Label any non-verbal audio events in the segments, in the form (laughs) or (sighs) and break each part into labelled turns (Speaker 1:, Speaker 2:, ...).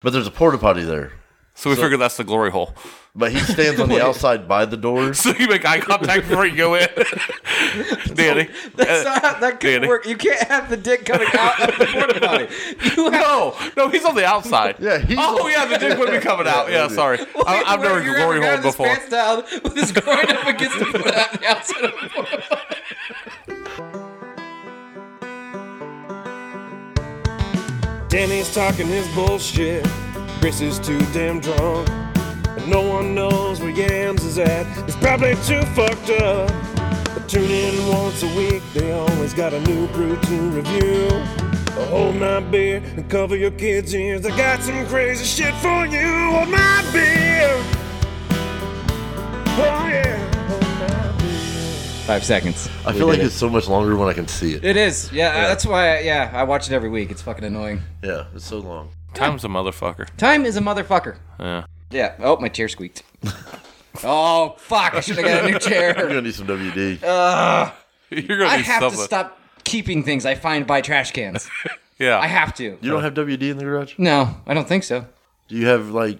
Speaker 1: But there's a porta potty there.
Speaker 2: So we figured that's the glory hole. (laughs)
Speaker 1: But he stands on the outside by the door.
Speaker 2: So you make eye contact before you (laughs) go in. Danny.
Speaker 3: (laughs) That's
Speaker 2: uh,
Speaker 3: not, that couldn't
Speaker 2: Danny.
Speaker 3: work. You can't have the dick coming out of the porta potty. You have
Speaker 2: No, no, he's on the outside.
Speaker 1: Yeah, he's
Speaker 2: oh
Speaker 1: on-
Speaker 2: yeah, the dick would be coming out. Yeah, sorry, I, I've
Speaker 3: Wait,
Speaker 2: never
Speaker 3: wait, you're
Speaker 2: glory
Speaker 3: having
Speaker 2: hole
Speaker 3: guy with
Speaker 2: before.
Speaker 3: His pants down with his groin up against the foot on the outside of the porta potty.
Speaker 4: Danny's talking his bullshit. Chris is too damn drunk. And no one knows where Yams is at. He's probably too fucked up. But tune in once a week. They always got a new brew to review. So hold my beer and cover your kids' ears. I got some crazy shit for you. Hold my beer. Oh yeah. Hold my beer.
Speaker 3: Five seconds.
Speaker 1: I feel like it's so much longer when I can see it.
Speaker 3: It is. Yeah, that's why. Yeah, I watch it every week. It's fucking annoying.
Speaker 1: Yeah, it's so long.
Speaker 2: Time's a motherfucker.
Speaker 3: Time is a motherfucker.
Speaker 2: Yeah. (laughs)
Speaker 3: Yeah. Oh, my chair squeaked. oh fuck! I should have got a new
Speaker 1: We're
Speaker 3: chair.
Speaker 1: gonna need some WD.
Speaker 2: Uh, You're gonna
Speaker 3: I
Speaker 2: need
Speaker 3: have
Speaker 2: something.
Speaker 3: to stop keeping things I find by trash cans.
Speaker 2: Yeah,
Speaker 3: I have to.
Speaker 1: you don't have WD in the garage?
Speaker 3: No, I don't think so.
Speaker 1: Do you have like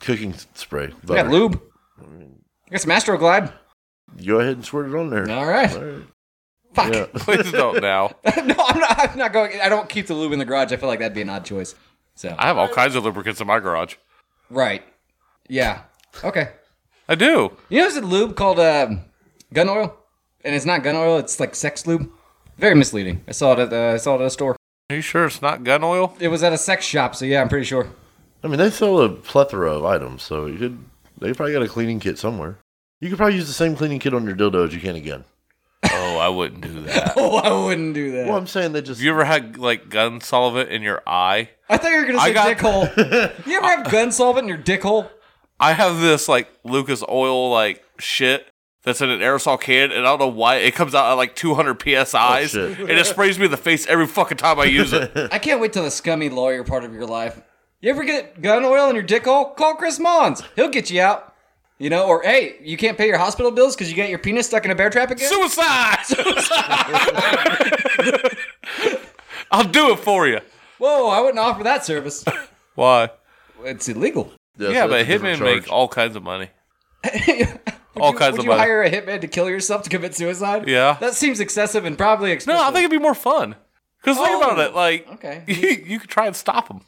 Speaker 1: cooking s- spray?
Speaker 3: I got
Speaker 1: Butter?
Speaker 3: lube. I got some Astro Glide.
Speaker 1: Go ahead and squirt it on there.
Speaker 3: All right. Fuck.
Speaker 1: Yeah.
Speaker 2: (laughs) please don't now.
Speaker 3: (laughs) no, I'm not. I'm not going. I don't keep the lube in the garage. I feel like that'd be an odd choice. So
Speaker 2: I have all kinds of lubricants in my garage.
Speaker 3: right. Yeah. Okay.
Speaker 2: I do.
Speaker 3: You know, there's a lube called um gun oil, and it's not gun oil. It's like sex lube. Very misleading. I saw it at uh, I saw it at a store.
Speaker 2: Are you sure it's not gun oil?
Speaker 3: It was at a sex shop, so yeah, I'm pretty sure. (laughs)
Speaker 1: I mean, they sell a plethora of items, so you could. They probably got a cleaning kit somewhere. You could probably use the same cleaning kit on your dildo as you can again.
Speaker 2: Oh, I wouldn't do that.
Speaker 3: Oh, I wouldn't do that.
Speaker 1: Well, I'm saying they just.
Speaker 2: Have you ever had like gun solvent in your eye?
Speaker 3: I thought you were gonna
Speaker 2: I
Speaker 3: say
Speaker 2: got-
Speaker 3: dick hole.
Speaker 2: (laughs)
Speaker 3: You ever have gun solvent in your dick hole?
Speaker 2: I have this like Lucas Oil like shit that's in an aerosol can, and I don't know why it comes out at like 200 psi's,
Speaker 1: Oh, shit.
Speaker 2: and it sprays me in the face every fucking time I
Speaker 1: (laughs)
Speaker 2: use it.
Speaker 3: I can't wait till the scummy lawyer part of your life. You ever get gun oil in your dick hole? Call Chris Mons. He'll get you out. You know, or hey, you can't pay your hospital bills because you got your penis stuck in a bear trap again.
Speaker 2: Suicide! (laughs) I'll do it for you.
Speaker 3: Whoa, I wouldn't offer that service.
Speaker 2: (laughs) Why?
Speaker 3: It's illegal. (laughs)
Speaker 2: Yeah,
Speaker 1: so
Speaker 2: but
Speaker 1: that's a
Speaker 2: hitmen
Speaker 1: different
Speaker 2: make
Speaker 1: charge.
Speaker 2: all kinds of money. all kinds
Speaker 3: Would
Speaker 2: of
Speaker 3: you
Speaker 2: money.
Speaker 3: hire a hitman to kill yourself to commit suicide?
Speaker 2: Yeah.
Speaker 3: That seems excessive and probably
Speaker 2: no,
Speaker 3: expensive.
Speaker 2: I think it'd be more fun. Because think about
Speaker 3: Oh,
Speaker 2: it, like
Speaker 3: okay.
Speaker 2: (laughs) you, you could try and stop them.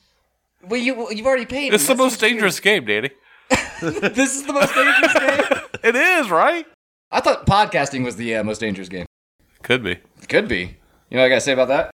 Speaker 3: Well, you, you've already paid.
Speaker 2: It's the
Speaker 3: him. That's
Speaker 2: most dangerous game, Danny.
Speaker 3: not- (laughs) This is the most dangerous
Speaker 2: (laughs)
Speaker 3: game?
Speaker 2: It is, right?
Speaker 3: I thought podcasting was the uh, most dangerous game.
Speaker 2: Could be.
Speaker 3: Could be. You know what I got to say about that?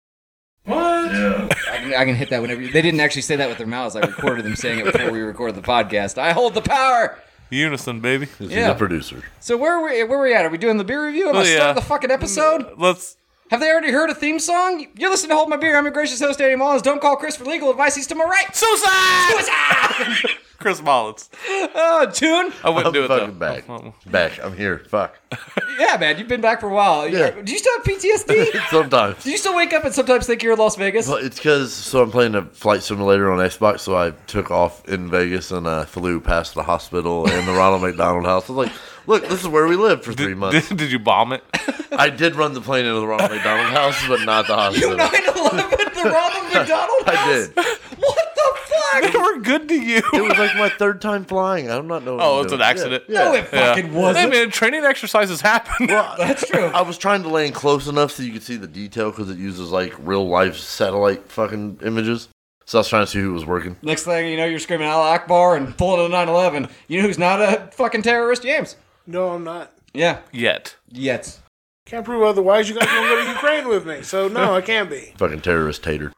Speaker 3: What? I, can, I can hit that whenever. You, they didn't actually say that with their mouths. I recorded them saying it before we recorded the podcast. I hold the power.
Speaker 2: Unison, baby.
Speaker 1: This
Speaker 3: Yeah.
Speaker 1: is a producer.
Speaker 3: So where are we? Where are we at? Are we doing the beer review? Am I
Speaker 2: Oh,
Speaker 3: starting
Speaker 2: yeah.
Speaker 3: the fucking episode?
Speaker 2: Let's
Speaker 3: Have they already heard a theme song? You're listening to Hold My Beer. I'm your gracious host, Danny Mullins. Don't call Chris for legal advice. He's to my right.
Speaker 2: suicide. Chris Mullins.
Speaker 3: Oh, June.
Speaker 2: I wouldn't
Speaker 1: I'm
Speaker 2: do it though.
Speaker 1: fucking back. Back. I'm here. Fuck. (laughs)
Speaker 3: Yeah, man, you've been back for a while.
Speaker 1: Yeah.
Speaker 3: Do you still
Speaker 1: (laughs)
Speaker 3: have PTSD?
Speaker 1: Sometimes.
Speaker 3: Do you still wake up and sometimes think you're in Las Vegas? (laughs)
Speaker 1: But it's because so I'm playing a flight simulator on Xbox, so I took off in Vegas and I flew past the hospital and the Ronald McDonald House. I was like, "Look, this is where we lived for three months."
Speaker 2: Did, (laughs) did you bomb it?
Speaker 1: I did run the plane into the Ronald McDonald House, but not the hospital.
Speaker 3: You 9 11 the Ronald McDonald
Speaker 1: (laughs) I
Speaker 3: House?
Speaker 1: did. (laughs)
Speaker 3: What the
Speaker 2: they (laughs)
Speaker 3: fuck?
Speaker 2: were good to you.
Speaker 1: It was like my third time flying. I'm not knowing.
Speaker 2: Oh, it's an accident.
Speaker 3: No, it fucking wasn't.
Speaker 2: Hey man, training exercises happen.
Speaker 3: That's true.
Speaker 1: I was trying to land close enough so you could see the detail because it uses like real life satellite fucking images. So I was trying to see who was working.
Speaker 3: Next thing you know, you're screaming Al Akbar and pulling a 9 11. You know who's not a fucking terrorist? James.
Speaker 4: No, I'm not.
Speaker 3: Yeah.
Speaker 2: (laughs) Yet.
Speaker 3: Yet.
Speaker 4: Can't prove otherwise. You guys won't go to Ukraine with me. So no, I can't be.
Speaker 1: Fucking terrorist hater.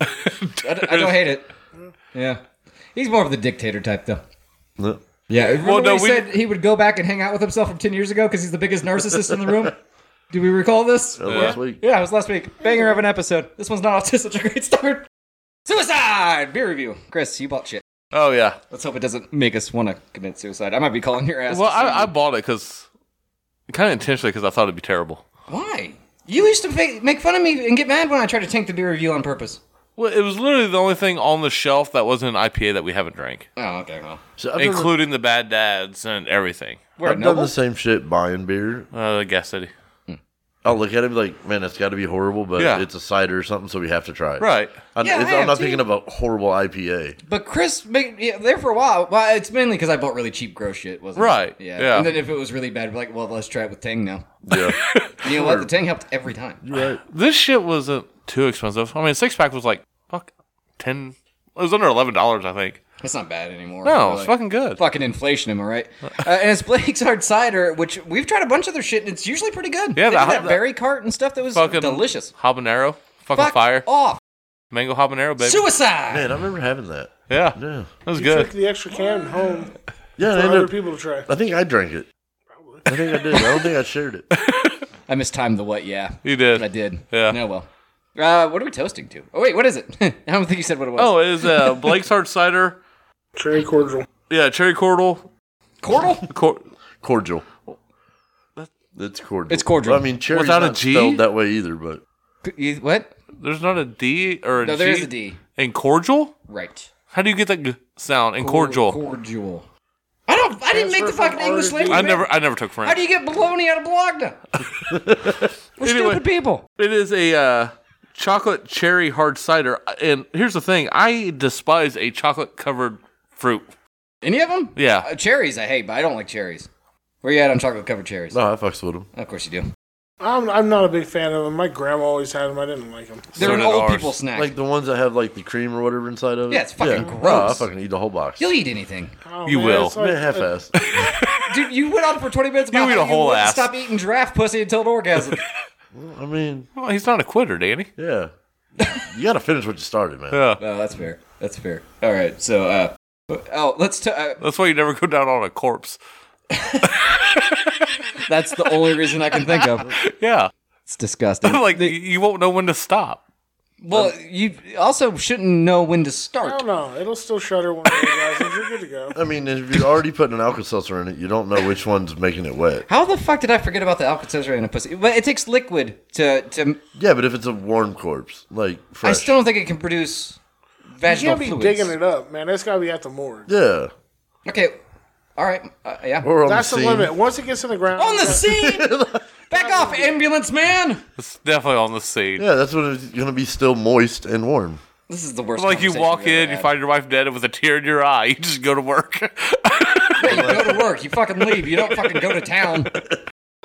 Speaker 3: I, d- I don't hate it. Yeah. He's more of the dictator type, though.
Speaker 1: No.
Speaker 3: Yeah. Remember
Speaker 2: Well, no,
Speaker 3: when he
Speaker 2: we-
Speaker 3: said he would go back and hang out with himself from 10 years ago because he's the biggest narcissist in
Speaker 2: (laughs)
Speaker 3: the room? Do we recall this?
Speaker 1: That was Last week.
Speaker 3: Yeah, it was last week. Banger of an episode. This one's not autistic. Such a great start. Suicide beer review. Chris, you bought shit.
Speaker 2: Oh yeah.
Speaker 3: Let's hope it doesn't make us want to commit suicide. I might be calling your ass.
Speaker 2: Well,
Speaker 3: to see
Speaker 2: I, I
Speaker 3: you.
Speaker 2: bought it because kind of intentionally because I thought it'd be terrible.
Speaker 3: why? You used to fa- make fun of me and get mad when I tried to tank the beer review on purpose.
Speaker 2: Well, it was literally the only thing on the shelf that wasn't an IPA that we haven't drank,
Speaker 3: Oh, okay. Well,
Speaker 1: So I've done, the,
Speaker 2: including the bad dads and everything.
Speaker 3: we're at
Speaker 1: I've done
Speaker 3: Noble.
Speaker 1: the same shit buying beer.
Speaker 2: Uh, the gas city.
Speaker 1: I'll look at it and be like, man, it's got to be horrible, but
Speaker 2: Yeah.
Speaker 1: it's a cider or something, so we have to try it.
Speaker 2: Right.
Speaker 1: I'm,
Speaker 3: Yeah,
Speaker 1: it's-
Speaker 3: I
Speaker 1: I'm
Speaker 3: am
Speaker 1: not
Speaker 3: too.
Speaker 1: thinking of a horrible IPA.
Speaker 3: But Chris, made, yeah, there for a while. Well, it's mainly because I bought really cheap gross shit, wasn't it?
Speaker 2: Right,
Speaker 3: Yeah.
Speaker 2: yeah.
Speaker 3: And then if it was really bad, we're like, well, let's try it with Tang now.
Speaker 1: Yeah.
Speaker 3: You know what? The Tang helped every time.
Speaker 1: right.
Speaker 2: This shit wasn't too expensive. I mean, six pack was like fuck ten. It was under eleven dollars, I think.
Speaker 3: It's not bad anymore.
Speaker 2: No,
Speaker 3: Really.
Speaker 2: it's fucking good.
Speaker 3: Fucking inflation, am I right? Uh, and it's (laughs) Blake's Hard Cider, which we've tried a bunch of their shit, and it's usually pretty good.
Speaker 2: Yeah,
Speaker 3: they
Speaker 2: the-
Speaker 3: did that
Speaker 2: the-
Speaker 3: berry cart and stuff that was
Speaker 2: Fucking
Speaker 3: delicious.
Speaker 2: Habanero, fucking
Speaker 3: Fuck
Speaker 2: fire,
Speaker 3: off.
Speaker 2: mango habanero, baby.
Speaker 1: (laughs)
Speaker 3: Suicide.
Speaker 1: Man, I remember having that.
Speaker 2: yeah, that
Speaker 1: Yeah.
Speaker 2: was
Speaker 5: You
Speaker 2: good.
Speaker 5: took the extra can home
Speaker 1: Yeah. I,
Speaker 5: for
Speaker 1: ended
Speaker 5: other
Speaker 1: up-
Speaker 5: people to try.
Speaker 1: I think I drank it. I think I did. I don't think I shared
Speaker 2: (laughs)
Speaker 1: it.
Speaker 3: I mistimed the what? Yeah,
Speaker 2: You did.
Speaker 3: I did.
Speaker 2: Yeah.
Speaker 3: No, well. Uh, what are we toasting to? Oh wait, what is it? (laughs) I don't think you said what it was.
Speaker 2: Oh, it is uh, Blake's hard cider.
Speaker 5: Cherry cordial.
Speaker 2: Yeah, cherry cordial.
Speaker 3: cordial.
Speaker 2: Cor-
Speaker 1: Cordial. It's cordial.
Speaker 3: It's cordial.
Speaker 1: I mean, cherry's
Speaker 2: Without a
Speaker 1: not
Speaker 2: G?
Speaker 1: spelled that way either, but
Speaker 3: You- what?
Speaker 2: There's not a D or a
Speaker 3: No, there
Speaker 2: G
Speaker 3: is a D.
Speaker 2: In cordial?
Speaker 3: Right.
Speaker 2: How do you get that g- sound? In cordial.
Speaker 3: Cordial. I don't. I didn't make the
Speaker 5: Transfer
Speaker 3: fucking
Speaker 5: from R
Speaker 3: English
Speaker 5: to D.
Speaker 3: language.
Speaker 2: I
Speaker 3: man.
Speaker 2: never, I never took French.
Speaker 3: How do you get bologna out of Bologna?
Speaker 2: (laughs)
Speaker 3: We're
Speaker 2: Anyway.
Speaker 3: stupid people.
Speaker 2: It is a uh, chocolate cherry hard cider, and here's the thing: I despise a chocolate covered fruit.
Speaker 3: Any of them?
Speaker 2: Yeah.
Speaker 3: Uh, cherries, I hate, but I don't like cherries. Where you at on chocolate covered cherries?
Speaker 1: no, I fucks with them.
Speaker 3: Of course you do.
Speaker 5: I'm, I'm not a big fan of them. My grandma always had them. I didn't like them.
Speaker 3: They're an
Speaker 2: did
Speaker 3: old
Speaker 2: ours.
Speaker 3: people snack.
Speaker 1: Like the ones that have like the cream or whatever inside of it.
Speaker 3: Yeah, it's fucking
Speaker 1: No, I
Speaker 3: gross.
Speaker 1: fucking eat the whole box.
Speaker 3: You'll eat anything,
Speaker 5: Oh,
Speaker 2: You
Speaker 5: man,
Speaker 2: will.
Speaker 5: it's like- uh,
Speaker 1: half ass.
Speaker 3: dude. You went on for twenty minutes. About
Speaker 2: You eat
Speaker 3: how
Speaker 2: a whole
Speaker 3: wouldn't
Speaker 2: ass.
Speaker 3: Stop eating giraffe pussy until an orgasm.
Speaker 1: I mean,
Speaker 2: Well, he's not a quitter, Danny.
Speaker 1: yeah. You gotta finish what you started, man.
Speaker 2: Yeah,
Speaker 3: Oh, that's fair. That's fair. All right. So, uh, oh, let's. T- uh,
Speaker 2: that's why you never go down on a corpse.
Speaker 3: that's the only reason I can think of.
Speaker 2: Yeah,
Speaker 3: It's disgusting.
Speaker 2: (coughs) like you- you won't know when to stop.
Speaker 3: (laughs) well, you also shouldn't know when to
Speaker 5: I
Speaker 3: start.
Speaker 5: don't know. It'll still shudder one of you guys. and You're good to
Speaker 1: (laughs)
Speaker 5: go.
Speaker 1: I mean, if you're already putting an Alka Seltzer in it, you don't know which one's making it wet.
Speaker 3: How the fuck did I forget about the Alka-Seltzer and a pussy? But it takes liquid to to.
Speaker 1: Yeah, but if it's a warm corpse, like fresh.
Speaker 3: I still don't think it can produce
Speaker 5: You
Speaker 3: vaginal
Speaker 5: can't be
Speaker 3: fluids.
Speaker 5: digging it up, man. That's got to be at the morgue.
Speaker 1: yeah.
Speaker 3: Okay. All right. Uh, yeah.
Speaker 1: Or on
Speaker 5: That's the
Speaker 1: the scene.
Speaker 5: limit. Once it gets in the ground,
Speaker 3: On the (laughs) scene. Back off, ambulance man.
Speaker 2: It's definitely on the scene.
Speaker 1: Yeah, that's when it's gonna be still moist and warm.
Speaker 3: This is the worst.
Speaker 2: It's Like you
Speaker 3: conversation
Speaker 2: walk
Speaker 3: we've ever
Speaker 2: in, you
Speaker 3: had.
Speaker 2: find your wife dead, and with a tear in your eye, (laughs) you just go to work.
Speaker 3: Yeah, you go to work. You fucking leave. You don't fucking go to town.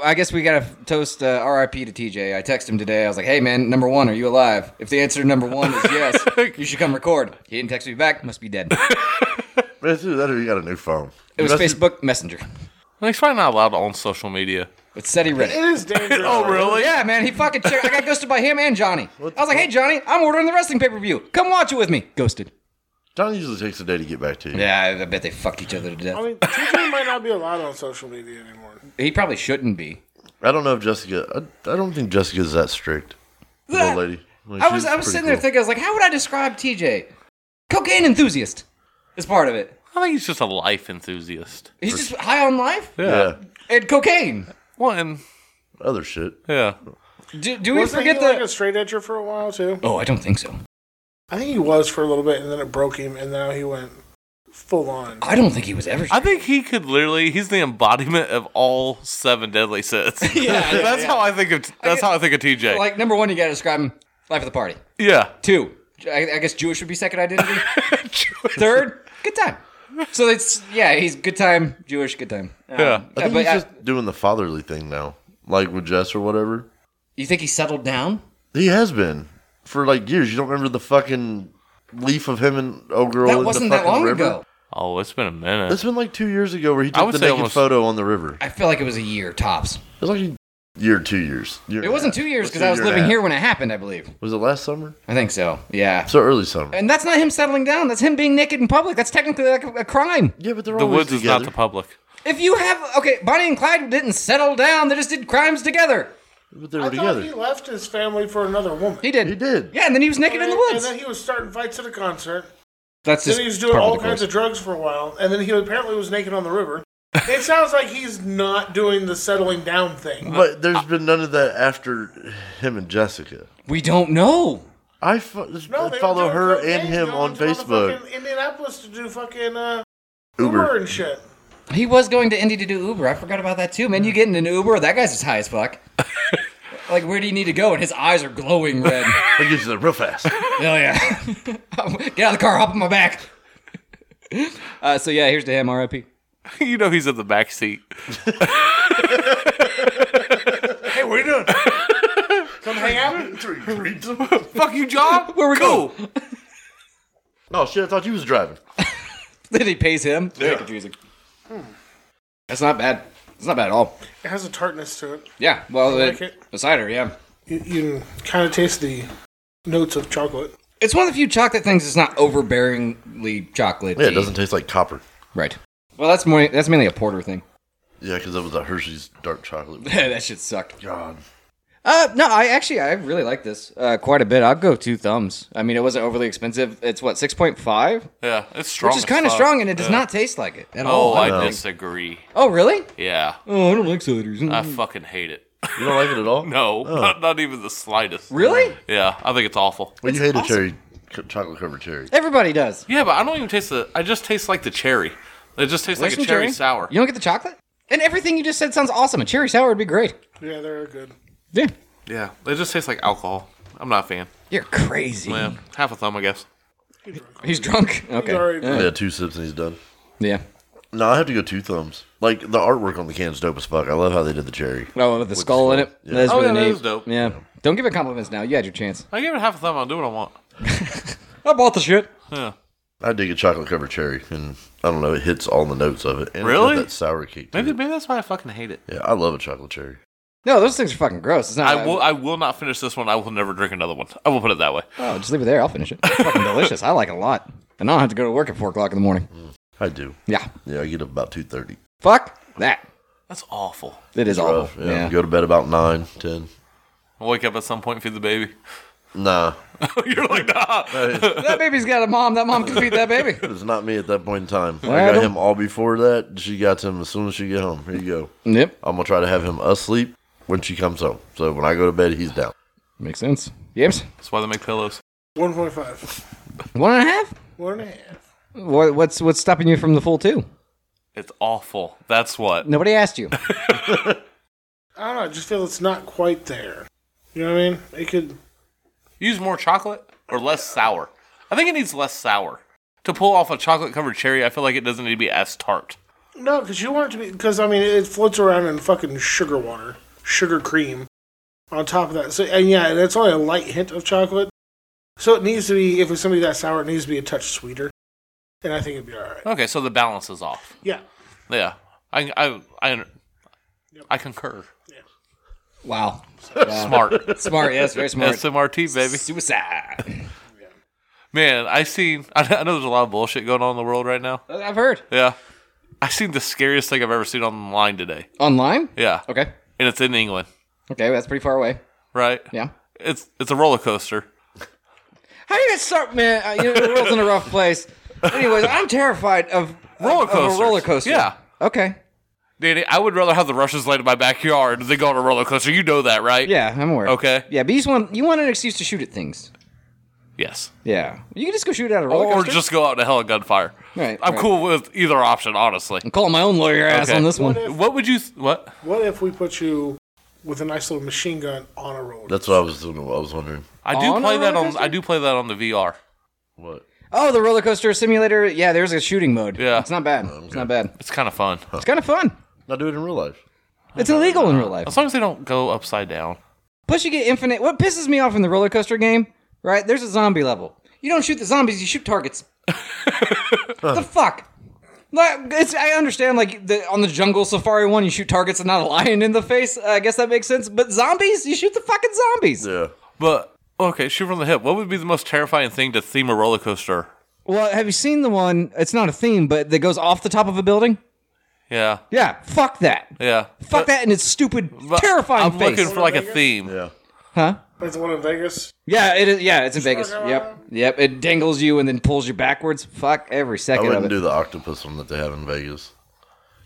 Speaker 3: I guess we gotta toast uh, R.I.P. to TJ. I texted him today. I was like, "Hey man, number one, are you alive? If the answer to number one is yes, (laughs) you should come record." He didn't text me back. Must be dead.
Speaker 1: Man, it's either that or you got a new phone.
Speaker 3: It was
Speaker 1: That's-
Speaker 3: Facebook Messenger.
Speaker 2: like, he's probably not allowed on social media.
Speaker 3: It said he read
Speaker 5: it
Speaker 3: it. (laughs)
Speaker 5: is dangerous.
Speaker 2: Oh, really?
Speaker 3: Yeah, man, he fucking checked. I got ghosted by him and Johnny. I was like, "Hey Johnny, I'm ordering the wrestling pay per view. Come watch it with me." Ghosted.
Speaker 1: John usually takes a day to get back to you.
Speaker 3: Yeah, I- I bet they fucked each other to death.
Speaker 5: I mean, TJ might not be allowed on social media anymore.
Speaker 3: He probably shouldn't be.
Speaker 1: I don't know if Jessica. I, I don't think Jessica's that strict. The old lady. Like,
Speaker 3: I was
Speaker 1: she's
Speaker 3: I was
Speaker 1: pretty
Speaker 3: sitting there
Speaker 1: cool.
Speaker 3: thinking I was like, how would I describe TJ? Cocaine enthusiast is part of it.
Speaker 2: I think he's just a life enthusiast.
Speaker 3: He's just high on life
Speaker 1: Yeah.
Speaker 3: and cocaine.
Speaker 2: Well, and
Speaker 1: Other shit.
Speaker 2: yeah,
Speaker 3: Do, do we
Speaker 5: Wasn't
Speaker 3: forget
Speaker 5: he like a
Speaker 3: that?
Speaker 5: straight edger for a while too?
Speaker 3: Oh, I don't think so.
Speaker 5: I think he was for a little bit, and then it broke him, and now he went full on.
Speaker 3: I don't think he was ever.
Speaker 2: I think he could literally—he's the embodiment of all seven deadly sins.
Speaker 3: (laughs)
Speaker 2: (laughs)
Speaker 3: yeah,
Speaker 2: that's how I think of. That's how I think of TJ.
Speaker 3: like number one, you gotta describe him. Life of the party.
Speaker 2: yeah,
Speaker 3: Two, I, I guess Jewish would be second
Speaker 1: (laughs)
Speaker 3: identity. Third, good time. So it's yeah, he's good time Jewish, good time. Um,
Speaker 2: Yeah. I
Speaker 1: I think
Speaker 3: but
Speaker 1: he's
Speaker 3: I-
Speaker 1: just doing the fatherly thing now, like with Jess or whatever.
Speaker 3: you think he settled down?
Speaker 1: He has been for like years. You don't remember the fucking leaf of him and old girl in
Speaker 3: That
Speaker 1: the
Speaker 3: wasn't that
Speaker 1: fucking
Speaker 3: long
Speaker 1: river?
Speaker 3: ago.
Speaker 2: Oh, it's been a minute.
Speaker 1: It's been like two years ago where he
Speaker 2: I
Speaker 1: took
Speaker 2: would
Speaker 1: the
Speaker 2: say
Speaker 1: naked
Speaker 2: almost-
Speaker 1: photo on the river.
Speaker 3: I feel like it was a year tops.
Speaker 1: It was like a year, two years. Year
Speaker 3: It
Speaker 1: and a
Speaker 3: wasn't
Speaker 1: half.
Speaker 3: two years
Speaker 1: Let's
Speaker 3: because
Speaker 1: say
Speaker 3: I was
Speaker 1: year and a
Speaker 3: living
Speaker 1: half.
Speaker 3: here when it happened, I believe.
Speaker 1: Was it last summer?
Speaker 3: I think so. Yeah.
Speaker 1: So early summer.
Speaker 3: And that's not him settling down. That's him being naked in public. That's technically like a, a crime.
Speaker 1: yeah, but they're
Speaker 2: the
Speaker 1: always
Speaker 2: woods is not
Speaker 1: together.
Speaker 2: the public. (laughs)
Speaker 3: If you have okay, Bonnie and Clyde didn't settle down. They just did crimes together.
Speaker 1: But they
Speaker 5: I
Speaker 1: were
Speaker 5: thought
Speaker 1: together.
Speaker 5: he
Speaker 1: He,
Speaker 5: left his family for another woman.
Speaker 3: did.
Speaker 1: did.
Speaker 3: Yeah, and then he was naked in the
Speaker 5: And
Speaker 3: woods.
Speaker 5: then he was starting fights at a concert.
Speaker 3: That's just
Speaker 5: then he was doing
Speaker 3: part of
Speaker 5: all
Speaker 3: the
Speaker 5: kinds
Speaker 3: course.
Speaker 5: of drugs for a while, and then he apparently was naked on the river. it sounds like he's not doing the settling down thing.
Speaker 1: But there's been none of that after him and Jessica.
Speaker 3: We don't know.
Speaker 1: I fo- just
Speaker 5: No, they
Speaker 1: follow
Speaker 5: were doing
Speaker 1: her
Speaker 5: cocaine
Speaker 1: and him
Speaker 5: going
Speaker 1: on
Speaker 5: to motherfucking
Speaker 1: Facebook.
Speaker 5: Indianapolis to do fucking uh,
Speaker 1: Uber.
Speaker 5: Uber. and shit.
Speaker 3: (laughs) He was going to Indy to do Uber. I forgot about that too, man. You get in an Uber, that guy's as high as fuck. like, where do you need to go? And his eyes are glowing red.
Speaker 1: It gets there real fast.
Speaker 3: Hell yeah. (laughs) Get out of the car, hop on my back. (laughs) Uh, so yeah, here's to him, RIP.
Speaker 2: you know he's in the back seat.
Speaker 5: Hey, what are you doing?
Speaker 1: (laughs)
Speaker 5: Come hang out.
Speaker 2: Fuck you, John.
Speaker 3: (laughs) Where we
Speaker 2: cool.
Speaker 1: Oh shit! I thought you was driving.
Speaker 3: Then he pays him. Very confusing. Hmm. That's not bad. It's not bad at all.
Speaker 5: It has a tartness to it.
Speaker 3: Yeah. Well,
Speaker 5: like
Speaker 3: the-
Speaker 5: it.
Speaker 3: the cider. Yeah.
Speaker 5: You, you kind of taste the notes of chocolate.
Speaker 3: It's one of the few chocolate things that's not overbearingly chocolate.
Speaker 1: Yeah, it doesn't taste like copper.
Speaker 3: Right. Well, that's more. That's mainly a porter thing. (laughs)
Speaker 1: Yeah, because that was a Hershey's dark chocolate.
Speaker 2: (laughs)
Speaker 3: that shit sucked.
Speaker 1: God,
Speaker 3: Uh, no, I actually I really like this uh, quite a bit. I'll go two thumbs. I mean, it wasn't overly expensive. It's what six point five,
Speaker 2: Yeah, it's strong.
Speaker 3: which is
Speaker 2: as
Speaker 3: kind of
Speaker 2: fuck.
Speaker 3: strong, and it does not taste like it at
Speaker 2: Oh,
Speaker 3: all.
Speaker 2: I
Speaker 1: no.
Speaker 2: disagree.
Speaker 3: oh, really?
Speaker 2: Yeah,
Speaker 3: Oh, I don't like ciders.
Speaker 2: I fucking hate it. (laughs)
Speaker 1: you don't like it at all?
Speaker 2: No, not, not even the slightest.
Speaker 3: really?
Speaker 2: Yeah, I think it's awful.
Speaker 1: Well, you hate a cherry, c- chocolate covered cherry.
Speaker 3: Everybody does.
Speaker 2: Yeah, but I don't even taste the. I just taste like the cherry. It just tastes like a
Speaker 3: Listen,
Speaker 2: cherry, sour.
Speaker 3: You don't get the chocolate? And everything you just said sounds awesome. A cherry sour would be great.
Speaker 5: Yeah, they're good.
Speaker 3: Yeah.
Speaker 2: Yeah, it just tastes like alcohol. I'm not a fan.
Speaker 3: You're crazy.
Speaker 2: Yeah, half a thumb, I guess.
Speaker 3: He's drunk. Okay.
Speaker 5: Sorry.
Speaker 1: Yeah, two sips and he's done.
Speaker 3: Yeah.
Speaker 1: No, I have to go two thumbs. Like the artwork on the can's dope as fuck. I love how they did the cherry.
Speaker 3: Oh, with the skull in it. That's
Speaker 2: Oh,
Speaker 3: really
Speaker 2: yeah, that
Speaker 3: neat.
Speaker 2: is dope.
Speaker 3: Yeah. Don't give it compliments now. You had your chance.
Speaker 2: I give it half a thumb. I'll do what I want.
Speaker 3: I bought the shit.
Speaker 2: Yeah.
Speaker 1: I dig a chocolate covered cherry, and I don't know, it hits all the notes of it. And it's got
Speaker 2: Really?
Speaker 1: that sour kick. to
Speaker 2: Maybe
Speaker 1: it.
Speaker 2: maybe that's why I fucking hate it.
Speaker 1: Yeah, I love a chocolate cherry.
Speaker 3: No, those things are fucking gross. It's not.
Speaker 2: I will I will not finish this one. I will never drink another one. I will put it that way.
Speaker 3: Oh, just leave it there. I'll finish it. It's fucking delicious. I like it a lot. And I don't have to go to work at four o'clock in the morning.
Speaker 1: I do.
Speaker 3: Yeah.
Speaker 1: Yeah, I get up about two thirty.
Speaker 3: Fuck that.
Speaker 2: That's awful.
Speaker 3: It is
Speaker 2: Oh,
Speaker 3: awful.
Speaker 1: Yeah,
Speaker 3: yeah.
Speaker 1: Go to bed about nine, ten.
Speaker 2: I wake up at some point and feed the baby. (laughs)
Speaker 1: Nah,
Speaker 2: You're like, nah.
Speaker 3: That baby's got a mom. That mom can feed that baby.
Speaker 1: it's not me at that point in time.
Speaker 3: Well, I
Speaker 1: I got
Speaker 3: don't-
Speaker 1: him all before that. She got him as soon as she get home. Here you go.
Speaker 3: (laughs) Yep.
Speaker 1: I'm gonna try to have him asleep when she comes home. So when I go to bed, he's down.
Speaker 3: Makes sense. Yams.
Speaker 2: That's why they make pillows.
Speaker 5: 1.5.
Speaker 3: One and a half.
Speaker 5: One and a half.
Speaker 3: What, what's what's stopping you from the full two?
Speaker 2: It's awful. That's what.
Speaker 3: Nobody asked you.
Speaker 5: I don't know. I just feel it's not quite there. You know what I mean? It could.
Speaker 2: Use more chocolate or less sour. I think it needs less sour. To pull off a chocolate covered cherry, I feel like it doesn't need to be as tart.
Speaker 5: No, because you want it to be. Because, I mean, it floats around in fucking sugar water, sugar cream on top of that. So, and yeah, that's only a light hint of chocolate. So it needs to be, if it's somebody that sour, it needs to be a touch sweeter. And I think it'd be alright.
Speaker 2: Okay, so the balance is off.
Speaker 5: Yeah.
Speaker 2: Yeah. I I I, I concur. (laughs)
Speaker 3: Wow. (laughs)
Speaker 2: Smart. (laughs)
Speaker 3: Smart. Yes. Very smart.
Speaker 2: SMRT baby.
Speaker 3: Suicide.
Speaker 2: Man, I seen. (laughs) I I know there's a lot of bullshit going on in the world right now.
Speaker 3: I've heard
Speaker 2: Yeah, I seen the scariest thing I've ever seen online today.
Speaker 3: online.
Speaker 2: Yeah,
Speaker 3: Okay.
Speaker 2: and it's in England,
Speaker 3: Okay. That's pretty far away.
Speaker 2: right?
Speaker 3: Yeah.
Speaker 2: It's it's a roller coaster.
Speaker 3: How do you guys start, man? Uh, you know, the world's in a rough place. Anyways, I'm terrified of
Speaker 2: Roller
Speaker 3: of a roller
Speaker 2: coasters.
Speaker 3: coaster.
Speaker 2: Yeah.
Speaker 3: Okay.
Speaker 2: Danny, I would rather have the Russians light in my backyard than go on a roller coaster. You know that, right?
Speaker 3: Yeah, I'm aware.
Speaker 2: Okay.
Speaker 3: Yeah, but you just want you want an excuse to shoot at things.
Speaker 2: Yes.
Speaker 3: Yeah. You can just go shoot at a roller
Speaker 2: Or
Speaker 3: coaster.
Speaker 2: just go out to hell and gunfire.
Speaker 3: Right,
Speaker 2: I'm
Speaker 3: right.
Speaker 2: cool with either option, honestly.
Speaker 3: I'm calling my own lawyer ass
Speaker 2: Okay.
Speaker 3: on this one.
Speaker 2: What would you? Th- what?
Speaker 5: What if we put you with a nice little machine gun on a roller?
Speaker 1: That's what I was. I was wondering.
Speaker 2: I do
Speaker 3: On a
Speaker 2: play that
Speaker 3: roller
Speaker 2: on.
Speaker 3: coaster?
Speaker 2: I do play that on the VR.
Speaker 1: What?
Speaker 3: Oh, the roller coaster simulator. Yeah, there's a shooting mode.
Speaker 2: Yeah.
Speaker 3: It's not bad. It's not bad.
Speaker 2: It's kind of fun,
Speaker 3: It's kind of fun.
Speaker 1: Not do it in real life.
Speaker 3: It's illegal in real life.
Speaker 2: as long as they don't go upside down.
Speaker 3: Plus, you get infinite. What pisses me off in the roller coaster game, right? There's a zombie level. You don't shoot the zombies; you shoot targets. the fuck. Like, it's, I understand, like the, on the jungle safari one, you shoot targets and not a lion in the face. Uh, I guess that makes sense. But zombies, you shoot the fucking zombies.
Speaker 1: Yeah.
Speaker 2: But okay, shoot from the hip. What would be the most terrifying thing to theme a roller coaster?
Speaker 3: Well, have you seen the one? It's not a theme, but that goes off the top of a building.
Speaker 2: Yeah,
Speaker 3: Yeah, fuck that.
Speaker 2: yeah.
Speaker 3: Fuck that and its stupid,
Speaker 2: But
Speaker 3: terrifying
Speaker 2: I'm
Speaker 3: face.
Speaker 2: looking for like a theme.
Speaker 1: Yeah.
Speaker 3: huh?
Speaker 5: That's the one in Vegas.
Speaker 3: Yeah, it is. Yeah, it's in Vegas.
Speaker 5: Sure.
Speaker 3: Yep, yep. It dangles you and then pulls you backwards. Fuck every
Speaker 1: I
Speaker 3: second of
Speaker 1: wouldn't
Speaker 3: it.
Speaker 1: do the octopus one that they have in Vegas.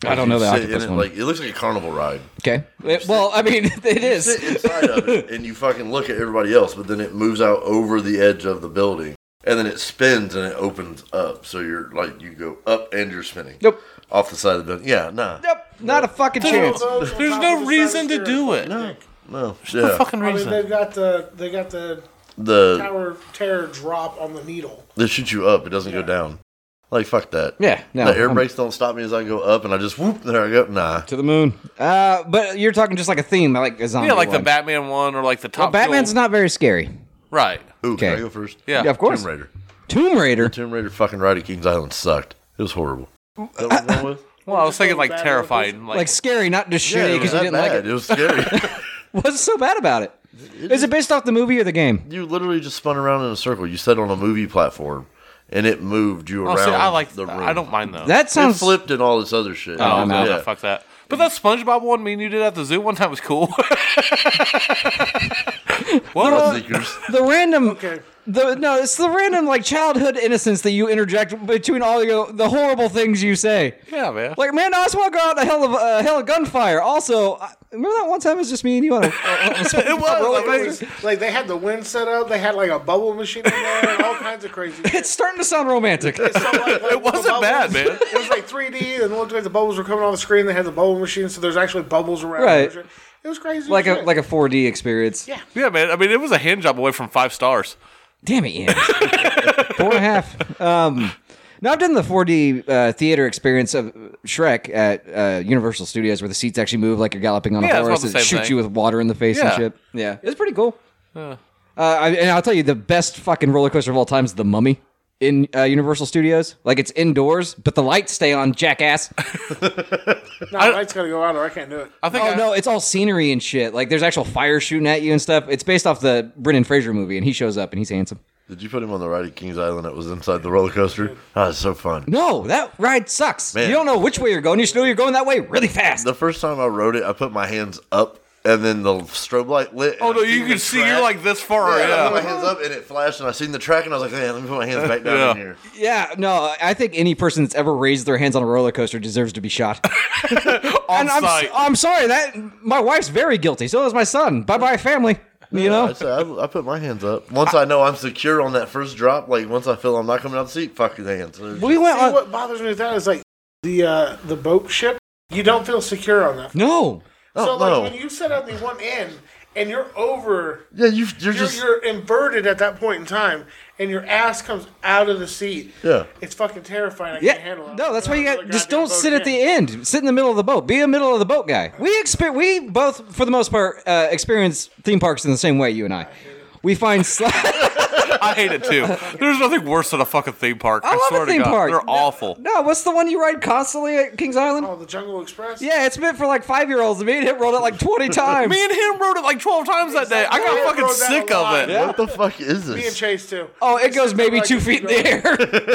Speaker 3: I don't know the
Speaker 1: Sit in
Speaker 3: octopus
Speaker 1: it,
Speaker 3: one.
Speaker 1: Like it looks like a carnival ride. (laughs)
Speaker 3: Okay. It- well, I mean, (laughs) it
Speaker 1: Sit
Speaker 3: is.
Speaker 1: inside of it, and you fucking look at everybody else, but then it moves out over the edge of the building, and then it spins and it opens up. So you're like you go up and you're spinning.
Speaker 3: Nope.
Speaker 1: Off the side of the building. Yeah. Nah.
Speaker 3: Nope. Not a fucking chance.
Speaker 5: Those on
Speaker 2: There's
Speaker 5: top of
Speaker 2: no
Speaker 5: the
Speaker 2: reason to
Speaker 5: stratosphere.
Speaker 2: do it.
Speaker 3: (laughs)
Speaker 1: No.
Speaker 2: The
Speaker 1: Yeah.
Speaker 2: fucking
Speaker 5: I mean,
Speaker 2: reason.
Speaker 5: they've got the they got the
Speaker 1: The
Speaker 5: Tower of Terror drop on the needle.
Speaker 1: they shoot you up. It doesn't go down. Like fuck that.
Speaker 3: Yeah, no,
Speaker 1: the air
Speaker 3: I'm-
Speaker 1: brakes don't stop me as I go up, and I just whoop. There I go. Nah.
Speaker 3: to the moon. Uh, but you're talking just like a theme, like a zombie.
Speaker 2: yeah, like the
Speaker 3: one.
Speaker 2: Batman one or like the top.
Speaker 3: Well, Batman's not very scary.
Speaker 2: right.
Speaker 1: Ooh, can
Speaker 3: Okay.
Speaker 1: I go first?
Speaker 2: Yeah.
Speaker 3: Yeah, of course.
Speaker 1: Tomb Raider.
Speaker 3: Tomb Raider.
Speaker 1: Tomb Raider fucking ride at Kings Island sucked. It was horrible. That what we're going with?
Speaker 2: Well, I was thinking like
Speaker 5: Batman
Speaker 2: terrifying.
Speaker 3: Like
Speaker 2: Like,
Speaker 3: scary, not just
Speaker 1: Yeah,
Speaker 3: shitty
Speaker 1: it was
Speaker 3: because
Speaker 1: that
Speaker 3: you didn't
Speaker 1: bad.
Speaker 3: like it.
Speaker 1: It was scary.
Speaker 3: What's so bad about it? Is it based off the movie or the game?
Speaker 1: you literally just spun around in a circle. You sat on a movie platform, and it moved you
Speaker 2: oh,
Speaker 1: around.
Speaker 2: see, I like.
Speaker 1: the room.
Speaker 2: I don't mind though.
Speaker 3: That
Speaker 1: It
Speaker 3: sounds.
Speaker 1: flipped and all this other shit.
Speaker 2: Oh, no,
Speaker 1: yeah.
Speaker 2: fuck that. But that SpongeBob one me and you did at the zoo one time was cool. (laughs) what?
Speaker 1: Sneakers.
Speaker 3: the random.
Speaker 5: Okay.
Speaker 3: The, no, it's the random like childhood innocence that you interject between all your, the horrible things you say.
Speaker 2: yeah, man.
Speaker 3: Like man, Oswald got a hell of a hell of gunfire. Also, I, remember that one time it was just me and you
Speaker 2: (laughs)
Speaker 3: on a, on a
Speaker 2: it was.
Speaker 5: It was- like they had the wind set up. They had like a bubble machine in there and all kinds of crazy. shit.
Speaker 3: It's starting to sound romantic.
Speaker 5: So, like, like,
Speaker 2: It wasn't
Speaker 5: the bubbles-
Speaker 2: bad, man.
Speaker 5: It was like 3D, and it looked like the bubbles were coming on the screen. They had the bubble machine, so there's actually bubbles around.
Speaker 3: Right.
Speaker 5: It was crazy.
Speaker 3: like a
Speaker 5: shit.
Speaker 3: like a 4D experience.
Speaker 5: Yeah.
Speaker 2: Yeah, man. I mean, it was a hand job away from five stars.
Speaker 3: Damn it, Ian. Four and a half. Um, now I've done the 4D uh, theater experience of Shrek at uh, Universal Studios, where the seats actually move like you're galloping on
Speaker 2: Yeah,
Speaker 3: a
Speaker 2: it's not
Speaker 3: horse
Speaker 2: the
Speaker 3: and
Speaker 2: same
Speaker 3: shoot
Speaker 2: thing.
Speaker 3: you with water in the face and
Speaker 2: Yeah.
Speaker 3: shit. Yeah, it's pretty cool. Uh, I, and I'll tell you, the best fucking roller coaster of all time is the Mummy in uh, Universal Studios. Like it's indoors, but the lights stay
Speaker 2: (laughs)
Speaker 3: on, jackass.
Speaker 5: No, the light's gotta go out, or I can't do it.
Speaker 2: I think.
Speaker 3: Oh
Speaker 2: I,
Speaker 3: no, it's all scenery and shit. Like there's actual fire shooting at you and stuff. It's based off the Brendan Fraser movie, and he shows up and he's handsome.
Speaker 1: Did you put him on the ride at Kings Island that was inside the roller coaster? That was so fun.
Speaker 3: No, that ride sucks.
Speaker 1: Man.
Speaker 3: You don't know which way you're going. You just know you're going that way really fast.
Speaker 1: The first time I rode it, I put my hands up, and then the strobe light lit. and
Speaker 2: Oh
Speaker 1: I
Speaker 2: no,
Speaker 1: seen
Speaker 2: you
Speaker 1: the
Speaker 2: can see
Speaker 1: track.
Speaker 2: you're like this far.
Speaker 1: Yeah, I put my
Speaker 2: Yeah.
Speaker 1: hands up and it flashed, and I seen the track, and I was like, "Man, let me put my hands back down in
Speaker 2: Yeah.
Speaker 1: here."
Speaker 3: yeah, no, I think any person that's ever raised their hands on a roller coaster deserves to be shot.
Speaker 2: On
Speaker 3: and I'm,
Speaker 2: site.
Speaker 3: (laughs) I'm sorry that my wife's very guilty. So is my son. Bye bye family. You know,
Speaker 1: I, said, I, I put my hands up. Once I know I'm secure on that first drop, like once I feel I'm not coming out the seat, fuck your hands.
Speaker 3: we went
Speaker 5: See,
Speaker 3: on.
Speaker 5: what bothers me with that is like the uh, the boat ship. You don't feel secure on that.
Speaker 3: No,
Speaker 1: Oh,
Speaker 5: so like
Speaker 1: no.
Speaker 5: when you set up the one end and you're over,
Speaker 1: yeah, you, you're,
Speaker 5: you're,
Speaker 1: just
Speaker 5: you're inverted at that point in time, and your ass comes out of the seat.
Speaker 1: yeah.
Speaker 5: It's fucking terrifying. I
Speaker 3: yeah,
Speaker 5: can't handle it.
Speaker 3: no. That's why you
Speaker 5: I'm
Speaker 3: got
Speaker 5: like,
Speaker 3: just
Speaker 5: goddamn
Speaker 3: don't
Speaker 5: boat
Speaker 3: sit at
Speaker 5: again.
Speaker 3: the end. Sit in the middle of the boat. Be a middle of the boat guy. We exper- We both, for the most part, uh, experience theme parks in the same way. You and I. We find (laughs) slight.
Speaker 2: I hate it too. There's nothing worse than a fucking theme park. I,
Speaker 3: I love
Speaker 2: swear
Speaker 3: a theme
Speaker 2: to God,
Speaker 3: park.
Speaker 2: they're awful.
Speaker 3: No, what's the one you ride constantly at Kings Island?
Speaker 5: Oh, the Jungle Express.
Speaker 3: Yeah, it's meant for like five year olds. Me and him rolled it like twenty
Speaker 2: (laughs)
Speaker 3: times.
Speaker 2: Me and him rode it like 12 times that day. I
Speaker 5: Exactly.
Speaker 2: got fucking
Speaker 5: Rode that
Speaker 2: sick
Speaker 5: a
Speaker 2: of
Speaker 5: lot.
Speaker 2: it.
Speaker 5: Yeah.
Speaker 1: What the fuck is
Speaker 5: Me and
Speaker 1: this?
Speaker 5: Chase too.
Speaker 3: oh, it goes maybe
Speaker 5: Like,
Speaker 3: two feet in
Speaker 5: (laughs)
Speaker 3: the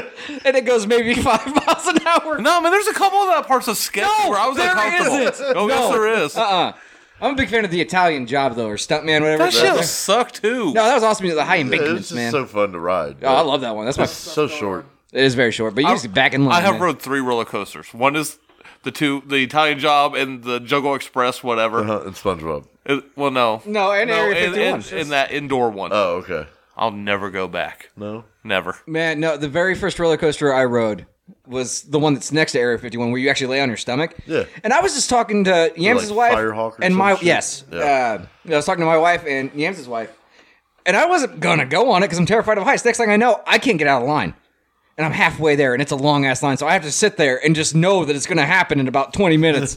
Speaker 3: air,
Speaker 2: (laughs)
Speaker 3: (laughs) and it goes maybe five (laughs) miles an hour.
Speaker 2: No, man, there's a couple of that parts of sketch
Speaker 3: No,
Speaker 2: where I was
Speaker 3: there
Speaker 2: uncomfortable.
Speaker 3: isn't.
Speaker 2: Oh, yes,
Speaker 3: No.
Speaker 2: there is.
Speaker 3: Uh-uh. I'm a big fan of the Italian job though, or stuntman, whatever.
Speaker 2: that
Speaker 3: it's
Speaker 2: shit
Speaker 3: called.
Speaker 2: sucked too.
Speaker 3: No, that was awesome. The high end
Speaker 1: It was
Speaker 3: maintenance,
Speaker 1: just
Speaker 3: man.
Speaker 1: so fun to ride.
Speaker 3: oh, I love that one. That's my.
Speaker 1: It's so short.
Speaker 3: It is very short, but you just back in line.
Speaker 2: I have
Speaker 3: man.
Speaker 2: rode three roller coasters. One is the two, the Italian Job and the Jungle Express, whatever.
Speaker 1: Uh-huh, and SpongeBob.
Speaker 2: It- well, no,
Speaker 3: No, and Area
Speaker 2: in,
Speaker 3: 51.
Speaker 2: in- in that indoor one.
Speaker 1: Oh, okay.
Speaker 2: I'll never go back.
Speaker 1: No.
Speaker 2: Never.
Speaker 3: Man, no, the very first roller coaster I rode was the one that's next to Area 51, where you actually lay on your stomach.
Speaker 1: Yeah.
Speaker 3: And I was just talking to Yams'
Speaker 1: like
Speaker 3: wife
Speaker 1: Firehawk or
Speaker 3: and
Speaker 1: some
Speaker 3: my
Speaker 1: shit?
Speaker 3: yes,
Speaker 1: Yeah.
Speaker 3: uh, I was talking to my wife and Yams' wife, and I wasn't gonna go on it because I'm terrified of heights. Next thing I know, I can't get out of line, and I'm halfway there, and it's a long ass line, so I have to sit there and just know that it's gonna happen in about
Speaker 1: (laughs)
Speaker 3: 20 minutes.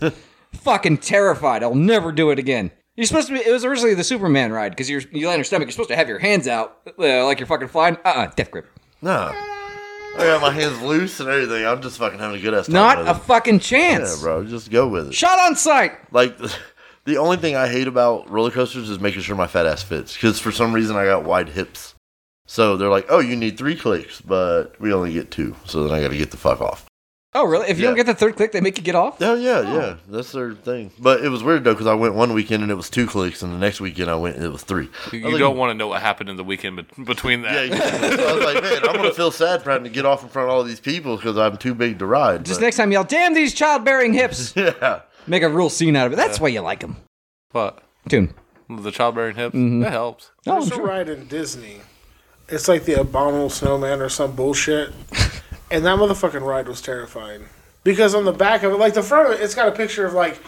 Speaker 3: Fucking terrified. I'll never do it again. You're supposed to be. It was originally the Superman ride because you're you lay on your stomach. You're supposed to have your hands out uh, like you're fucking flying. Uh, uh death grip.
Speaker 1: Nah. I got my hands loose and everything. I'm just fucking having a good ass time.
Speaker 3: Not
Speaker 1: with
Speaker 3: a
Speaker 1: it.
Speaker 3: fucking
Speaker 1: Yeah,
Speaker 3: chance.
Speaker 1: bro. Just go with it.
Speaker 3: Shot on sight.
Speaker 1: like (laughs) the only thing I hate about roller coasters is making sure my fat ass fits because for some reason I got wide hips. So they're like, oh, you need three clicks, but we only get two. So then I got to get the fuck off.
Speaker 3: Oh, really? If you don't
Speaker 1: Yeah.
Speaker 3: get the third click, they make you get off?
Speaker 1: Oh, yeah, yeah. That's their thing. But it was weird, though, because I went one weekend and it was two clicks, and the next weekend I went and it was three. I was
Speaker 2: You
Speaker 1: like,
Speaker 2: don't want to know what happened in the weekend bet- between that.
Speaker 1: (laughs) Yeah,
Speaker 2: (laughs)
Speaker 1: exactly. so I was like, man, I'm going to feel sad for having to get off in front of all these people because I'm too big to ride.
Speaker 3: Just
Speaker 1: but-
Speaker 3: next time, yell, damn these childbearing hips.
Speaker 1: (laughs) Yeah.
Speaker 3: make a real scene out of it. That's why you like them.
Speaker 2: But
Speaker 3: Tune.
Speaker 2: the childbearing hips,
Speaker 1: Mm-hmm.
Speaker 2: that helps.
Speaker 3: Oh, I'm
Speaker 5: There's a
Speaker 3: sure.
Speaker 5: ride in Disney. It's like the abominable snowman or some bullshit. and that motherfucking ride was terrifying. Because on the back of it, like the front of it, it's got a picture of like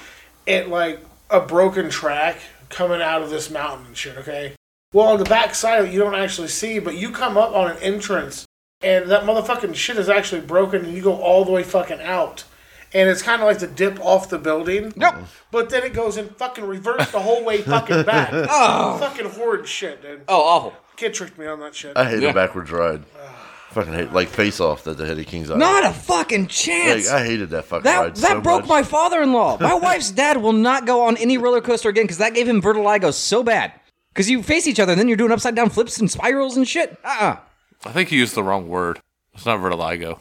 Speaker 5: it like a broken track coming out of this mountain and shit, okay? Well, on the back side of it, you don't actually see, but you come up on an entrance and that motherfucking shit is actually broken and you go all the way fucking out. And it's kind of like the dip off the building.
Speaker 3: Nope.
Speaker 5: But then it goes in fucking reverse the whole way fucking back.
Speaker 3: (laughs)
Speaker 5: Fucking horrid shit, dude.
Speaker 3: Oh, awful.
Speaker 5: Kid tricked me on that shit.
Speaker 1: I hate
Speaker 3: Yeah.
Speaker 1: a backwards ride. Fucking hate like face off that they had at King's Island.
Speaker 3: Not a fucking
Speaker 1: like,
Speaker 3: chance.
Speaker 1: I hated that fucking
Speaker 3: that
Speaker 1: ride.
Speaker 3: that
Speaker 1: so
Speaker 3: broke
Speaker 1: much. (laughs)
Speaker 3: my father-in-law. My wife's dad will not go on any roller coaster again because that gave him vertigo so bad. Because you face each other and then you're doing upside down flips and spirals and shit. Uh-uh.
Speaker 2: I think you used the wrong word. It's not vertigo.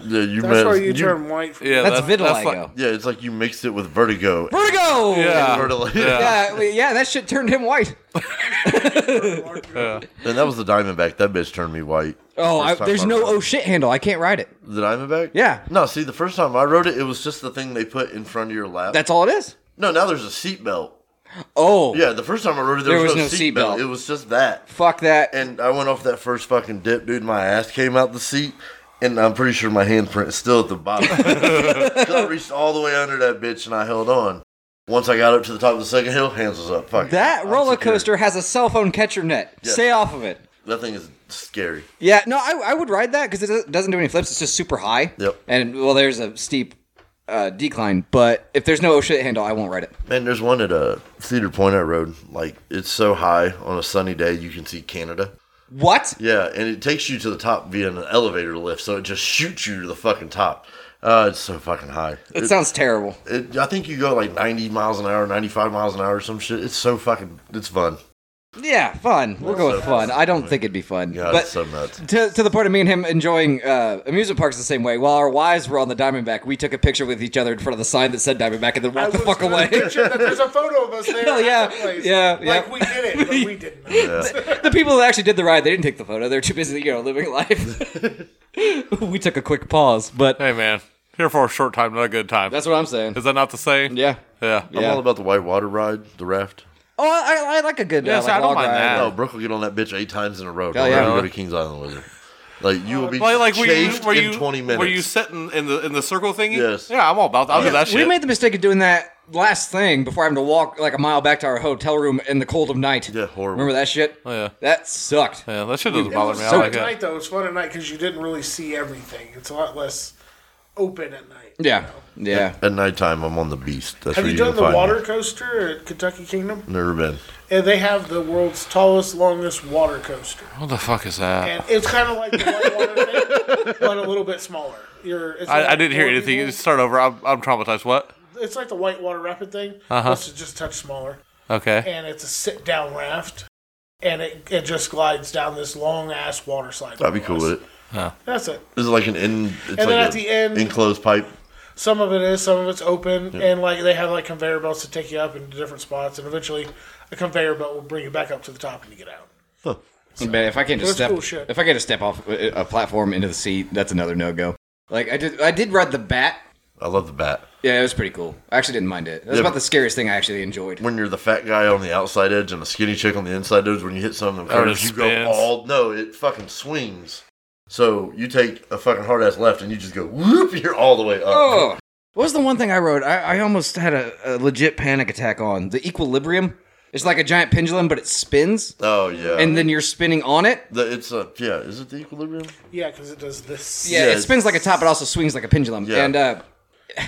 Speaker 1: Yeah, you
Speaker 5: That's
Speaker 1: meant-
Speaker 5: why you,
Speaker 1: you-
Speaker 5: turn white.
Speaker 2: Yeah,
Speaker 3: That's vitiligo.
Speaker 2: like-
Speaker 1: Yeah, it's like you mixed it with
Speaker 3: (laughs)
Speaker 1: vertigo.
Speaker 3: vertigo.
Speaker 2: yeah,
Speaker 1: Vertigo.
Speaker 2: yeah.
Speaker 3: Yeah, wait, yeah, that shit turned
Speaker 1: (laughs)
Speaker 3: him white.
Speaker 1: And that was the Diamondback. That bitch turned me white.
Speaker 3: Oh, I,
Speaker 1: First time
Speaker 3: there's
Speaker 1: I
Speaker 3: no
Speaker 1: rode
Speaker 3: oh shit handle. I can't ride it.
Speaker 1: it. The Diamondback?
Speaker 3: Yeah.
Speaker 1: No, see, the first time I rode it, it was just the thing they put in front of your lap.
Speaker 3: That's all it is.
Speaker 1: no, now there's a seatbelt.
Speaker 3: Oh,
Speaker 1: Yeah, the first time I rode it, there, was, no
Speaker 3: seat
Speaker 1: seatbelt.
Speaker 3: belt.
Speaker 1: It was just that.
Speaker 3: fuck that.
Speaker 1: And I went off that first fucking dip, dude. My ass came out the seat, and I'm pretty sure my handprint is still at the
Speaker 3: (laughs)
Speaker 1: bottom. 'Cause I reached all the way under that bitch, and I held on. Once I got up to the top of the second hill, hands was up. Fuck it.
Speaker 3: That
Speaker 1: I'm
Speaker 3: roller
Speaker 1: secure.
Speaker 3: coaster has a cell phone catcher net.
Speaker 1: Yeah.
Speaker 3: Stay off of it.
Speaker 1: That thing is scary.
Speaker 3: Yeah, no, I, I would ride that because it doesn't- doesn't do any flips. It's just super high.
Speaker 1: Yep.
Speaker 3: And well, there's a steep uh, decline, but if there's no oh shit handle, I won't ride it.
Speaker 1: Man, there's one at uh, Cedar Point I rode. Like it's so high on a sunny day, you can see Canada.
Speaker 3: What?
Speaker 1: Yeah, and it takes you to the top via an elevator lift, so it just shoots you to the fucking top. Uh, it's so fucking high.
Speaker 3: It sounds terrible.
Speaker 1: It, I think you go like 90 miles an hour, 95 miles an hour, or some shit. It's so fucking, it's fun.
Speaker 3: Yeah, fun. We'll go with fun. I don't think it'd be fun.
Speaker 1: God,
Speaker 3: but
Speaker 1: it's so nuts.
Speaker 3: to, to the point of me and him enjoying uh, amusement parks the same way. While our wives were on the Diamondback, we took a picture with each other in front of the sign that said Diamondback and then
Speaker 5: I
Speaker 3: walked the
Speaker 5: was
Speaker 3: fuck
Speaker 5: gonna
Speaker 3: away.
Speaker 5: mention that There's a photo
Speaker 3: (laughs)
Speaker 5: of us there.
Speaker 3: No,
Speaker 5: at
Speaker 3: yeah,
Speaker 5: that place.
Speaker 3: yeah,
Speaker 5: Like
Speaker 3: yeah.
Speaker 5: we did it,
Speaker 3: (laughs)
Speaker 5: but we didn't.
Speaker 3: the, the people that actually did the ride, they didn't take the photo. They're too busy, you know, living life. (laughs) we took a quick pause, but
Speaker 2: Hey man, here for a short time, not a good time.
Speaker 3: that's what I'm saying.
Speaker 2: Is that not the same?
Speaker 3: Yeah.
Speaker 2: Yeah.
Speaker 1: I'm all
Speaker 3: Yeah.
Speaker 1: about the white water ride, the raft.
Speaker 3: Oh, I, I like a good.
Speaker 2: Yeah,
Speaker 3: uh,
Speaker 2: see,
Speaker 3: like
Speaker 2: I don't
Speaker 3: log
Speaker 2: mind
Speaker 3: ride.
Speaker 2: that.
Speaker 1: Oh, Brooke will get on that bitch eight times in a row. Don't
Speaker 3: yeah.
Speaker 1: ever go to King's Island with her. Like, you will be
Speaker 2: Like, like were you,
Speaker 1: chafed
Speaker 2: were you
Speaker 1: in 20 minutes.
Speaker 2: were you sitting in the in the circle thingy?
Speaker 1: Yes.
Speaker 2: Yeah, I'm all about that. I'll do that shit.
Speaker 3: We made the mistake of doing that last thing before having to walk like a mile back to our hotel room in the cold of night.
Speaker 1: Yeah, horrible.
Speaker 3: Remember that shit?
Speaker 2: Oh, yeah.
Speaker 3: That sucked.
Speaker 2: yeah, that shit doesn't
Speaker 5: It
Speaker 2: bother
Speaker 5: was
Speaker 2: me.
Speaker 5: fun
Speaker 2: I like
Speaker 5: at
Speaker 2: it.
Speaker 5: night though. It's fun at night because you didn't really see everything. It's a lot less open at night.
Speaker 3: Yeah. Yeah.
Speaker 1: At nighttime, I'm on the beast. That's
Speaker 5: Have
Speaker 1: where
Speaker 5: you done
Speaker 1: can
Speaker 5: the
Speaker 1: find me.
Speaker 5: water coaster at Kentucky Kingdom?
Speaker 1: Never been.
Speaker 5: And they have the world's tallest, longest water coaster,
Speaker 2: What the fuck is that?
Speaker 5: and it's kind of like the white water
Speaker 2: (laughs)
Speaker 5: thing, but a little bit smaller. You're, it's
Speaker 2: I,
Speaker 5: like
Speaker 2: I didn't hear
Speaker 5: four
Speaker 2: anything.
Speaker 5: people.
Speaker 2: Just start over. I'm, I'm traumatized. What?
Speaker 5: It's like the white water rapid thing.
Speaker 2: Uh-huh.
Speaker 5: This is just a touch smaller.
Speaker 2: Okay.
Speaker 5: and it's a sit down raft, and it, it just glides down this long ass water slide.
Speaker 1: I'd be cool with it.
Speaker 5: That's it.
Speaker 1: This is like an in. It's like
Speaker 5: then
Speaker 1: a
Speaker 5: at the end-
Speaker 1: enclosed pipe.
Speaker 5: Some of it is, some of it's open, and like they have like conveyor belts to take you up into different spots, and eventually a conveyor belt will bring you back up to the top and you get out.
Speaker 3: Man, if I can't just
Speaker 5: That's
Speaker 3: step,
Speaker 5: cool shit.
Speaker 3: if I can't just step off uh, a a platform into the seat, that's another no go. Like I did, I did ride the bat.
Speaker 1: I love the bat.
Speaker 3: Yeah, it was pretty cool. I actually didn't mind it. That's
Speaker 1: Yeah,
Speaker 3: about
Speaker 1: but-
Speaker 3: the scariest thing I actually enjoyed.
Speaker 1: When you're the fat guy on the outside edge and the skinny chick on the inside edge, when you hit some of them
Speaker 2: Oh, it
Speaker 1: curves, you go
Speaker 2: spins.
Speaker 1: all no, it fucking swings. So you take a fucking hard ass left and you just go whoop, you're all the way up.
Speaker 3: Oh, what was the one thing I rode? I, I almost had a, a legit panic attack on the equilibrium. It's like a giant pendulum, but it spins,
Speaker 1: Oh, yeah.
Speaker 3: and then you're spinning on it.
Speaker 1: the, it's a yeah. Is it the equilibrium?
Speaker 5: Yeah, because it does this.
Speaker 3: Yeah, it
Speaker 1: Yes.
Speaker 3: spins like a top, but also swings like a pendulum.
Speaker 1: Yeah.
Speaker 3: And uh, (laughs)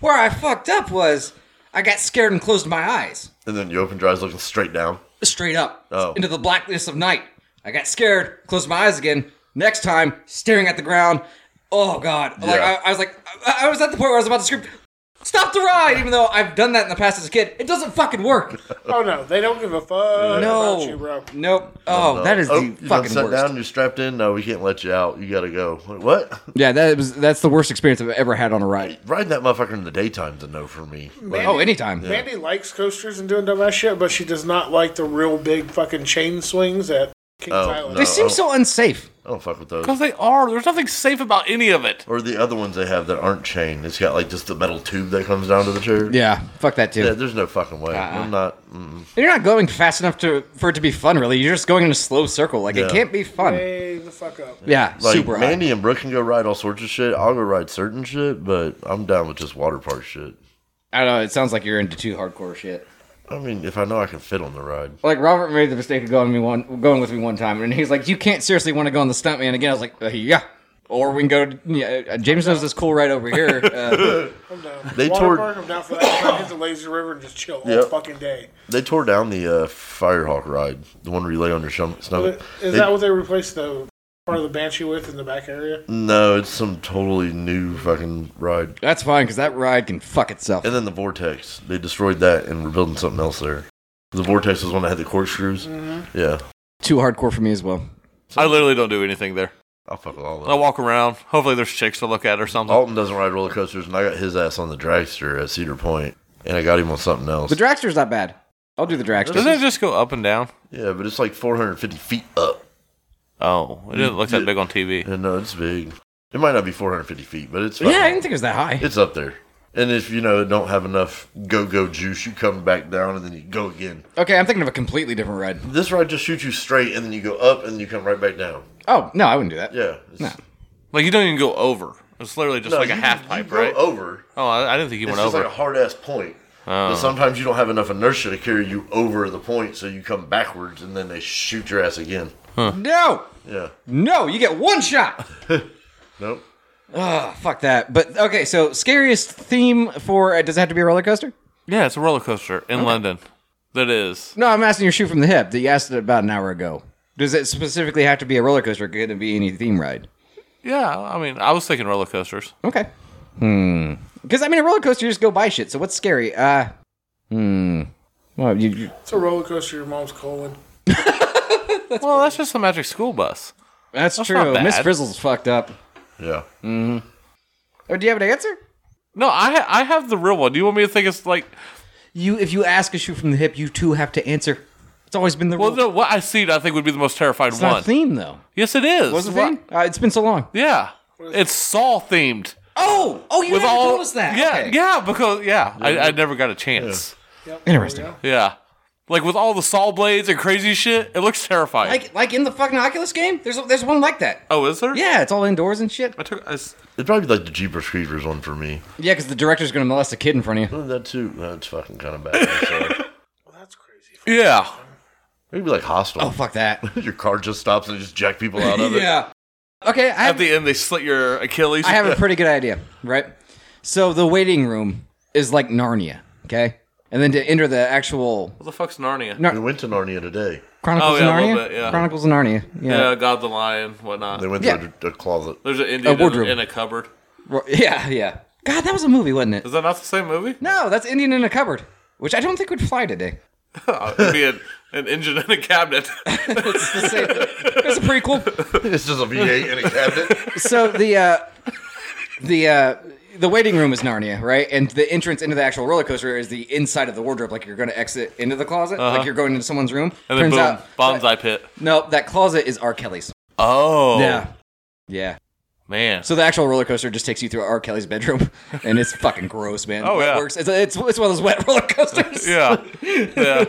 Speaker 3: where I fucked up was I got scared and closed my eyes
Speaker 1: And then you open your eyes looking straight down.
Speaker 3: straight up
Speaker 1: Oh.
Speaker 3: into the blackness of night. I got scared, closed my eyes again. Next time, staring at the ground. Oh God! Like I,
Speaker 1: Yeah.
Speaker 3: I was like, I, I was at the point where I was about to scream, "Stop the ride!" Even though I've done that in the past as a kid, it doesn't
Speaker 1: (laughs)
Speaker 3: fucking work.
Speaker 5: Oh no, they don't give a fuck
Speaker 3: No.
Speaker 5: about you, bro.
Speaker 3: Nope. Oh, that is
Speaker 1: oh,
Speaker 3: the
Speaker 1: you done
Speaker 3: fucking
Speaker 1: sat
Speaker 3: worst.
Speaker 1: down. You're strapped in. No, we can't let you out. You gotta go. What?
Speaker 3: Yeah, that was that's the worst experience I've ever had on a ride.
Speaker 1: Riding that motherfucker in the daytime's a no for me. Like,
Speaker 3: Oh, anytime.
Speaker 5: Mandy likes coasters and doing dumbass shit, but she does not like the real big fucking chain swings at Kings
Speaker 1: Oh,
Speaker 5: Island.
Speaker 3: They
Speaker 1: no.
Speaker 3: seem so unsafe.
Speaker 1: I don't fuck with those.
Speaker 2: Because they are. There's nothing safe about any of it.
Speaker 1: Or the other ones they have that aren't chain. It's got like just the metal tube that comes down to the chair.
Speaker 3: Yeah, fuck that too.
Speaker 1: Yeah, there's no fucking way.
Speaker 3: Ah,
Speaker 1: I'm not. Mm,
Speaker 3: You're not going fast enough to for it to be fun, really. You're just going in a slow circle. Like it
Speaker 1: Yeah.
Speaker 3: can't be fun.
Speaker 5: Way the fuck up.
Speaker 3: yeah,
Speaker 1: like
Speaker 3: super high.
Speaker 1: Mandy and Brooke can go ride all sorts of shit. I'll go ride certain shit, but I'm down with just water park shit.
Speaker 3: I don't know. It sounds like you're into too hardcore shit.
Speaker 1: I mean, if I know I can fit on the ride.
Speaker 3: Like Robert made the mistake of going with me one, going with me one time, and he's like, "You can't seriously want to go on the stuntman again." I was like, uh, "Yeah." Or we can go. To, yeah, uh, James knows this cool right over here. Uh,
Speaker 5: I'm down.
Speaker 1: They
Speaker 5: Water
Speaker 1: toured-
Speaker 5: park, I'm down for that. I'm gonna hit the lazy river and just chill all
Speaker 1: Yep.
Speaker 5: fucking day.
Speaker 1: They tore down the uh, Firehawk ride, the one where you lay on your shum- stomach.
Speaker 5: But is
Speaker 1: Oh. They-
Speaker 5: that what they replaced the part of the banshee with in the back area?
Speaker 1: no, it's some totally new fucking ride.
Speaker 3: that's fine because that ride can fuck itself.
Speaker 1: And then the Vortex. They destroyed that and were building something else there. The Vortex was one that had the corkscrews.
Speaker 3: Mm-hmm.
Speaker 1: Yeah.
Speaker 3: Too hardcore for me as well.
Speaker 2: I literally don't do anything there.
Speaker 1: I'll fuck with all of
Speaker 2: I
Speaker 1: them.
Speaker 2: walk around. Hopefully, there's chicks to look at or something.
Speaker 1: Alton doesn't ride roller coasters, and I got his ass on the dragster at Cedar Point, and I got him on something else.
Speaker 3: The dragster's not bad. I'll do the dragster.
Speaker 2: Doesn't it just go up and down?
Speaker 1: yeah, but it's like 450 feet up.
Speaker 2: Oh, it didn't look that big on TV.
Speaker 1: And no, it's big. It might not be 450 feet, but it's fucking-
Speaker 3: Yeah, I didn't think it was that high.
Speaker 1: it's up there. And if you know don't have enough go go juice, you come back down and then you go again.
Speaker 3: Okay, I'm thinking of a completely different ride.
Speaker 1: This ride just shoots you straight, and then you go up, and you come right back down.
Speaker 3: Oh no, I wouldn't do that.
Speaker 1: Yeah, it's,
Speaker 3: No.
Speaker 2: Like you don't even go over. It's literally just
Speaker 1: no,
Speaker 2: like a
Speaker 1: you-
Speaker 2: half
Speaker 1: you
Speaker 2: pipe,
Speaker 1: go
Speaker 2: right?
Speaker 1: Over.
Speaker 2: Oh, I, I didn't think you
Speaker 1: It's
Speaker 2: went
Speaker 1: just
Speaker 2: over. Oh.
Speaker 1: like a hard ass point. But sometimes you don't have enough inertia to carry you over the point, so you come backwards, and then they shoot your ass again.
Speaker 3: No,
Speaker 1: Yeah.
Speaker 3: no, you get one shot.
Speaker 1: Nope.
Speaker 3: Ah, fuck that. But okay, so scariest theme for uh, does it have to be a roller coaster?
Speaker 2: yeah, it's a roller coaster in London. That is.
Speaker 3: No, I'm asking your shoot from the hip that you asked about an hour ago. Does it specifically have to be a roller coaster? Could it be any theme ride?
Speaker 2: Yeah, I mean, I was thinking roller coasters.
Speaker 3: Okay. Hmm. Because I mean, a roller coaster, you just go buy shit. So what's scary? Uh. Hmm. Well, you, you-
Speaker 5: It's a roller coaster. Your mom's colon.
Speaker 2: well, that's just the Magic School Bus.
Speaker 3: that's,
Speaker 2: not
Speaker 3: true.
Speaker 2: bad.
Speaker 3: Miss Frizzle's fucked up.
Speaker 1: Yeah.
Speaker 3: Oh, do you have an answer?
Speaker 2: No, I ha- I have the real one. Do you want me to think it's like?
Speaker 3: You, if you ask a shoot from the hip, you too have to answer. It's always been the
Speaker 2: Well,
Speaker 3: rule.
Speaker 2: no, what I see, I think would be the most terrifying
Speaker 3: it's
Speaker 2: one.
Speaker 3: not a theme though.
Speaker 2: yes, it is.
Speaker 3: What's the theme? Uh, it's been so long.
Speaker 2: Yeah, it's Saw themed.
Speaker 3: Oh, oh, you
Speaker 2: With
Speaker 3: never
Speaker 2: all
Speaker 3: told us that.
Speaker 2: yeah,
Speaker 3: Okay.
Speaker 2: yeah, because yeah, I, I never got a chance.
Speaker 5: Yep,
Speaker 3: Interesting.
Speaker 5: there we go.
Speaker 2: Yeah. like with all the saw blades and crazy shit, it looks terrifying.
Speaker 3: Like, like in the fucking Oculus game, there's there's one like that.
Speaker 2: oh, is there?
Speaker 3: Yeah, it's all indoors and shit.
Speaker 2: I took. I s
Speaker 1: It'd probably be like the Jeepers Creepers one for me.
Speaker 3: Yeah, because the director's gonna molest a kid in front of you.
Speaker 1: Oh, That too. That's fucking kind of bad. I'm
Speaker 3: (laughs)
Speaker 1: sorry.
Speaker 5: Well, that's crazy.
Speaker 2: yeah,
Speaker 1: Maybe like hostile.
Speaker 3: Oh fuck that.
Speaker 1: Your car just stops and you just jack people out of it.
Speaker 3: yeah. Okay, I
Speaker 2: at
Speaker 3: have,
Speaker 2: the end they slit your Achilles.
Speaker 3: I have a pretty good idea, right? So the waiting room is like Narnia, okay? And then to enter the actual
Speaker 2: What the fuck's Narnia?
Speaker 3: No.
Speaker 1: We went to Narnia today.
Speaker 3: Chronicles
Speaker 2: Oh, yeah,
Speaker 3: of
Speaker 2: a
Speaker 3: Narnia,
Speaker 2: little bit, yeah.
Speaker 3: Chronicles of Narnia, yeah,
Speaker 2: Yeah, God the Lion, whatnot.
Speaker 1: They went
Speaker 3: Yeah.
Speaker 1: to a, a closet. (laughs)
Speaker 2: There's an Indian in-
Speaker 3: wardrobe.
Speaker 2: in a cupboard.
Speaker 3: Ro- (laughs) yeah, yeah. God, that was a movie, wasn't it?
Speaker 2: Is that not the same movie?
Speaker 3: No, that's Indian in a cupboard, which I don't think would fly today. (laughs)
Speaker 2: It'd be an, an engine in a cabinet.
Speaker 3: It's the same. it's a prequel.
Speaker 1: It's just a V8 in a cabinet.
Speaker 3: So the uh, the uh, the waiting room is Narnia, right? And the entrance into the actual roller coaster is the inside of the wardrobe, like you're going to exit into the closet, like you're going into someone's room.
Speaker 2: Uh-huh. and then
Speaker 3: Turns
Speaker 2: boom,
Speaker 3: out,
Speaker 2: bombs I pit.
Speaker 3: no, that closet is R. Kelly's.
Speaker 2: Oh,
Speaker 3: Yeah, yeah.
Speaker 2: man.
Speaker 3: So the actual roller coaster just takes you through R. Kelly's bedroom, (laughs) and it's fucking gross, man.
Speaker 2: Oh,
Speaker 3: It
Speaker 2: yeah.
Speaker 3: works. It's, it's it's one of those wet (laughs) roller coasters. (laughs)
Speaker 2: yeah, yeah.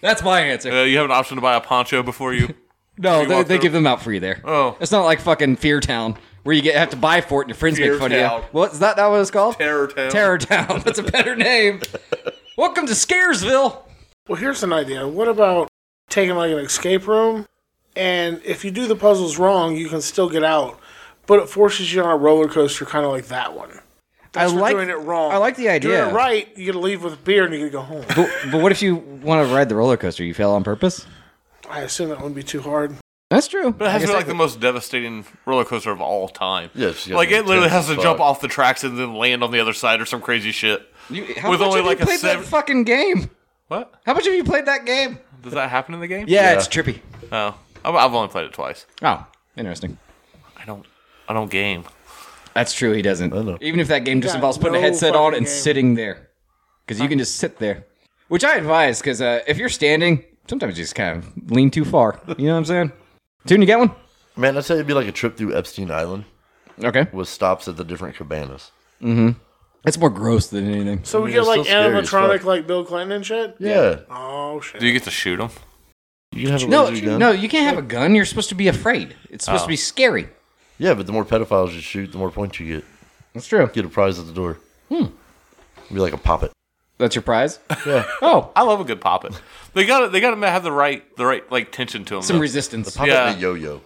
Speaker 3: That's my answer.
Speaker 2: Uh, you have an option to buy a poncho before you.
Speaker 3: No,
Speaker 2: You
Speaker 3: they,
Speaker 2: walk
Speaker 3: they
Speaker 2: through-
Speaker 3: give them out for you there.
Speaker 2: Oh.
Speaker 3: it's not like fucking Fear Town where you get have to buy for it and your friends
Speaker 2: Fear
Speaker 3: make fun
Speaker 2: Town.
Speaker 3: of you. What's that? That what it's called?
Speaker 2: Terror Town.
Speaker 3: Terror Town. (laughs) That's a better name. Welcome to Scaresville.
Speaker 5: Well, here's an idea. What about taking like an escape room, and if you do the puzzles wrong, you can still get out, but it forces you on a roller coaster, kind of like that one. Thanks
Speaker 3: I
Speaker 5: for
Speaker 3: like
Speaker 5: doing it wrong.
Speaker 3: I like the
Speaker 5: Doing
Speaker 3: idea.
Speaker 5: it right, you get to leave with a beer and you get to go home.
Speaker 3: But, but what if you want to ride the roller coaster? You fail on purpose.
Speaker 5: I assume that wouldn't be too hard.
Speaker 3: That's true.
Speaker 2: But it has
Speaker 3: I
Speaker 2: to be
Speaker 3: guess
Speaker 2: like the most devastating roller coaster of all time.
Speaker 1: Yes, yes,
Speaker 2: like it literally
Speaker 1: intense
Speaker 2: has to
Speaker 1: as
Speaker 2: jump
Speaker 1: fuck.
Speaker 2: off the tracks and then land on the other side or some crazy shit.
Speaker 3: You, how
Speaker 2: with
Speaker 3: much
Speaker 2: only
Speaker 3: have
Speaker 2: like
Speaker 3: you
Speaker 2: a
Speaker 3: played
Speaker 2: seven-
Speaker 3: that fucking game?
Speaker 2: What
Speaker 3: How much have you played that game?
Speaker 2: does that happen in the game?
Speaker 3: Yeah, it's trippy.
Speaker 2: Oh, I've I've only played it twice.
Speaker 3: Oh, interesting.
Speaker 2: I don't. I don't game.
Speaker 3: That's true. He doesn't.
Speaker 1: know.
Speaker 3: Even if that game just
Speaker 5: Got
Speaker 3: involves putting a
Speaker 5: no
Speaker 3: headset on
Speaker 5: fucking
Speaker 3: and
Speaker 5: game.
Speaker 3: sitting there, because you can just sit there, which I advise. Because uh, if you're standing, sometimes you just kind of lean too far. You know what I'm saying? Tune, you get one?
Speaker 1: Man, I'd say it'd be like a trip through Epstein Island
Speaker 3: Okay.
Speaker 1: with stops at the different cabanas.
Speaker 3: It's more gross than anything.
Speaker 5: So we
Speaker 1: mean,
Speaker 5: get
Speaker 1: it's
Speaker 5: like
Speaker 1: still scary as
Speaker 5: animatronic,
Speaker 1: fuck.
Speaker 5: like Bill Clinton and shit.
Speaker 1: Yeah.
Speaker 5: Oh shit!
Speaker 2: Do you get to shoot them?
Speaker 1: You can have a
Speaker 3: No,
Speaker 1: laser gun.
Speaker 3: no, you can't have a gun. You're supposed to be afraid. It's supposed to be scary.
Speaker 1: Yeah, but the more pedophiles you shoot, the more points you get.
Speaker 3: That's true.
Speaker 1: Get a prize at the door. Hmm. Be like a poppet.
Speaker 3: That's your prize?
Speaker 1: Yeah.
Speaker 3: (laughs) Oh,
Speaker 2: I love a good poppet. They got to They got to have the right the right like tension to them.
Speaker 3: some resistance.
Speaker 1: Pop
Speaker 2: Yeah.
Speaker 1: up a yo-yo,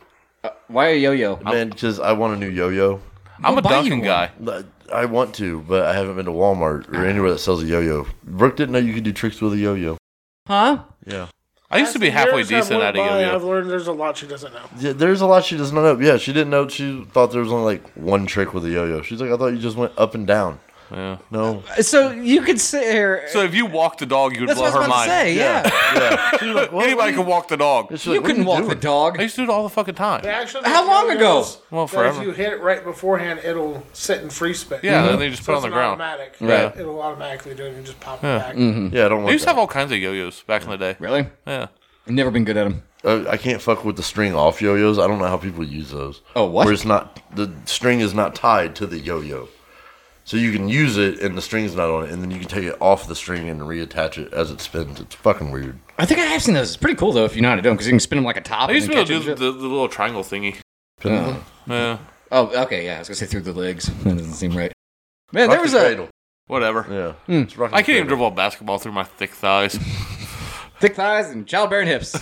Speaker 3: Why a yo-yo?
Speaker 1: man. Because I want a new yo-yo.
Speaker 2: I'm
Speaker 3: Go
Speaker 2: a
Speaker 3: buy you
Speaker 2: Duncan
Speaker 3: one.
Speaker 2: guy.
Speaker 1: But I want to, but I haven't been to Walmart or anywhere that sells a yo-yo. Brooke didn't know you could do tricks with a yo-yo.
Speaker 3: Huh?
Speaker 1: Yeah.
Speaker 2: I used to be
Speaker 5: As the
Speaker 2: halfway
Speaker 5: years have
Speaker 2: decent at
Speaker 5: went
Speaker 2: a
Speaker 5: by,
Speaker 2: yo-yo.
Speaker 5: I've learned there's a lot she doesn't know.
Speaker 1: Yeah, there's a lot she does not know. Yeah, she didn't know. She thought there was only like one trick with a yo-yo. She's like, I thought you just went up and down.
Speaker 2: Yeah.
Speaker 1: No.
Speaker 3: So you could sit here.
Speaker 2: So if you walked the dog, you'd
Speaker 3: that's
Speaker 2: blow
Speaker 3: what I was
Speaker 2: her
Speaker 3: about
Speaker 2: mind.
Speaker 3: to say. Yeah,
Speaker 2: (laughs)
Speaker 1: Yeah. She's like, what?
Speaker 2: Anybody can walk the dog.
Speaker 1: She's like,
Speaker 3: you
Speaker 1: what are
Speaker 3: couldn't walk the
Speaker 1: doing?
Speaker 2: I
Speaker 3: dog.
Speaker 2: used to do it all the fucking time.
Speaker 5: They Actually,
Speaker 3: How
Speaker 5: the
Speaker 3: long ago?
Speaker 5: yo-yos
Speaker 2: Well,
Speaker 5: that
Speaker 2: forever.
Speaker 5: If you hit it right beforehand, it'll sit in free space.
Speaker 2: Yeah,
Speaker 3: Mm-hmm.
Speaker 2: and they just put
Speaker 5: So
Speaker 2: it
Speaker 5: it's
Speaker 2: on the
Speaker 5: an
Speaker 2: ground.
Speaker 5: Automatic.
Speaker 3: Right.
Speaker 5: It'll automatically do it and just pop it back.
Speaker 1: Yeah, I don't
Speaker 2: They
Speaker 1: want
Speaker 2: used to
Speaker 1: that.
Speaker 2: have all kinds of yo-yos back in the day.
Speaker 3: Really?
Speaker 2: Yeah.
Speaker 3: I've never been good at them.
Speaker 1: Uh, I can't fuck with the string off yo-yos. I don't know how people use those.
Speaker 3: Oh, what?
Speaker 1: Where it's not the string is not tied to the yo-yo, so you can use it and the string's not on it, and then you can take it off the string and reattach it as it spins. It's fucking weird.
Speaker 3: I think I have seen those. It's pretty cool though if you know how to do them because you can spin them like a top.
Speaker 2: I used to
Speaker 3: and
Speaker 2: be
Speaker 3: then
Speaker 2: able to
Speaker 3: catch Mm-hmm.
Speaker 2: do
Speaker 3: them.
Speaker 2: the, the little triangle thingy.
Speaker 3: Uh-huh.
Speaker 1: Pin-
Speaker 2: Yeah.
Speaker 3: Oh, okay, yeah. I was gonna say through the legs. (laughs) That doesn't seem right. Man,
Speaker 1: Rock
Speaker 3: there was
Speaker 1: the
Speaker 3: a
Speaker 1: cradle.
Speaker 2: Whatever.
Speaker 1: yeah.
Speaker 3: Hmm.
Speaker 1: It's rock
Speaker 2: I
Speaker 1: the
Speaker 2: can't even
Speaker 1: cradle.
Speaker 2: dribble a basketball through my thick thighs.
Speaker 3: thick thighs and childbearing hips.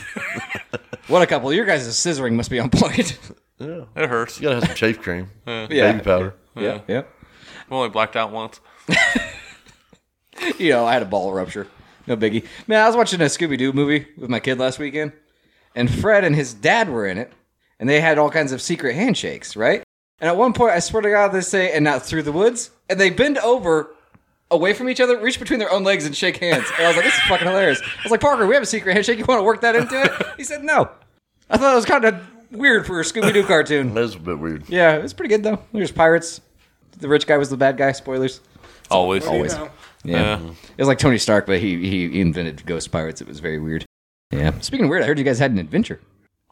Speaker 3: what a couple! Your guys' scissoring must be on point.
Speaker 2: It hurts.
Speaker 1: You gotta have some shave (laughs) cream,
Speaker 3: yeah,
Speaker 1: baby powder.
Speaker 3: yeah, yeah.
Speaker 2: I've only blacked out once.
Speaker 3: you know, I had a ball rupture. No biggie. Man, I was watching a Scooby Doo movie with my kid last weekend, and Fred and his dad were in it, and they had all kinds of secret handshakes, right? And at one point, I swear to God, they say, and not through the woods, and they bend over away from each other, reach between their own legs, and shake hands. And I was like, this is fucking hilarious. I was like, Parker, we have a secret handshake. You want to work that into it? He said, no. I thought it was kind of weird for a Scooby
Speaker 1: (laughs)
Speaker 3: Doo cartoon.
Speaker 1: That's a bit weird.
Speaker 3: Yeah, it was pretty good, though. There's pirates. The rich guy was the bad guy. Spoilers.
Speaker 2: Always.
Speaker 3: Always.
Speaker 5: You know,
Speaker 3: Yeah. It was like Tony Stark, but he he invented ghost pirates. It was very weird. Yeah. Speaking of weird, I heard you guys had an adventure.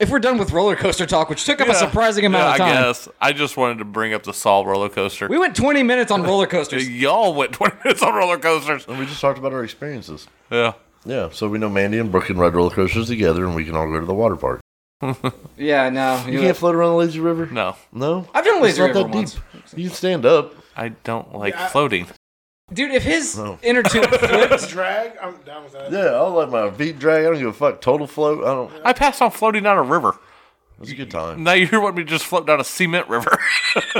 Speaker 3: If we're done with roller coaster talk, which took up a surprising amount
Speaker 2: Yeah,
Speaker 3: of time,
Speaker 2: I guess. I just wanted to bring up the Saw roller coaster.
Speaker 3: we went 20 minutes on
Speaker 2: (laughs)
Speaker 3: roller coasters.
Speaker 2: Y'all went 20 minutes on roller coasters.
Speaker 1: And we just talked about our experiences.
Speaker 2: Yeah.
Speaker 1: Yeah, so we know Mandy and Brooke can ride roller coasters together, and we can all go to the water park.
Speaker 3: yeah, no.
Speaker 1: You can't float around the lazy river.
Speaker 2: No,
Speaker 1: No,
Speaker 3: I've done a
Speaker 1: It's
Speaker 3: laser
Speaker 1: not
Speaker 3: river
Speaker 1: that
Speaker 3: once.
Speaker 1: deep. You can stand up.
Speaker 2: I don't like
Speaker 5: Yeah, I-
Speaker 2: floating.
Speaker 3: Dude, if his
Speaker 1: No.
Speaker 2: (laughs)
Speaker 3: inner tube flipped,
Speaker 5: drag. I'm down with that.
Speaker 1: Yeah, I'll let my feet drag. I don't give a fuck. Total float. I don't.
Speaker 2: I passed on floating down a river.
Speaker 1: It's a good time.
Speaker 2: (laughs) Now you want me to just float down a cement river. (laughs)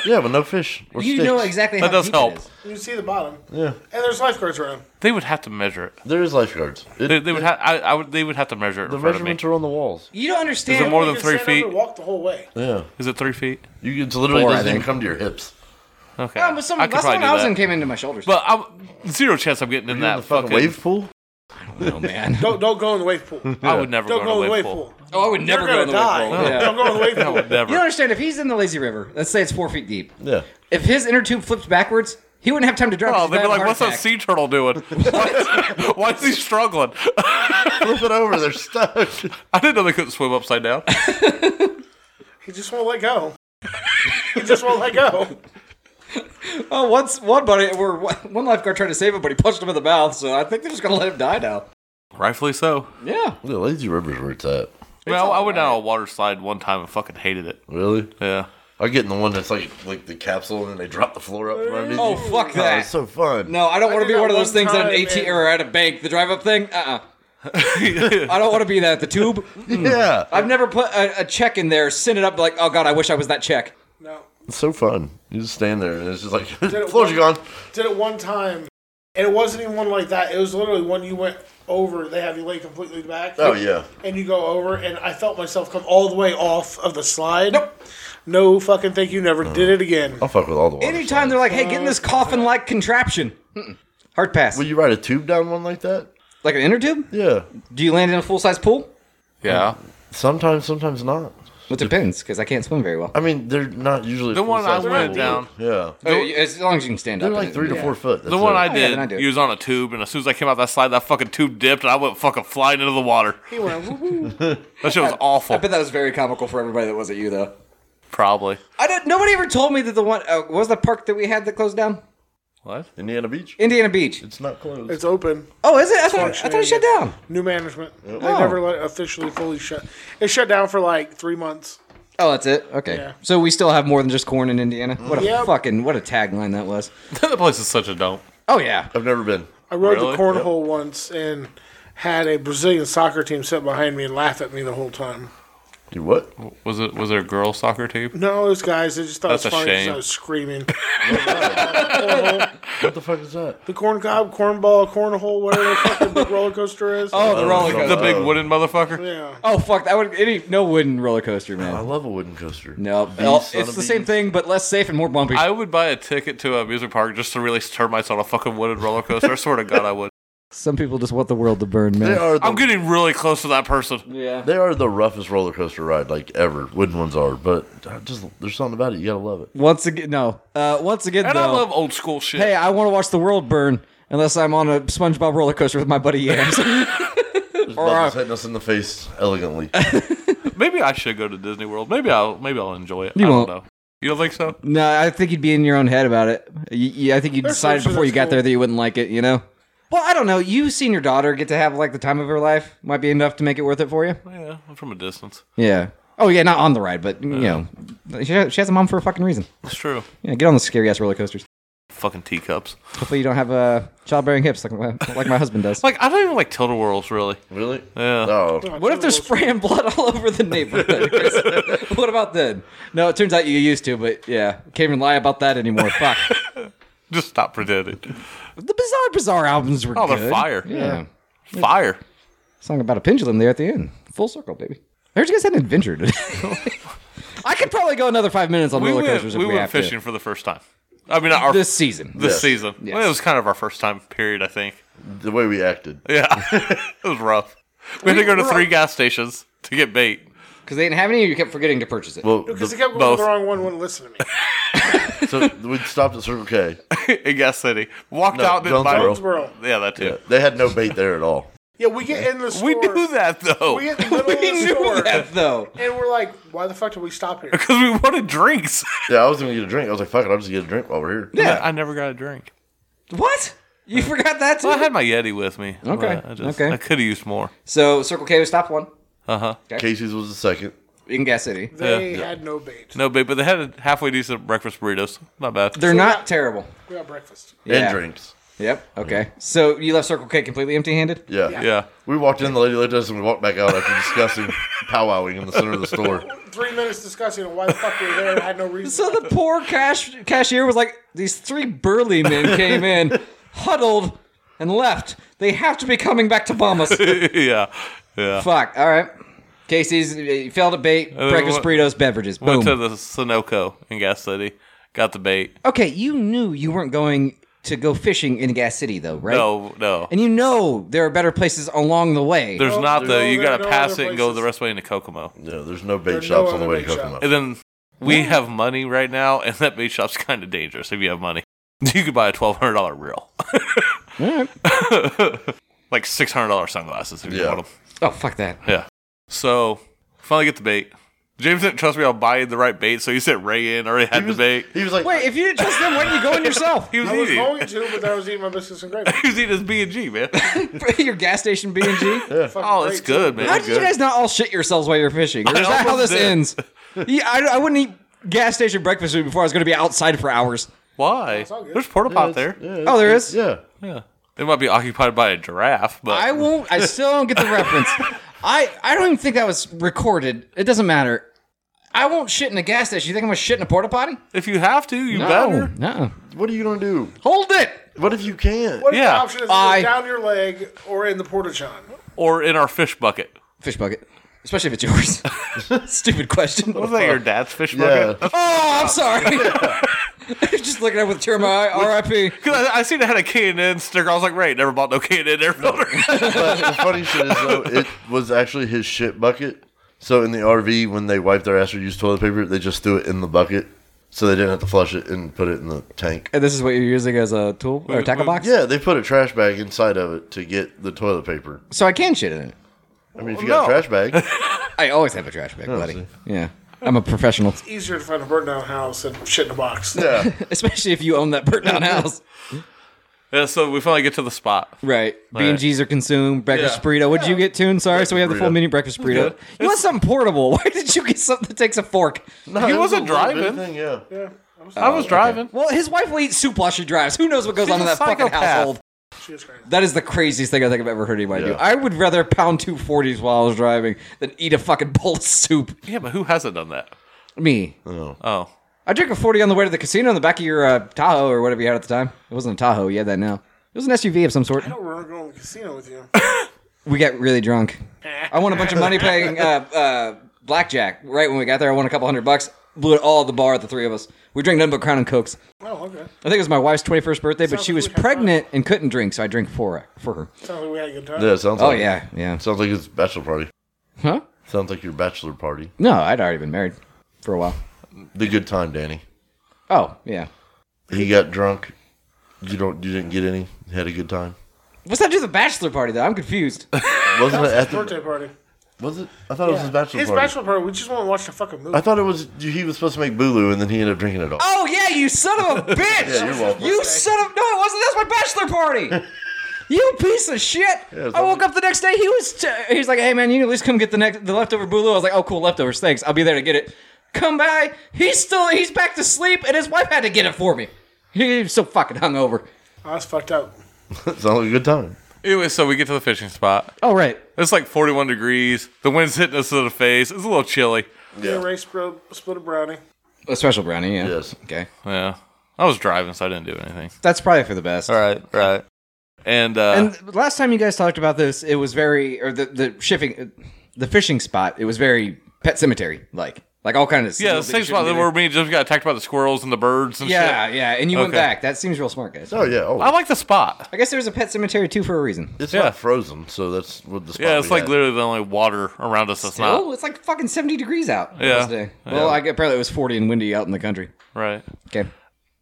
Speaker 1: Yeah, but no fish. Or
Speaker 3: you
Speaker 1: sticks.
Speaker 3: know exactly
Speaker 2: That
Speaker 3: how
Speaker 2: does
Speaker 3: deep
Speaker 2: help.
Speaker 3: it is.
Speaker 5: You can see the bottom.
Speaker 1: Yeah,
Speaker 5: And there's lifeguards around.
Speaker 2: they would have to measure it.
Speaker 1: there is lifeguards. It,
Speaker 2: They, they would have. I, I would. They would have to measure it
Speaker 1: the
Speaker 2: in front of me.
Speaker 1: measurements are on the walls.
Speaker 3: You don't understand.
Speaker 2: Is it more
Speaker 5: You
Speaker 2: than
Speaker 5: can
Speaker 2: three
Speaker 5: stand up and
Speaker 2: feet?
Speaker 5: walk the whole way.
Speaker 1: Yeah,
Speaker 2: Is it three feet?
Speaker 1: you it literally
Speaker 3: Four, I
Speaker 1: doesn't even
Speaker 3: think.
Speaker 1: come to your hips.
Speaker 2: Okay.
Speaker 3: Yeah, but some,
Speaker 2: I could
Speaker 3: last
Speaker 2: probably
Speaker 3: one
Speaker 2: do
Speaker 3: I was
Speaker 2: that.
Speaker 3: in came into my shoulders.
Speaker 2: But I'm zero chance I'm getting in
Speaker 1: You're
Speaker 2: that
Speaker 1: in the fucking, wave pool.
Speaker 3: oh, man.
Speaker 5: (laughs) Don't don't go in the wave pool.
Speaker 2: I would never
Speaker 5: Don't
Speaker 2: go in
Speaker 5: go
Speaker 2: a
Speaker 5: in the
Speaker 2: wave
Speaker 5: wave
Speaker 2: pool.
Speaker 5: pool.
Speaker 3: oh, I would never
Speaker 5: You're
Speaker 3: go in the
Speaker 5: gonna
Speaker 3: wave
Speaker 5: die.
Speaker 3: pool. Yeah.
Speaker 5: Don't go in the
Speaker 2: (laughs)
Speaker 5: wave
Speaker 2: I
Speaker 5: pool.
Speaker 2: would
Speaker 3: You don't
Speaker 2: never.
Speaker 3: understand. If he's in the lazy river, let's say it's four feet deep.
Speaker 1: Yeah,
Speaker 3: If his inner tube flipped backwards, he wouldn't have time to drop.
Speaker 2: Oh,
Speaker 3: Oh,
Speaker 2: they'd be like, "What's that
Speaker 3: that
Speaker 2: sea turtle
Speaker 3: (laughs)
Speaker 2: doing? Why, why is he struggling?" (laughs)
Speaker 1: flip it over. They're stuck.
Speaker 2: I didn't know they couldn't swim upside down.
Speaker 5: He just won't let go. (laughs) he just won't let (laughs) go.
Speaker 3: Oh, once one buddy, or one lifeguard tried to save him, but he punched him in the mouth. So I think they're just gonna let him die now.
Speaker 2: Rightfully so.
Speaker 3: Yeah.
Speaker 1: the lazy river's where it's at.
Speaker 2: Well, I went
Speaker 3: alright.
Speaker 2: down a water slide one time and fucking hated it.
Speaker 1: Really? (laughs)
Speaker 2: Yeah. (laughs)
Speaker 1: I get in the one that's like like the capsule, and then they drop the floor up. From underneath
Speaker 3: Oh,
Speaker 1: you.
Speaker 3: fuck
Speaker 1: Oh,
Speaker 3: that.
Speaker 1: it's so fun.
Speaker 3: No, I don't want to
Speaker 5: did
Speaker 3: be
Speaker 5: that
Speaker 3: one of those
Speaker 5: one
Speaker 3: things at an ATM
Speaker 5: time, man.
Speaker 3: or at a bank. The drive-up thing. Uh. uh I don't want to be that. The tube.
Speaker 1: Yeah,
Speaker 3: I've never put a, a check in there, sent it up like, oh god, I wish I was that check.
Speaker 5: No.
Speaker 1: it's so fun. You just stand there, and it's just like (laughs)
Speaker 5: it
Speaker 1: floors are
Speaker 5: work?
Speaker 1: gone.
Speaker 5: Did it one time, and it wasn't even one like that. It was literally one you went over. They have you lay completely back.
Speaker 1: Oh yeah.
Speaker 5: and you go over, and I felt myself come all the way off of the slide. Nope. No fucking thank you. Never did it again.
Speaker 2: Oh.
Speaker 1: I'll fuck with all the water
Speaker 3: Anytime they're like, hey, get in this coffin-like contraption. Mm-mm. Hard pass.
Speaker 1: Will you ride a tube down one like that?
Speaker 3: Like an inner tube?
Speaker 1: Yeah.
Speaker 3: Do you land in a full-size pool?
Speaker 2: Yeah.
Speaker 1: Sometimes, sometimes not.
Speaker 3: It depends, because I can't swim very well.
Speaker 1: I mean, they're not usually
Speaker 2: The one I
Speaker 1: full-size
Speaker 2: went
Speaker 1: pool.
Speaker 2: down.
Speaker 1: Yeah,
Speaker 3: Oh, yeah, as long as you can stand
Speaker 1: they're
Speaker 3: up.
Speaker 1: like
Speaker 3: it-
Speaker 1: three to
Speaker 3: yeah.
Speaker 1: four foot.
Speaker 2: The one I
Speaker 3: Oh, yeah,
Speaker 2: did,
Speaker 3: then I do it.
Speaker 2: he was on a tube, and as soon as I came out that slide, that fucking tube dipped, and I went fucking flying into the water. (laughs)
Speaker 5: He went, "Woo, woo."
Speaker 2: That shit was awful.
Speaker 3: I bet that was very comical for everybody that wasn't you, though.
Speaker 2: Probably.
Speaker 3: I don't. Nobody ever told me that the one uh, what was the park that we had that closed down.
Speaker 2: (laughs) What?
Speaker 1: Indiana Beach.
Speaker 3: Indiana Beach.
Speaker 1: It's not closed.
Speaker 5: it's open.
Speaker 3: Oh, is it? I thought, I thought it shut down.
Speaker 5: New management. They
Speaker 3: Oh.
Speaker 5: never let it officially fully shut. It shut down for like three months.
Speaker 3: Oh, that's it. Okay.
Speaker 5: Yeah.
Speaker 3: So we still have more than just corn in Indiana. What a
Speaker 5: Yep.
Speaker 3: fucking what a tagline that was.
Speaker 2: that place is such a dump.
Speaker 3: Oh yeah.
Speaker 1: I've never been.
Speaker 5: I rode
Speaker 2: Really?
Speaker 5: the cornhole once and had a Brazilian soccer team sit behind me and laugh at me the whole time.
Speaker 1: You what?
Speaker 2: Was it was there a girl soccer team?
Speaker 5: No, those guys, they just thought
Speaker 2: That's
Speaker 5: it was
Speaker 2: a
Speaker 5: funny 'cause
Speaker 2: shame.
Speaker 5: I
Speaker 1: (laughs)
Speaker 5: was screaming. (laughs)
Speaker 1: What the fuck is that?
Speaker 5: The corn cob, cornball, cornhole, whatever the fuck the big roller coaster is.
Speaker 3: Oh, the roller coaster.
Speaker 2: The big wooden motherfucker.
Speaker 5: Yeah.
Speaker 3: oh, fuck. That would any no wooden roller coaster,
Speaker 1: I
Speaker 3: man.
Speaker 1: love a wooden coaster.
Speaker 3: No,
Speaker 1: Bees,
Speaker 3: well,
Speaker 1: Oh, son
Speaker 3: it's
Speaker 1: of
Speaker 3: the same
Speaker 1: bees.
Speaker 3: thing, but less safe and more bumpy.
Speaker 2: I would buy a ticket to a music park just to really turn myself on a fucking wooden roller coaster. I swear to God, I
Speaker 3: (laughs)
Speaker 2: would.
Speaker 3: Some people just want the world to burn,
Speaker 1: They
Speaker 3: man.
Speaker 1: are the
Speaker 2: I'm getting really close to that person.
Speaker 3: Yeah.
Speaker 1: they are the roughest roller coaster ride like ever. Wooden ones are, but I just there's something about it. You gotta love it.
Speaker 3: Once again, no. Uh, once again,
Speaker 2: And
Speaker 3: though.
Speaker 2: I love old school shit.
Speaker 3: hey, I want to watch the world burn unless I'm on a SpongeBob roller coaster with my buddy Yams. uh,
Speaker 1: There's bubbles hitting us in the face
Speaker 3: (laughs)
Speaker 1: elegantly.
Speaker 2: Maybe I should go to Disney World. Maybe I'll maybe I'll enjoy it.
Speaker 3: You
Speaker 2: I
Speaker 3: won't.
Speaker 2: don't know. You don't think so?
Speaker 3: no, I think you'd be in your own head about it. You, you- I think you
Speaker 5: There's
Speaker 3: decided
Speaker 5: some shit
Speaker 3: before you
Speaker 5: that's
Speaker 3: got
Speaker 5: cool.
Speaker 3: there that you wouldn't like it, you know? Well, I don't know. You seen your daughter get to have like the time of her life might be enough to make it worth it for you.
Speaker 2: Yeah, I'm from a distance.
Speaker 3: Yeah. Oh yeah, not on the ride, but you know, she, she has a mom for a fucking reason.
Speaker 2: That's
Speaker 3: (laughs)
Speaker 2: true.
Speaker 3: Yeah, get on the scary ass roller coasters.
Speaker 2: Fucking teacups.
Speaker 3: Hopefully, you don't have uh, childbearing hips like my, like my husband does.
Speaker 2: Like I don't even like Tilda Worlds really.
Speaker 1: really?
Speaker 2: Yeah.
Speaker 1: Oh,
Speaker 3: What if they're spraying blood all over the neighborhood? Chris? (laughs) what about then? No, it turns out you used to, but yeah, can't even lie about that anymore. Fuck.
Speaker 2: Just stop pretending.
Speaker 3: (laughs) The Bizarre Bizarre albums were
Speaker 2: Oh,
Speaker 3: good.
Speaker 2: they're fire.
Speaker 3: Yeah.
Speaker 2: Fire.
Speaker 3: Song about a pendulum there at the end. Full circle, baby. I heard you guys had an adventure. today. (laughs) I could probably go another five minutes on
Speaker 2: We
Speaker 3: roller
Speaker 2: went,
Speaker 3: coasters if
Speaker 2: we
Speaker 3: we,
Speaker 2: went
Speaker 3: have
Speaker 2: fishing for the first time. I mean, not our
Speaker 3: to.
Speaker 2: this,
Speaker 3: This season.
Speaker 1: Yes.
Speaker 2: season.
Speaker 3: Yes.
Speaker 2: Well, it was kind of our first time period, I think. (laughs)
Speaker 1: the way we acted.
Speaker 2: Yeah, it was rough. We had to go to three gas stations to get bait. (laughs)
Speaker 3: Because they didn't have any, you kept forgetting to purchase it.
Speaker 1: Well,
Speaker 5: Because he
Speaker 1: the-
Speaker 5: kept going
Speaker 2: both.
Speaker 5: the wrong one, wouldn't listen to me.
Speaker 1: so we stopped at Circle K.
Speaker 2: in Gas City. Walked
Speaker 1: No,
Speaker 2: out. Didn't buy
Speaker 1: Jonesboro.
Speaker 5: Jonesboro.
Speaker 2: Yeah, that too.
Speaker 1: They had no bait there at all.
Speaker 5: Yeah, we get in the store.
Speaker 2: (laughs) We knew that though, (laughs)
Speaker 5: We get in the
Speaker 3: (laughs)
Speaker 5: middle
Speaker 3: we
Speaker 5: of the
Speaker 3: knew
Speaker 5: store,
Speaker 3: that, though.
Speaker 5: and we're like, "Why the fuck did we stop here?"
Speaker 2: because we wanted drinks.
Speaker 1: Yeah, I was gonna get a drink. I was like, fuck it, I'll just get a drink while we're here.
Speaker 2: Yeah, I never got a drink.
Speaker 3: What?
Speaker 2: (laughs)
Speaker 3: You forgot that, too?
Speaker 2: Well, I had my Yeti with me.
Speaker 3: Okay,
Speaker 2: But I just,
Speaker 3: okay.
Speaker 2: I could have used more.
Speaker 3: So, Circle K was stop one
Speaker 2: Uh huh.
Speaker 1: Casey's was the second.
Speaker 3: in Gas City.
Speaker 5: They had no bait.
Speaker 2: No, babe, but they had a halfway decent breakfast burritos. Not bad.
Speaker 3: They're not terrible.
Speaker 5: We got breakfast.
Speaker 3: Yeah.
Speaker 1: And drinks.
Speaker 3: Yep. Okay. So you left Circle K completely empty-handed.
Speaker 1: Yeah.
Speaker 2: yeah. (laughs)
Speaker 1: We walked in, the lady looked at us, and we walked back out after discussing (laughs) powwowing in the center of the store.
Speaker 5: (laughs) Three minutes discussing why the fuck we were there and had no reason.
Speaker 3: So the poor cash cashier was like, these three burly men came
Speaker 2: (laughs)
Speaker 3: in, huddled, and left. They have to be coming back to bomb us.
Speaker 2: yeah. Yeah.
Speaker 3: Fuck. All right. Casey's uh, failed at bait.
Speaker 2: then
Speaker 3: breakfast
Speaker 2: what-
Speaker 3: burritos, beverages.
Speaker 2: Went to
Speaker 3: Boom.
Speaker 2: the Sunoco in Gas City. Got the bait.
Speaker 3: Okay, you knew you weren't going to go fishing in Gas City, though, right?
Speaker 2: No, no.
Speaker 3: And you know there are better places along the way.
Speaker 2: There's not the.
Speaker 5: no,
Speaker 2: You
Speaker 5: there-
Speaker 2: gotta
Speaker 5: no
Speaker 2: pass it
Speaker 5: other
Speaker 2: and go the
Speaker 5: places.
Speaker 2: rest way into Kokomo.
Speaker 1: Yeah, there's no bait
Speaker 5: There's
Speaker 1: shops
Speaker 5: no
Speaker 1: on the
Speaker 5: other
Speaker 1: way to
Speaker 5: bait shop.
Speaker 1: Kokomo.
Speaker 2: And then we have money right now, and that bait shop's kind of dangerous if you have money. (laughs) You could buy a twelve hundred dollar reel, (laughs) like six hundred dollar sunglasses if you
Speaker 1: Yeah.
Speaker 2: want them.
Speaker 3: oh, fuck that.
Speaker 2: Yeah. So finally get the bait. James didn't trust me. I'll buy the right bait, so he sent Ray in. Already had
Speaker 1: He was,
Speaker 2: the bait.
Speaker 1: he was like,
Speaker 3: Wait, if you didn't trust them, why didn't
Speaker 2: (laughs)
Speaker 3: you go in yourself?
Speaker 2: He was,
Speaker 5: I was
Speaker 2: eating.
Speaker 5: going to, but then I was eating my biscuits and gravy.
Speaker 2: (laughs) he was eating his B and G, (laughs) man.
Speaker 3: Your gas
Speaker 2: (laughs)
Speaker 3: station B&G?
Speaker 5: Fucking
Speaker 2: Oh, that's
Speaker 5: great,
Speaker 2: good,
Speaker 5: too.
Speaker 2: man.
Speaker 3: How did you guys not all shit yourselves while you're fishing? Or is
Speaker 2: I
Speaker 3: that how
Speaker 2: almost
Speaker 3: this
Speaker 2: did. (laughs)
Speaker 3: ends? Yeah, I, I wouldn't eat gas station breakfast food before I was going to be outside for hours.
Speaker 2: Why?
Speaker 5: all good.
Speaker 2: There's porta pot there.
Speaker 3: Oh, there is.
Speaker 1: yeah.
Speaker 2: Yeah. They might be occupied by a giraffe, but
Speaker 3: I won't. I still don't get the reference. I I don't even think that was recorded. It doesn't matter. I won't shit in a gas station. You think I'm gonna shit in a porta potty?
Speaker 2: if you have to, you
Speaker 3: No,
Speaker 2: better.
Speaker 3: no.
Speaker 1: What are you going to do?
Speaker 3: Hold it.
Speaker 1: What if you can't?
Speaker 5: What if
Speaker 2: Yeah.
Speaker 5: the option is
Speaker 3: I-
Speaker 5: either down your leg or in the porta john?
Speaker 2: Or in our fish bucket.
Speaker 3: Fish bucket, especially if it's yours. (laughs) Stupid question.
Speaker 2: Was
Speaker 3: oh,
Speaker 2: that your dad's fish
Speaker 1: Yeah.
Speaker 2: bucket? (laughs) Because
Speaker 3: I'm sorry. (laughs) Just looking at it with a tear in my eye. R.I.P.
Speaker 2: I, I seen it had a K and N sticker. I was like, right, never bought no K and N air filter.
Speaker 1: But (laughs) the funny shit is, though, it was actually his shit bucket. So in the RV, when they wiped their ass or used toilet paper, they just threw it in the bucket. So they didn't have to flush it and put it in the tank.
Speaker 3: And this is what you're using as a tool or a tackle box.
Speaker 1: Yeah, they put a trash bag inside of it to get the toilet paper.
Speaker 3: So I can shit in it.
Speaker 1: I mean, if you
Speaker 2: Well,
Speaker 1: got a trash bag,
Speaker 2: (laughs)
Speaker 3: I always have a trash bag, buddy.
Speaker 1: Oh, see.
Speaker 3: Yeah. I'm a professional. (laughs)
Speaker 5: Easier to find a burnt down house than shit in a box.
Speaker 1: yeah.
Speaker 3: Especially if you own that
Speaker 1: (laughs)
Speaker 3: burnt down house.
Speaker 2: (laughs) yeah, so we finally get to the spot.
Speaker 3: Right. B&Gs are consumed. Breakfast
Speaker 2: Yeah.
Speaker 3: burrito. What'd you get, Tune? Sorry, so we have the full
Speaker 1: burrito.
Speaker 3: mini breakfast burrito. You want something portable. (laughs) Why did you get something that takes a fork?
Speaker 1: No,
Speaker 2: He
Speaker 1: it was
Speaker 2: wasn't
Speaker 1: a little bit
Speaker 2: driving.
Speaker 1: Thing, yeah.
Speaker 5: Yeah.
Speaker 2: I was driving.
Speaker 3: Well, his wife will eat soup while she drives. Who knows what goes on in
Speaker 2: a
Speaker 3: that fucking
Speaker 2: psychopath.
Speaker 3: household?
Speaker 5: Jesus Christ.
Speaker 3: That is the craziest thing I think I've ever heard anybody do.
Speaker 1: Yeah.
Speaker 3: I would rather pound two forties while I was driving than eat a fucking bowl of soup.
Speaker 2: Yeah, but who hasn't done that?
Speaker 3: Me.
Speaker 2: Oh,
Speaker 3: I drank a 40 on the way to the casino in the back of your uh, Tahoe or whatever you had at the time. It wasn't a Tahoe. You had that now. It was an SUV of some sort.
Speaker 5: I don't remember going to the casino with you.
Speaker 3: We got really drunk. I won a bunch of (laughs) money playing uh, uh, blackjack. Right when we got there, I won a couple hundred bucks. Blew it all at the bar, the three of us. We drank nothing but Crown and Cokes.
Speaker 5: Oh, okay.
Speaker 3: I think it was my wife's 21st birthday, but
Speaker 5: Sounds
Speaker 3: she
Speaker 5: like
Speaker 3: was
Speaker 5: we had fun.
Speaker 3: pregnant and couldn't drink, so I drank for, her- for her.
Speaker 5: Sounds like we had a good time.
Speaker 1: Yeah, it sounds
Speaker 3: Oh,
Speaker 1: like
Speaker 3: yeah, yeah.
Speaker 1: Sounds like it's a bachelor party.
Speaker 3: Huh?
Speaker 1: Sounds like your bachelor party.
Speaker 3: No, I'd already been married for a while.
Speaker 1: The good time, Danny.
Speaker 3: Oh, yeah.
Speaker 1: He got drunk. You don't. You didn't get any. Had a good time.
Speaker 3: What's that do with the bachelor party, though? I'm confused.
Speaker 1: Wasn't it at the?
Speaker 5: Birthday party.
Speaker 1: Was it? I thought it was his
Speaker 5: Yeah.
Speaker 1: bachelor
Speaker 5: His
Speaker 1: party.
Speaker 5: bachelor party. We just want to watch the fucking movie.
Speaker 1: I thought it was. He was supposed to make Bulu, and then he ended up drinking it
Speaker 2: (laughs)
Speaker 1: all.
Speaker 3: Oh yeah, you son
Speaker 1: (laughs)
Speaker 3: of a bitch!
Speaker 1: Yeah, you're welcome.
Speaker 3: You son of no, it wasn't. That's my bachelor
Speaker 1: (laughs)
Speaker 3: party. you piece of shit!
Speaker 1: it's
Speaker 3: I woke
Speaker 1: all-
Speaker 3: up the next day. He was t- he was like, "Hey man, you can at least come get the next the leftover bulu." I was like, "Oh cool, leftovers. Thanks. I'll be there to get it." Come by. He's still he's back to sleep, and his wife had to get it for me. He was so fucking hungover.
Speaker 5: I was fucked up.
Speaker 1: Sounds like a good time.
Speaker 2: anyway, so we get to the fishing spot.
Speaker 3: Oh right.
Speaker 2: It's like 41 degrees. The wind's hitting us in the face. It's a little chilly.
Speaker 5: Yeah. Ray split, split a brownie.
Speaker 3: A special brownie. Yeah.
Speaker 1: Yes.
Speaker 3: Okay.
Speaker 2: Yeah, I was driving, so I didn't do anything.
Speaker 3: That's probably for the best.
Speaker 2: All right, right. And uh,
Speaker 3: And last time you guys talked about this, it was very or the the shipping, the fishing spot. It was very pet cemetery like, like all kinds of
Speaker 2: yeah, the
Speaker 3: signals that you
Speaker 2: same spot
Speaker 3: shouldn't
Speaker 2: that
Speaker 3: do.
Speaker 2: where me and Jim got attacked by the squirrels and the birds and
Speaker 3: Yeah,
Speaker 2: shit.
Speaker 3: yeah, and you went
Speaker 2: Okay.
Speaker 3: back. That seems real smart, guys.
Speaker 1: Oh yeah. Oh,
Speaker 2: I like the spot.
Speaker 3: I guess there was a pet cemetery too for a reason.
Speaker 1: it's
Speaker 2: yeah.
Speaker 1: not frozen, so that's what the. Spot
Speaker 2: Yeah, it's
Speaker 1: we
Speaker 2: like
Speaker 1: had.
Speaker 2: literally the only water around us that's
Speaker 3: Oh,
Speaker 2: not
Speaker 3: it's like fucking seventy degrees out.
Speaker 2: Yeah.
Speaker 3: Today. Well, I, apparently it was forty and windy out in the country.
Speaker 2: right.
Speaker 3: Okay.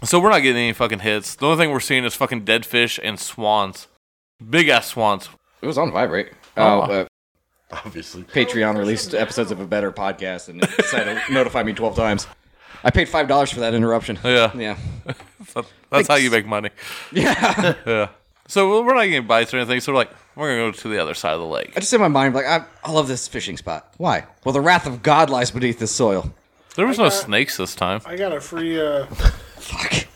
Speaker 2: So we're not getting any fucking hits. The only thing we're seeing is fucking dead fish and swans, big ass swans.
Speaker 3: It was on vibrate. Oh, uh,
Speaker 1: obviously.
Speaker 3: Patreon released episodes of a better podcast and it decided to (laughs) notify me twelve times. I paid five dollars for that interruption. (laughs)
Speaker 2: Yeah,
Speaker 3: Yeah.
Speaker 2: That- that's how you make money.
Speaker 3: Yeah.
Speaker 2: Yeah. So we're not getting bites or anything. So we're like, we're gonna go to the other side of the lake.
Speaker 3: I just in my mind like I, I love this fishing spot. Why? Well, the wrath of God lies beneath this soil.
Speaker 2: There was no snakes this time.
Speaker 5: I got a free, uh,
Speaker 3: Fuck.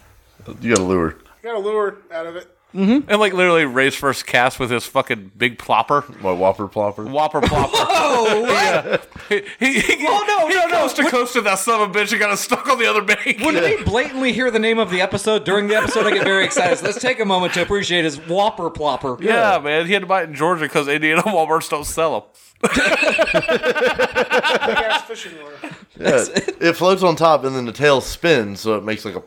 Speaker 1: You got a lure.
Speaker 5: I got a lure out of it.
Speaker 2: And like literally, Ray's first cast with his fucking big plopper,
Speaker 1: My whopper plopper.
Speaker 2: whopper
Speaker 3: (laughs)
Speaker 2: plopper.
Speaker 3: Oh, what?
Speaker 2: he he, he,
Speaker 3: Oh, no,
Speaker 2: he
Speaker 3: no, no.
Speaker 2: coast to coast to that son of a bitch and got us stuck on the other bank.
Speaker 3: When we blatantly hear the name of the episode during the episode, I get very excited. So let's take a moment to appreciate his whopper plopper.
Speaker 2: Yeah, man, he had to buy it in Georgia because Indiana (laughs) Walmarts don't sell them.
Speaker 5: I got a fishing lure.
Speaker 1: Yeah, (laughs) it floats on top, and then the tail spins, so it makes like a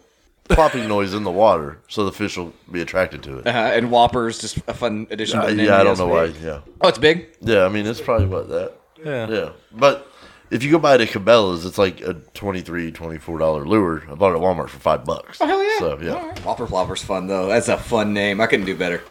Speaker 1: plopping noise in the water, so the fish will be attracted to it.
Speaker 3: Uh, and whopper is just a fun addition.
Speaker 1: Uh,
Speaker 3: to the name
Speaker 1: yeah, I
Speaker 3: of
Speaker 1: don't
Speaker 3: the
Speaker 1: know why.
Speaker 3: episode.
Speaker 1: Yeah,
Speaker 3: Oh, it's big.
Speaker 1: yeah. I mean, it's probably what that.
Speaker 2: Yeah.
Speaker 1: Yeah, but if you go buy it at Cabela's, it's like a 23 24 dollar lure. I bought it at Walmart for five bucks. Oh
Speaker 3: hell yeah.
Speaker 1: So yeah,
Speaker 3: Whopper plopper's fun though. That's a fun name. I couldn't
Speaker 1: (laughs)
Speaker 3: do better.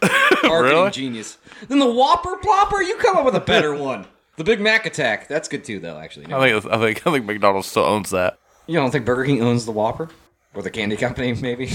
Speaker 3: Marketing
Speaker 2: Really?
Speaker 3: genius. Then the whopper plopper. You come up with a better one. The Big Mac attack. That's good too, though. Actually,
Speaker 2: I think I think I think McDonald's still owns that.
Speaker 3: you don't think Burger King owns the Whopper or the candy company? Maybe. (laughs)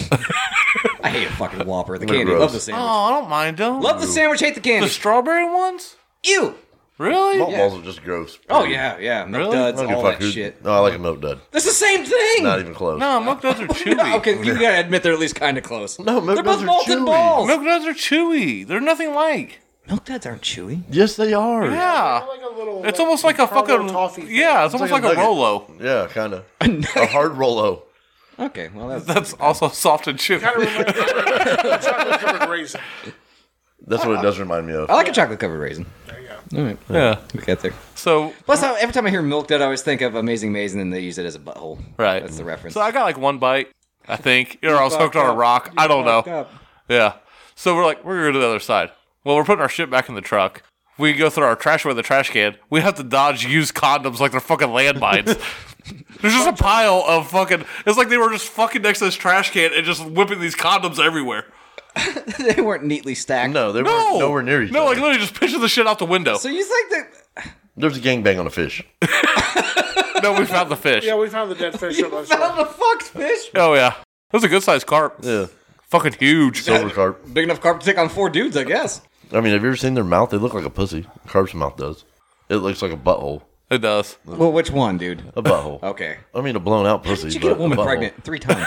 Speaker 3: I hate a fucking Whopper. The candy.
Speaker 1: gross.
Speaker 3: Love the sandwich.
Speaker 2: I don't mind them.
Speaker 3: Love the sandwich. Hate the candy.
Speaker 2: the strawberry ones.
Speaker 3: Ew.
Speaker 2: Really?
Speaker 1: Malt balls are just gross.
Speaker 3: Oh yeah, yeah. Milk
Speaker 2: Really?
Speaker 3: duds,
Speaker 1: I don't give
Speaker 3: all
Speaker 1: a
Speaker 3: that
Speaker 1: fuck who-
Speaker 3: shit.
Speaker 1: No, I like a milk dud.
Speaker 3: That's the same thing.
Speaker 1: Not even close.
Speaker 2: No, milk
Speaker 3: (laughs)
Speaker 2: duds are chewy.
Speaker 3: okay, you gotta admit they're at least kind of close.
Speaker 1: No, milk
Speaker 3: they're
Speaker 1: duds
Speaker 3: both
Speaker 1: are
Speaker 3: molten
Speaker 1: chewy.
Speaker 3: balls.
Speaker 2: Milk duds are chewy. They're nothing like.
Speaker 3: Milk duds aren't chewy.
Speaker 1: Yes, they are.
Speaker 2: Yeah.
Speaker 5: I like a little,
Speaker 2: It's almost like a
Speaker 5: caramel
Speaker 2: fucking
Speaker 5: toffee. thing.
Speaker 2: yeah. It's almost
Speaker 1: like
Speaker 2: like,
Speaker 1: a
Speaker 2: a,
Speaker 1: nugget.
Speaker 2: Rolo. (laughs)
Speaker 1: Yeah, kind of. a hard Rolo.
Speaker 3: Okay, well that's
Speaker 2: That's also soft and chewy.
Speaker 5: Kind of reminds me of chocolate covered raisin.
Speaker 1: That's what it does remind
Speaker 3: (laughs)
Speaker 1: me of.
Speaker 3: I like a chocolate covered raisin.
Speaker 5: There you go.
Speaker 3: All right,
Speaker 2: Yeah.
Speaker 3: we got there.
Speaker 2: So
Speaker 3: Plus, I- every time I hear milk dud, I always think of Amazing Maze, and then they use it as a butthole.
Speaker 2: right.
Speaker 3: that's the reference.
Speaker 2: So I got like one bite. I think. Or I was hooked on a
Speaker 3: fucked
Speaker 2: rock. I don't
Speaker 3: Fucked
Speaker 2: know.
Speaker 3: up.
Speaker 2: Yeah. So we're like, we're going to the other side. Well, we're putting our shit back in the truck. We go through our trash with the trash can. We have to dodge used condoms like they're
Speaker 1: (laughs)
Speaker 2: fucking landmines. There's just a pile of fucking. It's like they were just fucking next to this trash can and just whipping these condoms everywhere.
Speaker 3: (laughs) they weren't neatly stacked.
Speaker 1: No, they
Speaker 2: No,
Speaker 1: weren't nowhere near each
Speaker 2: No,
Speaker 1: other.
Speaker 2: like literally just pitching the shit out
Speaker 1: (laughs)
Speaker 2: the window.
Speaker 3: So you think that?
Speaker 1: There's a gangbang on a fish.
Speaker 2: no, we found the fish.
Speaker 5: Yeah, we found the dead fish. up (laughs) on shore.
Speaker 3: Found a fucked fish.
Speaker 2: Oh yeah, that was a good sized carp.
Speaker 1: Yeah.
Speaker 2: Fucking huge.
Speaker 1: Silver carp.
Speaker 3: Big enough carp to take on four dudes, I guess.
Speaker 1: I mean, have you ever seen their mouth? They look like a pussy. Carp's mouth does. It looks like a butthole.
Speaker 2: It does.
Speaker 3: Well, which one, dude?
Speaker 1: A butthole.
Speaker 3: Okay.
Speaker 1: I mean, a blown out pussy.
Speaker 3: Did you
Speaker 1: but
Speaker 3: (laughs) get a woman
Speaker 1: butthole.
Speaker 3: pregnant three times?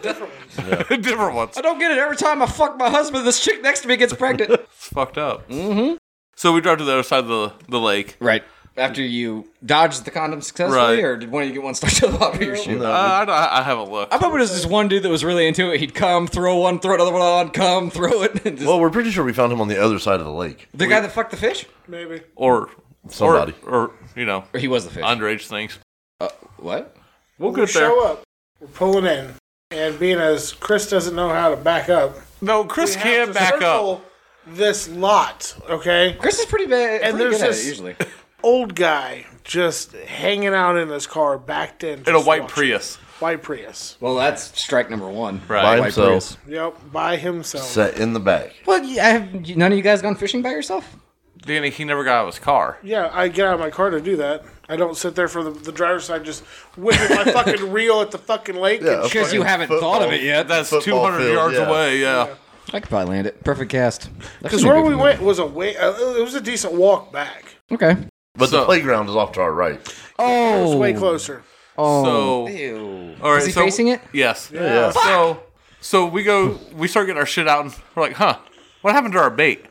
Speaker 2: Different (laughs) different ones.
Speaker 3: I don't get it. Every time I fuck my husband, this chick next to me gets pregnant.
Speaker 2: It's fucked up. Mm-hmm. So we drive to the other side of the, the lake.
Speaker 3: right. After you dodged the condom successfully,
Speaker 2: Right.
Speaker 3: or did one of you get one stuck to the bottom of your shoe?
Speaker 2: Uh, I, don't- I haven't looked.
Speaker 3: I remember there was this one dude that was really into it. He'd come, throw one, throw another one on, come, throw it. (laughs) And just,
Speaker 1: Well, we're pretty sure we found him on the other side of the lake.
Speaker 3: the guy that fucked the fish?
Speaker 5: Maybe.
Speaker 2: Or
Speaker 1: Somebody.
Speaker 2: Or, or you know,
Speaker 3: Or he was the fish.
Speaker 2: underage things.
Speaker 3: uh, what?
Speaker 2: We'll
Speaker 5: We
Speaker 2: get there.
Speaker 5: show up. We're pulling in. And being as Chris doesn't know how to back up,
Speaker 2: No, Chris
Speaker 5: we
Speaker 2: can
Speaker 5: have to
Speaker 2: back up.
Speaker 5: circle This lot, okay?
Speaker 3: Chris is pretty bad.
Speaker 5: And
Speaker 3: And pretty
Speaker 5: there's
Speaker 3: good at
Speaker 5: this-
Speaker 3: it usually.
Speaker 5: Old guy just hanging out in his car, backed in.
Speaker 2: In a
Speaker 5: just
Speaker 2: white
Speaker 5: watching.
Speaker 2: Prius.
Speaker 5: White Prius.
Speaker 3: Well, that's strike number one.
Speaker 1: By
Speaker 2: Right.
Speaker 3: White
Speaker 1: himself,
Speaker 5: Yep, by himself.
Speaker 1: sat in the back.
Speaker 3: Well, y- I have none of you guys gone fishing by yourself?
Speaker 2: Danny, he never got out of his car.
Speaker 5: Yeah, I get out of my car to do that. I don't sit there for the, the driver's side, just
Speaker 1: (laughs)
Speaker 5: whipping my fucking reel at the fucking lake.
Speaker 1: Yeah,
Speaker 5: and
Speaker 1: of
Speaker 5: shit.
Speaker 3: Because you haven't thought of it yet.
Speaker 2: That's
Speaker 1: Football
Speaker 2: 200
Speaker 1: field,
Speaker 2: yards
Speaker 1: yeah.
Speaker 2: away, yeah.
Speaker 3: I could probably land it. Perfect cast.
Speaker 5: Because where we went was a way. Uh, it was a decent walk back.
Speaker 3: Okay.
Speaker 1: But the
Speaker 2: So-
Speaker 1: playground is off to our right.
Speaker 5: It was
Speaker 3: Oh.
Speaker 5: way closer.
Speaker 3: Oh.
Speaker 2: So-
Speaker 3: Ew.
Speaker 2: All right,
Speaker 3: Is he
Speaker 2: so-
Speaker 3: facing it?
Speaker 2: Yes.
Speaker 1: Yeah.
Speaker 2: So, so we go, we start getting our shit out, and we're like, huh, what happened to our bait?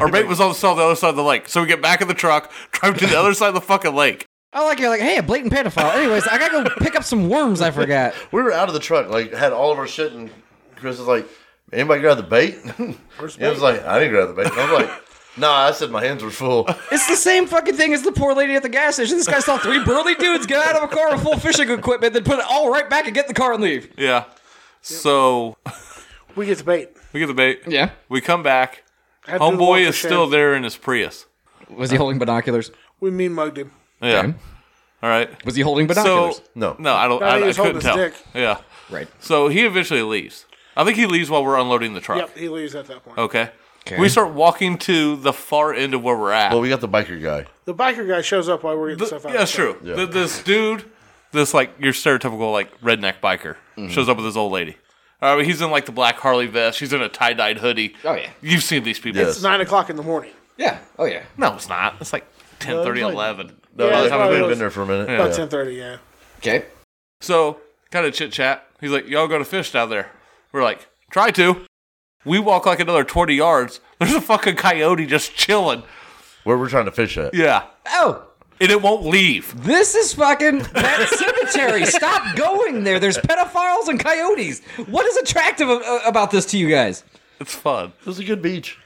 Speaker 2: Our bait was on the side- the other side of the lake. So we get back in the truck, (laughs) drive to the other side of the fucking lake.
Speaker 3: I like you're like, hey, a blatant pedophile. Anyways, I gotta go pick up some worms I forgot.
Speaker 1: We were out of the truck, like had all of our shit, and Chris was like, "Anybody grab the bait?" (laughs) And I was like, "I didn't grab the bait." And I was
Speaker 5: (laughs)
Speaker 1: like, "Nah," I said my hands were full.
Speaker 3: It's the same fucking thing as the poor lady at the gas station. This guy saw three burly dudes get out of a car with full fishing equipment, then put it all right back and get in the car and leave.
Speaker 2: Yeah. So (laughs)
Speaker 5: We get the bait.
Speaker 2: we get the bait.
Speaker 3: Yeah.
Speaker 2: We come back.
Speaker 5: I have to do the walk
Speaker 2: Homeboy
Speaker 5: of
Speaker 2: is
Speaker 5: shame.
Speaker 2: still there in his Prius.
Speaker 3: Was he holding binoculars?
Speaker 5: We mean mugged him.
Speaker 2: Yeah.
Speaker 3: Okay.
Speaker 2: All right.
Speaker 3: Was he holding
Speaker 2: So
Speaker 3: binoculars?
Speaker 1: No.
Speaker 2: no, I don't.
Speaker 5: No,
Speaker 2: I,
Speaker 5: he
Speaker 2: I
Speaker 5: was holding
Speaker 2: couldn't
Speaker 5: his
Speaker 2: tell.
Speaker 5: dick.
Speaker 2: Yeah.
Speaker 3: right.
Speaker 2: So he eventually leaves. I think he leaves while we're unloading the truck.
Speaker 5: Yep, he leaves at that point.
Speaker 2: Okay.
Speaker 3: Okay.
Speaker 2: We start walking to the far end of where we're at.
Speaker 1: Well, we got the biker guy.
Speaker 5: The biker guy shows up while we're getting
Speaker 2: The-
Speaker 5: stuff out.
Speaker 2: yeah, that's true.
Speaker 1: Yeah.
Speaker 2: Th- this dude, this like your stereotypical like redneck biker,
Speaker 1: Mm-hmm.
Speaker 2: shows up with his old lady. All right, he's in like the black Harley vest. She's in a tie dyed hoodie.
Speaker 3: Oh, yeah.
Speaker 2: You've seen these people.
Speaker 1: Yes.
Speaker 5: It's nine o'clock in the morning.
Speaker 3: Yeah. Oh yeah.
Speaker 2: No, it's not. It's like 10,
Speaker 1: No, it's
Speaker 2: 30,
Speaker 1: like-
Speaker 2: 11.
Speaker 1: No,
Speaker 5: Yeah,
Speaker 1: by the
Speaker 5: it's
Speaker 1: time we
Speaker 5: probably
Speaker 1: had
Speaker 5: was-
Speaker 1: been there for a minute.
Speaker 5: About
Speaker 1: Yeah.
Speaker 5: ten thirty. Yeah.
Speaker 3: Okay.
Speaker 2: So, kind of chit chat. He's like, y'all go to fish down there. We're like, try to. We walk like another 20 yards. (laughs) There's a fucking coyote just chilling.
Speaker 1: Where we're trying to fish at.
Speaker 2: Yeah.
Speaker 3: Oh,
Speaker 2: And it won't leave.
Speaker 3: this is fucking pet cemetery. Stop going there. There's pedophiles and coyotes. What is attractive a- a- about this to you guys?
Speaker 2: It's fun.
Speaker 1: It was a good beach.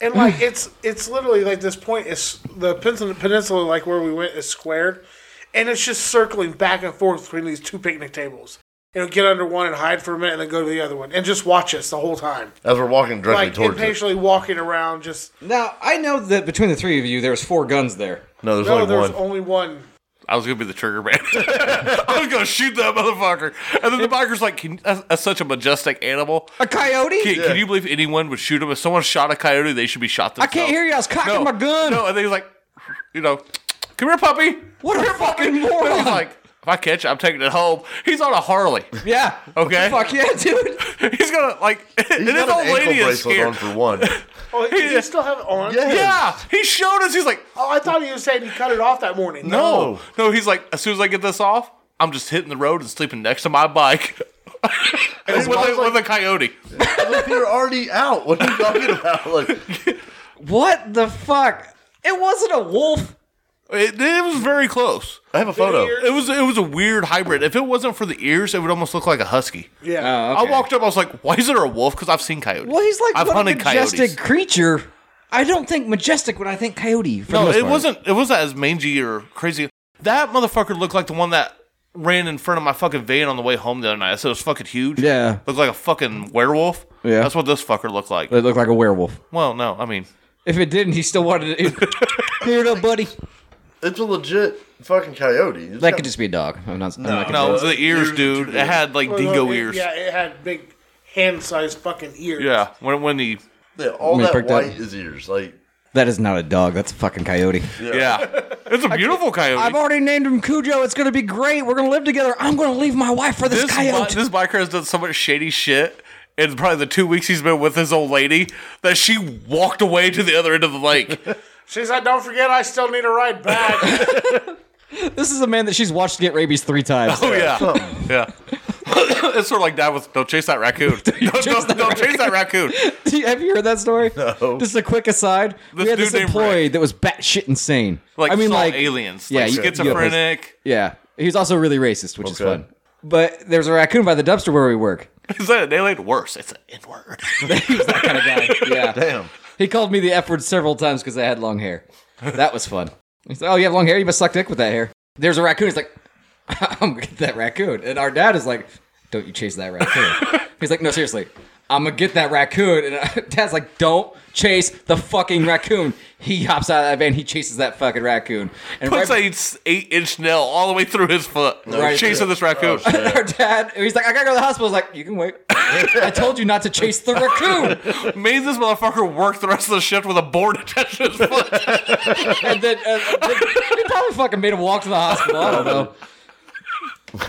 Speaker 5: And like it's it's literally like this point is the peninsula, peninsula like where we went is squared, and it's just circling back and forth between these two picnic tables. You know, get under one and hide for a minute, and then go to the other one, and just watch us the whole time,
Speaker 1: As we're walking directly
Speaker 5: like
Speaker 1: towards it.
Speaker 5: impatiently walking around. Just
Speaker 3: Now I know that between the three of you, there's four guns there.
Speaker 1: No, there's
Speaker 5: no,
Speaker 1: only
Speaker 5: there's
Speaker 1: one.
Speaker 5: only one.
Speaker 2: I was gonna be the trigger man. (laughs) I was gonna shoot that motherfucker. And then the biker's like, can, that's, that's such a majestic animal.
Speaker 3: A coyote?
Speaker 2: Can, can you believe anyone would shoot him? If someone shot a coyote, they should be shot
Speaker 3: I
Speaker 2: themselves.
Speaker 3: can't hear you. I was cocking
Speaker 2: No,
Speaker 3: my gun.
Speaker 2: No, and then he's like, you know, come here, puppy.
Speaker 3: What a fucking
Speaker 2: And he's
Speaker 3: moron!
Speaker 2: like, if I catch you, I'm taking it home. He's on a Harley.
Speaker 3: yeah.
Speaker 2: Okay.
Speaker 3: Fuck yeah, dude.
Speaker 2: (laughs) He's gonna like, and
Speaker 1: He's
Speaker 2: his
Speaker 1: got
Speaker 2: old
Speaker 1: an ankle
Speaker 2: lady is
Speaker 1: bracelet on
Speaker 2: scared. (laughs)
Speaker 1: for one.
Speaker 5: Oh, did he still have it on?
Speaker 1: Yeah.
Speaker 2: Yeah, he showed us. He's like,
Speaker 5: Oh, I thought he was saying he cut it off that morning.
Speaker 1: Oh.
Speaker 2: no, no. He's like, as soon as I get this off, I'm just hitting the road and sleeping next to my bike. (laughs) with, a,
Speaker 1: mom's like-
Speaker 2: with a coyote.
Speaker 1: Look, They're already out. What are you talking about? Like,
Speaker 3: What the fuck? It wasn't a wolf.
Speaker 2: It, it was very close.
Speaker 1: I have a photo.
Speaker 5: Deer.
Speaker 2: It was it was a weird hybrid. If it wasn't for the ears, it would almost look like a husky.
Speaker 3: Oh,
Speaker 1: Oh.
Speaker 5: Yeah.
Speaker 2: I walked up, I was like, "Why is there a wolf?" Because I've seen coyotes.
Speaker 3: Well, he's like
Speaker 2: I've
Speaker 3: what a
Speaker 2: hunted
Speaker 3: majestic
Speaker 2: coyotes.
Speaker 3: creature. I don't think majestic when I think coyote. For the
Speaker 2: No,
Speaker 3: most
Speaker 2: it
Speaker 3: part.
Speaker 2: wasn't. It wasn't as mangy or crazy. That motherfucker looked like the one that ran in front of my fucking van on the way home the other night. I said it was fucking huge.
Speaker 3: Yeah.
Speaker 2: looked like a fucking werewolf.
Speaker 3: Yeah.
Speaker 2: that's what this fucker looked like.
Speaker 3: It looked like a werewolf.
Speaker 2: Well, no, I mean,
Speaker 3: If it didn't, he still
Speaker 2: (laughs)
Speaker 3: wanted it. Clear it up, buddy.
Speaker 1: It's a legit fucking coyote. It's
Speaker 3: That
Speaker 1: got-
Speaker 3: could just be a dog. I'm not. I'm not gonna-
Speaker 2: no, it was the ears,
Speaker 1: are
Speaker 2: dude.
Speaker 1: too
Speaker 2: It
Speaker 1: big.
Speaker 2: had like
Speaker 5: Well,
Speaker 2: dingo
Speaker 5: it-
Speaker 2: ears.
Speaker 5: Yeah, it had big hand-sized fucking ears.
Speaker 2: Yeah, when when he
Speaker 1: Yeah, all
Speaker 3: Me
Speaker 1: that
Speaker 3: pricked up.
Speaker 1: white is ears. Like,
Speaker 3: That is not a dog. That's a fucking coyote.
Speaker 2: yeah, it's a beautiful coyote.
Speaker 3: I've already named him Cujo. It's gonna be great. We're gonna live together. I'm gonna leave my wife for this,
Speaker 2: this bi-
Speaker 3: coyote.
Speaker 2: this biker has done so much shady shit. In probably the two weeks he's been with his old lady, that she walked away to the other end of the lake.
Speaker 5: She's like, don't forget, I still need a
Speaker 1: (laughs)
Speaker 5: ride back.
Speaker 3: This is a man that she's watched get rabies three times.
Speaker 2: oh yeah, yeah. (coughs) it's sort of like that with don't chase that
Speaker 3: (laughs)
Speaker 2: raccoon. don't
Speaker 3: chase
Speaker 2: don't-
Speaker 3: that
Speaker 2: don't chase that raccoon.
Speaker 3: (laughs) Have you heard that story?
Speaker 1: No.
Speaker 3: Just a quick aside.
Speaker 2: This
Speaker 3: we had this
Speaker 2: dude named
Speaker 3: employee
Speaker 2: Rick.
Speaker 3: that was batshit insane.
Speaker 2: Like
Speaker 3: I mean,
Speaker 2: saw
Speaker 3: like
Speaker 2: aliens.
Speaker 3: yeah,
Speaker 2: like
Speaker 3: you- you-
Speaker 2: schizophrenic.
Speaker 3: Yeah, he was also really racist, which is
Speaker 1: Okay.
Speaker 3: fun. But there's a raccoon by the dumpster where we work. (laughs)
Speaker 2: Is that an alien? Worse, it's an N word. (laughs)
Speaker 3: he was that kind of guy. Yeah,
Speaker 1: Damn.
Speaker 3: he called me the F word several times because I had long hair. That was fun. He's like, "Oh, you have long hair. You must suck dick with that hair." There's a raccoon. He's like, (laughs) "I'm gonna get that raccoon," and our dad is like, "Don't you chase
Speaker 2: (laughs)
Speaker 3: that raccoon?" He's like, "No, seriously." I'm gonna get that raccoon, and uh, (laughs) Dad's like, "Don't chase the fucking raccoon." He hops out of that van. He chases that fucking raccoon, and
Speaker 2: Puts
Speaker 3: right-
Speaker 2: a s- eight inch nail all the way through his foot,
Speaker 3: Right. Oh.
Speaker 2: chasing this raccoon.
Speaker 3: (laughs) our dad, he's like, I gotta go to the hospital. I was like, you can wait. I told you not to chase
Speaker 2: (laughs)
Speaker 3: the raccoon.
Speaker 2: (laughs) Made this motherfucker work the rest of the shift with a board attached
Speaker 3: (laughs)
Speaker 2: to his foot.
Speaker 3: And then uh, he probably fucking made him walk to the hospital. I don't know.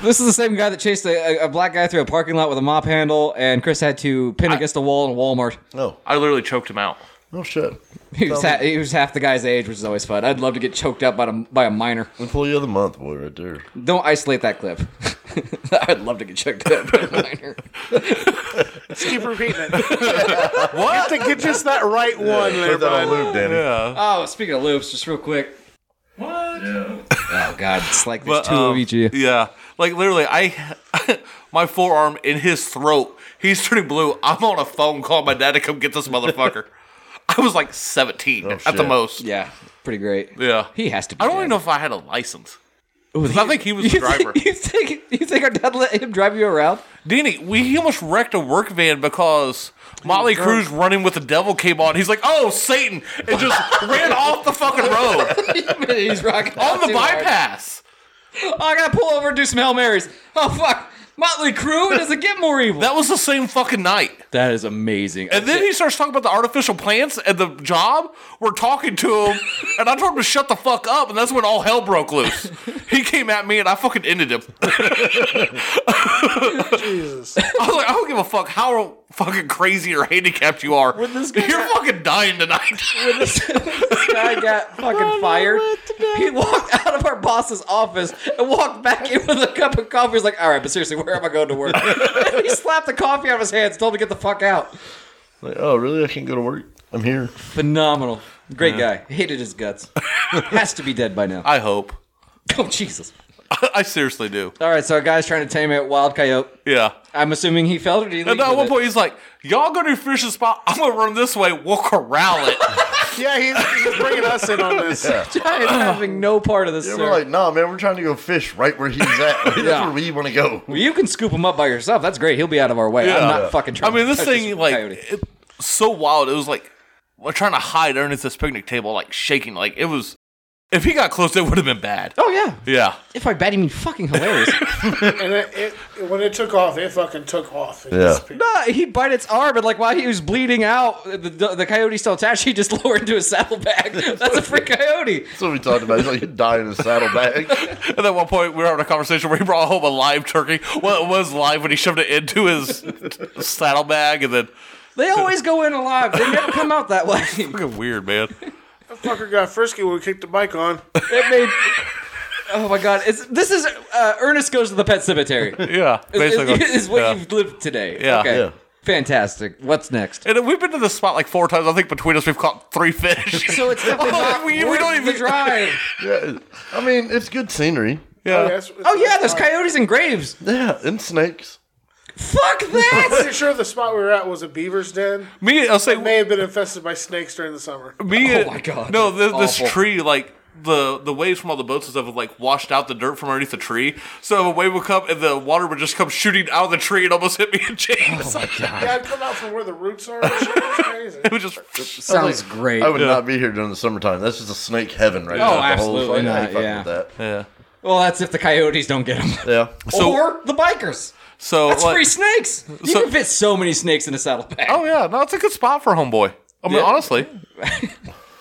Speaker 3: This is the same guy that chased a, a, a black guy through a parking lot with a mop handle, and Chris had to pin against a wall in Walmart.
Speaker 1: No.
Speaker 2: I literally choked him out.
Speaker 1: No shit.
Speaker 3: He was, ha- he was half the guy's age, which is always fun. I'd love to get choked up by a, by a minor.
Speaker 1: Employee of the month, boy, right there.
Speaker 3: Don't isolate that clip. (laughs) I'd love to get choked up by a minor.
Speaker 5: Just keep repeating it.
Speaker 2: What?
Speaker 5: Get just that right one there,
Speaker 1: Put that on
Speaker 5: bud.
Speaker 1: loop, Danny.
Speaker 3: Oh, speaking of loops, just real quick. What? Oh God, it's like there's
Speaker 2: But,
Speaker 3: two
Speaker 2: um,
Speaker 3: of each. of you.
Speaker 2: Yeah, like literally, I (laughs) my forearm in his throat. He's turning blue. I'm on a phone call. My dad to come get this motherfucker. (laughs) I was like 17 at the
Speaker 1: shit.
Speaker 2: most. Yeah.
Speaker 3: Yeah, pretty great. He has to. Be
Speaker 2: I don't
Speaker 3: dead.
Speaker 2: even know if I had a license.
Speaker 3: Ooh,
Speaker 2: 'Cause I think he was the
Speaker 3: you think-
Speaker 2: driver.
Speaker 3: you think you think our dad let him drive you around?
Speaker 2: Danny, we he almost wrecked a work van because Molly Cruz running with the devil came on. He's like, "Oh, Satan!" and just
Speaker 3: (laughs)
Speaker 2: ran off the fucking road
Speaker 3: (laughs) He's rocking
Speaker 2: on
Speaker 3: out
Speaker 2: the
Speaker 3: too hard.
Speaker 2: bypass.
Speaker 3: Oh, I gotta pull over and do some hail marys. Oh fuck, Motley Crue doesn't get more evil.
Speaker 2: That was the same fucking night.
Speaker 3: that is amazing.
Speaker 2: And then he starts talking about the artificial plants and the job. We're talking to him, and I told him to shut the fuck up, and that's when all hell broke loose. he came at me, and I fucking ended him. I was
Speaker 5: Jesus.
Speaker 2: like, I don't give a fuck how fucking crazy or handicapped you are. You're fucking dying tonight.
Speaker 3: (laughs) this guy got fucking fired. He walked out of our boss's office and walked back in with a cup of coffee. He's like, all right, but seriously, where am I going to work? (laughs) he slapped the coffee out of his hands, told him to get the fuck out.
Speaker 1: Like, oh, really? I can't go to work. I'm here.
Speaker 3: Phenomenal. Great guy. Hated his guts. Has to be dead by now.
Speaker 2: I hope.
Speaker 3: Oh, Jesus.
Speaker 2: (laughs) I seriously do.
Speaker 3: All right, so a guy's trying to tame a wild coyote.
Speaker 2: Yeah.
Speaker 3: I'm assuming he felled it. Or did he
Speaker 2: And
Speaker 3: leave
Speaker 2: at
Speaker 3: with
Speaker 2: one
Speaker 3: it?
Speaker 2: point, he's like, "Y'all go to your fishing spot. I'm gonna run this way. We'll corral it."
Speaker 5: Yeah, he's, he's bringing us in on this.
Speaker 3: I am having no part of this,
Speaker 1: They
Speaker 3: sir.
Speaker 1: were like, nah, man, we're trying to go fish right where he's at. Like, that's
Speaker 3: (laughs) Yeah.
Speaker 1: where we want to go.
Speaker 3: Well, you can scoop him up by yourself. That's great. He'll be out of our way. I'm not
Speaker 2: Yeah.
Speaker 3: fucking
Speaker 2: I
Speaker 3: trying
Speaker 2: mean,
Speaker 3: to
Speaker 2: this
Speaker 3: touch
Speaker 2: thing like
Speaker 3: coyote.
Speaker 2: it, so wild. It was like we're trying to hide underneath this picnic table, like shaking. Like it was. If he got close, it would have been
Speaker 3: (laughs)
Speaker 2: bad.
Speaker 3: Oh, yeah.
Speaker 2: Yeah,
Speaker 3: If I bat, you mean fucking
Speaker 2: (laughs)
Speaker 3: hilarious.
Speaker 5: And it, it, when it took off, it fucking took off. It
Speaker 1: Yeah.
Speaker 5: disappeared.
Speaker 3: No, he bit its arm, and like while he was bleeding out, the, the, the coyote's still attached. He just (laughs) lowered into his saddlebag. That's a free coyote.
Speaker 1: That's what we talked about. He's like, he'd die in a
Speaker 2: (laughs)
Speaker 1: saddlebag.
Speaker 2: and at one point we were having a conversation where he brought home a live turkey. Well, it was live when he shoved it into
Speaker 3: (laughs)
Speaker 2: his saddlebag, and then
Speaker 3: They always go in alive. They never come out
Speaker 2: (laughs)
Speaker 3: that way. It
Speaker 2: fucking weird, man.
Speaker 5: Fucker got frisky when we kicked the bike on.
Speaker 3: made. Oh my god! It's, this is uh, Ernest goes to the pet cemetery. (laughs) Is,
Speaker 2: Yeah, basically,
Speaker 3: is, is what
Speaker 2: Yeah.
Speaker 3: you've lived today.
Speaker 2: Yeah.
Speaker 3: Okay.
Speaker 1: Yeah.
Speaker 3: Fantastic. What's next?
Speaker 2: And we've been to this spot like four times. I think between us, we've caught three fish.
Speaker 3: So (laughs) it's definitely
Speaker 2: Oh,
Speaker 3: not
Speaker 2: we- we
Speaker 3: worth
Speaker 2: don't
Speaker 3: the
Speaker 2: even-
Speaker 3: drive.
Speaker 1: yeah. I mean, it's good scenery.
Speaker 5: Oh,
Speaker 2: yeah,
Speaker 5: that's-
Speaker 3: (laughs) Oh yeah, there's coyotes and graves.
Speaker 1: Yeah, and snakes.
Speaker 3: Fuck (laughs)
Speaker 5: I'm
Speaker 3: that!
Speaker 5: pretty sure the spot we were at was a beaver's den.
Speaker 2: (laughs) me. I'll say
Speaker 5: It may have been infested by snakes during the summer.
Speaker 2: me
Speaker 3: Oh
Speaker 2: and-
Speaker 3: my God,
Speaker 2: No,
Speaker 3: that's
Speaker 2: this, this
Speaker 3: awful.
Speaker 2: tree like the the waves from all the boats and stuff have like washed out the dirt from underneath the tree. So a wave would come and the water would just come shooting out of the tree and almost hit me in (laughs) James.
Speaker 3: Oh.
Speaker 5: (laughs) Yeah, I'd come out from where the roots are. and shit. It's
Speaker 3: (laughs)
Speaker 5: crazy.
Speaker 2: it was just
Speaker 3: Sounds great.
Speaker 1: I would not be here during the summertime. That's just a snake heaven right now.
Speaker 3: Oh,
Speaker 1: The whole-
Speaker 3: absolutely
Speaker 1: I ain't
Speaker 3: not,
Speaker 1: fucking
Speaker 3: yeah.
Speaker 1: with that.
Speaker 2: yeah.
Speaker 3: Well, that's if the coyotes don't get them.
Speaker 1: Yeah.
Speaker 2: So
Speaker 3: or the bikers.
Speaker 2: so
Speaker 3: That's
Speaker 2: like-
Speaker 3: free snakes. You
Speaker 2: so-
Speaker 3: can fit so many snakes in a saddlebag.
Speaker 2: oh yeah, no, it's a good spot for homeboy. I mean,
Speaker 3: Yeah.
Speaker 2: honestly,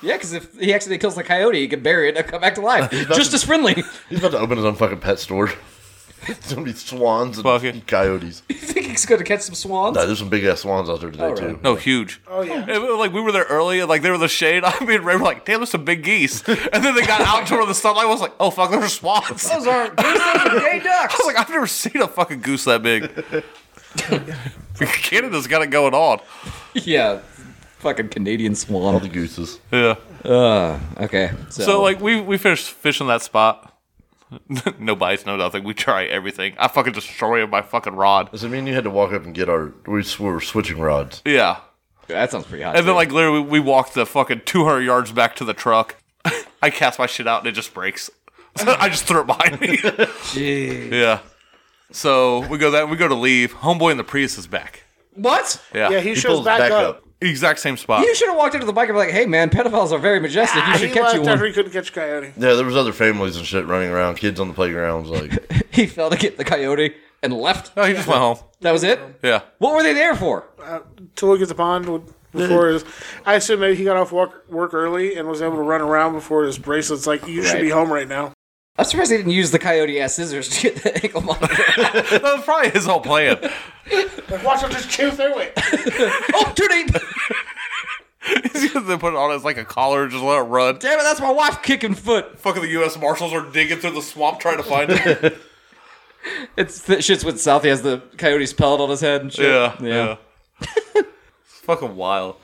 Speaker 3: Yeah, because if he
Speaker 2: (laughs)
Speaker 3: accidentally kills the coyote, he can bury it and come back to life. Just as friendly. (laughs)
Speaker 1: He's about to open his own fucking pet store. (laughs) It's gonna be swans and
Speaker 2: Fuck it.
Speaker 1: coyotes.
Speaker 3: You think he's going to catch some swans?
Speaker 1: No, there's some big ass swans out there today
Speaker 3: Alright.
Speaker 1: too.
Speaker 2: No, huge.
Speaker 5: Oh yeah.
Speaker 2: It was like we were there early, and like they were in the shade. (laughs) I mean, Ray were like, "Damn, there's some big geese." And then they got out toward the sunlight. I was like, "Oh fuck, there's swans." (laughs) I
Speaker 3: Those aren't those are gay ducks.
Speaker 2: (laughs) was like, "I've never seen a fucking goose that big." (laughs) Canada's got it going on.
Speaker 3: yeah, fucking Canadian
Speaker 1: All
Speaker 3: swan.
Speaker 1: the gooses.
Speaker 2: Yeah.
Speaker 3: Uh, okay. So,
Speaker 2: So like we we finished fishing that spot. (laughs) no bites, no nothing. We try everything. I fucking destroy my fucking rod.
Speaker 1: Does it mean you had to walk up and get our? We s- we were switching rods.
Speaker 2: Yeah.
Speaker 3: that sounds pretty hot.
Speaker 2: And then
Speaker 3: too.
Speaker 2: like literally we walked the fucking 200 yards back to the truck. (laughs) I cast my shit out and it just breaks. (laughs) So I just threw it behind
Speaker 3: (laughs)
Speaker 2: me.
Speaker 3: Jeez.
Speaker 2: yeah. So we go that we go to leave. Homeboy in the Prius is back.
Speaker 3: what?
Speaker 2: Yeah.
Speaker 5: Yeah, he, shows back, up.
Speaker 2: exact same spot.
Speaker 3: You should have walked into the bike and be like, "Hey, man, pedophiles are very majestic. You should
Speaker 5: Ah, He
Speaker 3: catch
Speaker 5: left
Speaker 3: you
Speaker 5: after
Speaker 3: one."
Speaker 5: he couldn't catch coyote.
Speaker 1: Yeah, there was other families and shit running around, kids on the playgrounds. Like,
Speaker 3: He fell to get the coyote and left.
Speaker 2: No, he just went home.
Speaker 3: That was it.
Speaker 2: Yeah.
Speaker 3: What were they there for?
Speaker 5: To look at the pond w- before his, I assume maybe he got off work, work early and was able to run around before his bracelets. Like you should
Speaker 3: Right.
Speaker 5: be home right now.
Speaker 3: I'm surprised they didn't use the coyote ass scissors to get the (laughs) ankle monitor.
Speaker 2: That was probably his whole plan. (laughs)
Speaker 5: Like watch him just chew through it.
Speaker 3: oh, too deep.
Speaker 2: He's gonna put it on as like a collar and just let it run.
Speaker 3: Damn it, that's my wife kicking foot.
Speaker 2: Fucking the US Marshals are digging through the swamp trying to find it.
Speaker 3: It's that shit's with South. He has the coyote's pellet on his head and shit.
Speaker 2: Yeah, yeah. (laughs)
Speaker 3: yeah.
Speaker 2: it's fucking wild.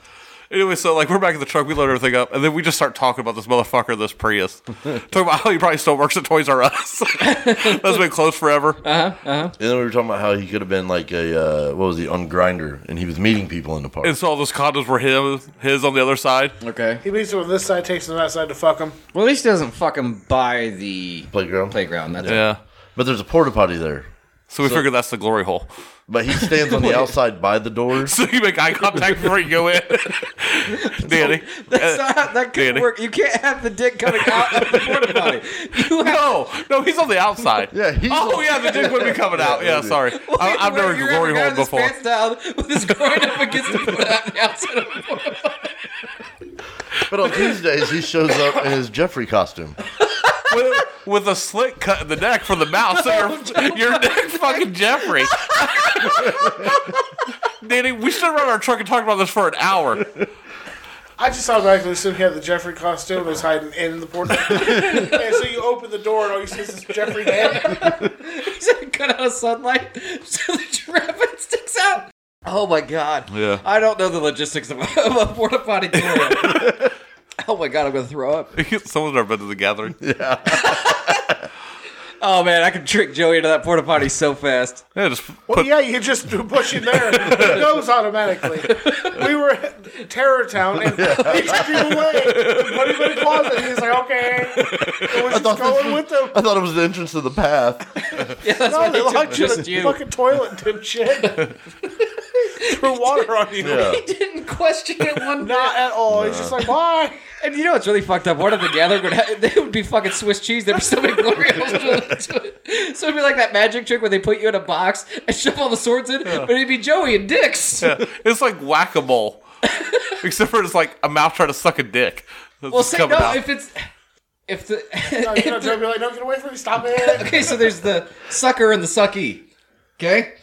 Speaker 2: Anyway, so like we're back in the truck, we load everything up, and then we just start talking about this motherfucker, this Prius. (laughs) Talking about how he probably still works at Toys R Us. (laughs) That's been closed forever.
Speaker 1: and then we were talking about how he could have been like a uh, what was he on Grinder, and he was meeting people in the park.
Speaker 2: And so all those condoms were him, his on the other side.
Speaker 3: Okay.
Speaker 5: He meets him on this side, takes him outside to fuck him.
Speaker 3: Well, at least he doesn't fuck him by the
Speaker 1: playground.
Speaker 3: playground. That's
Speaker 2: Yeah.
Speaker 1: But there's a porta potty there.
Speaker 2: So we figured that's the glory hole. (laughs)
Speaker 1: But he stands on the outside by the door.
Speaker 2: So you make eye contact before you (laughs) go in. Danny.
Speaker 3: That's
Speaker 2: uh,
Speaker 3: not, (laughs) that could
Speaker 2: Danny.
Speaker 3: not work. You can't have the dick coming out of the porta potty. You have
Speaker 2: (laughs) no, no, he's on the outside.
Speaker 1: Yeah, he's
Speaker 2: oh
Speaker 1: on-
Speaker 2: yeah, the dick would be coming out. Yeah,
Speaker 1: be.
Speaker 2: sorry, I, Oh, I've never
Speaker 3: You're having
Speaker 2: glory
Speaker 3: a guy
Speaker 2: hole
Speaker 3: with his
Speaker 2: before.
Speaker 3: Pants down with his groin up against the porta on the outside of the porta potty.
Speaker 1: But on Tuesdays, he shows up in his Jeffrey costume.
Speaker 2: with, with a slit cut in the neck from the mouth. So
Speaker 3: (laughs)
Speaker 2: your your neck fucking Jeffrey. Danny, we should run our truck and talk about this for an hour. (laughs)
Speaker 5: I just automatically assumed he had the Jeffrey costume and was hiding in the (laughs) porta. and so you open the door and all you see is this Jeffrey head.
Speaker 3: (laughs) He's gonna cut out of sunlight so the giraffe head (laughs) sticks out. Oh my god.
Speaker 2: Yeah.
Speaker 3: I don't know the logistics of (laughs) a, of a porta potty door.
Speaker 2: (laughs)
Speaker 3: oh my god, I'm gonna throw up.
Speaker 2: Someone's never been to the gathering. Yeah,
Speaker 3: Oh man, I can trick Joey into that porta potty so fast.
Speaker 2: just
Speaker 5: Well,
Speaker 2: put-
Speaker 5: yeah, you just push him there. It goes automatically. We were at Terror Town and he took him away. Put him in the closet. He was like, okay. It was just going with him.
Speaker 1: I thought it was the entrance to the path.
Speaker 3: Yeah, that's why
Speaker 5: No,
Speaker 3: they
Speaker 5: they
Speaker 3: took
Speaker 5: locked you in
Speaker 3: just
Speaker 5: the
Speaker 3: you.
Speaker 5: fucking toilet, dipshit. Threw water on you.
Speaker 1: Yeah.
Speaker 3: He didn't question it (laughs) one bit.
Speaker 5: Not at all. He's just like, why? (laughs)
Speaker 3: And you know what's really fucked up? One of the gathering would ha- (laughs) they would be fucking Swiss cheese. They'd be so many glory holes to it- to it. (laughs) So it'd be like that magic trick where they put you in a box and shove all the swords in, but it'd be Joey and dicks.
Speaker 2: it's like whack a
Speaker 3: (laughs)
Speaker 2: mole, except for it's like a mouth trying to suck a dick. That's
Speaker 3: Well,
Speaker 2: just
Speaker 3: see,
Speaker 2: coming
Speaker 3: no,
Speaker 2: out.
Speaker 3: if it's if the
Speaker 5: No, you know, Joe be like, no, get away from me. Stop
Speaker 3: (laughs)
Speaker 5: it.
Speaker 3: okay, so there's the sucker and the sucky. Okay,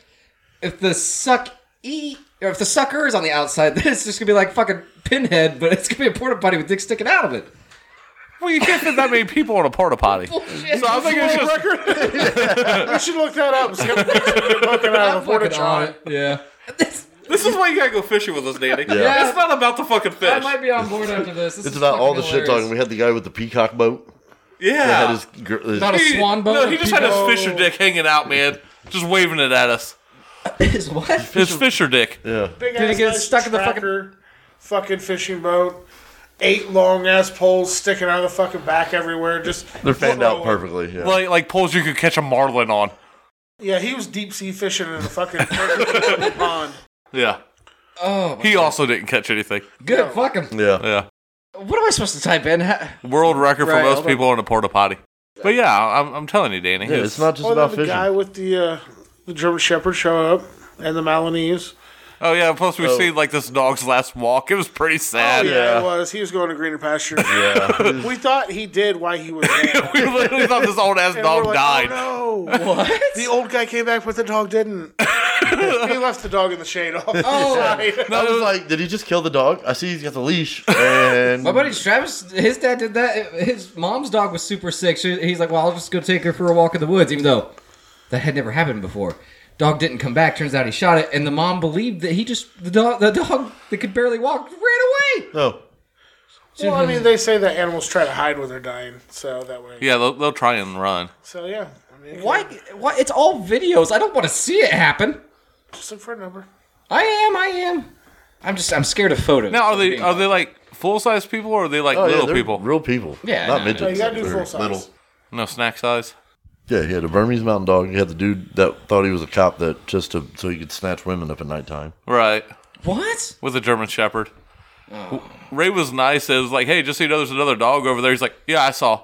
Speaker 3: if the suck e or if the sucker is on the outside, (laughs) then it's just gonna be like fucking pinhead, but it's gonna be a porta potty with dick sticking out of it.
Speaker 2: well, you can't fit that many people in a porta potty. So
Speaker 3: Bullshit.
Speaker 2: I think it's just
Speaker 5: You should look that up. See how many things are poking out of a porta
Speaker 3: Fucking on
Speaker 5: john.
Speaker 3: it. Yeah, This-
Speaker 2: this is why you gotta go fishing with us, Danny.
Speaker 1: Yeah.
Speaker 2: it's not about the fucking
Speaker 3: I
Speaker 2: fish.
Speaker 3: might be on board after this. This
Speaker 1: It's
Speaker 3: is
Speaker 1: about all the
Speaker 3: fucking
Speaker 1: shit talking.
Speaker 3: hilarious.
Speaker 1: We had the guy with the peacock boat. That
Speaker 2: yeah,
Speaker 1: had his, gr- his
Speaker 3: Not a swan boat.
Speaker 2: No, he just had his
Speaker 3: Peacock?
Speaker 2: fisher dick hanging out, man, just waving it at us.
Speaker 3: His (laughs) what?
Speaker 2: His fisher dick.
Speaker 5: Big
Speaker 3: Did he
Speaker 5: ass
Speaker 3: get
Speaker 5: nice
Speaker 3: stuck in the fucking-
Speaker 5: tracker, fucking fishing boat? Eight long ass poles sticking out of the fucking back everywhere. Just
Speaker 1: they're fanned out perfectly. Yeah.
Speaker 2: like like poles you could catch a marlin on.
Speaker 5: Yeah, he was deep sea fishing in a fucking
Speaker 1: (laughs)
Speaker 5: perfect pond.
Speaker 2: Yeah.
Speaker 3: Oh,
Speaker 2: He also didn't catch anything.
Speaker 3: good. Fuck him.
Speaker 1: yeah.
Speaker 2: Yeah.
Speaker 3: What am I supposed to type in? (laughs) Ha-
Speaker 2: World record for
Speaker 3: Right,
Speaker 2: most
Speaker 3: hold on.
Speaker 2: people in a porta potty. But yeah, I'm, I'm telling you, Danny.
Speaker 1: Yeah, it's not just
Speaker 5: Oh, then
Speaker 1: about
Speaker 5: the
Speaker 1: fishing.
Speaker 5: guy with the uh, the German Shepherd showed up and the Malinese.
Speaker 2: Oh yeah. Plus we've
Speaker 1: Oh.
Speaker 2: seen like this dog's last walk. It was pretty
Speaker 5: Oh,
Speaker 2: sad.
Speaker 5: yeah,
Speaker 1: Yeah.
Speaker 5: it was. He was going to greener pasture. (laughs)
Speaker 1: Yeah.
Speaker 5: we thought he did why he was
Speaker 1: (laughs)
Speaker 5: there.
Speaker 2: (laughs) we literally thought this old ass
Speaker 5: And
Speaker 2: dog
Speaker 5: we're
Speaker 2: died.
Speaker 5: like, Oh, no. The old guy came back, but the dog didn't. (laughs) he left the dog in the shade off.
Speaker 3: Oh.
Speaker 1: I was like, did he just kill the dog? I see he's got the leash. And
Speaker 3: My buddy Travis, his dad did that. His mom's dog was super sick. She, he's like, "Well, I'll just go take her for a walk in the woods," even though that had never happened before. Dog didn't come back. Turns out he shot it, and the mom believed that he just the dog the dog that could barely walk ran away.
Speaker 1: no.
Speaker 5: Well, I mean, they say that animals try to hide when they're dying, so that way.
Speaker 2: Yeah, they'll, they'll try and run.
Speaker 5: So yeah, I mean,
Speaker 3: Why? Why? It's all videos. I don't want to see it happen.
Speaker 5: Just look for a number.
Speaker 3: I am. I am. I'm just. I'm scared of photos.
Speaker 2: Now are they are they like full size people or are they like
Speaker 1: Oh, yeah,
Speaker 2: little
Speaker 1: they're
Speaker 2: people?
Speaker 1: Real people.
Speaker 3: Yeah,
Speaker 1: Not
Speaker 3: no, no.
Speaker 1: midgets.
Speaker 5: No, you gotta do
Speaker 1: They're
Speaker 5: full size.
Speaker 1: Little.
Speaker 2: No snack size.
Speaker 1: Yeah, he had a Burmese mountain dog. He had the dude that thought he was a cop that just to, so he could snatch women up at nighttime.
Speaker 2: Right.
Speaker 3: What?
Speaker 2: With a German Shepherd.
Speaker 5: Oh.
Speaker 2: W- Ray was nice. It was like, hey, just so you know, there's another dog over there. He's like, yeah, I saw.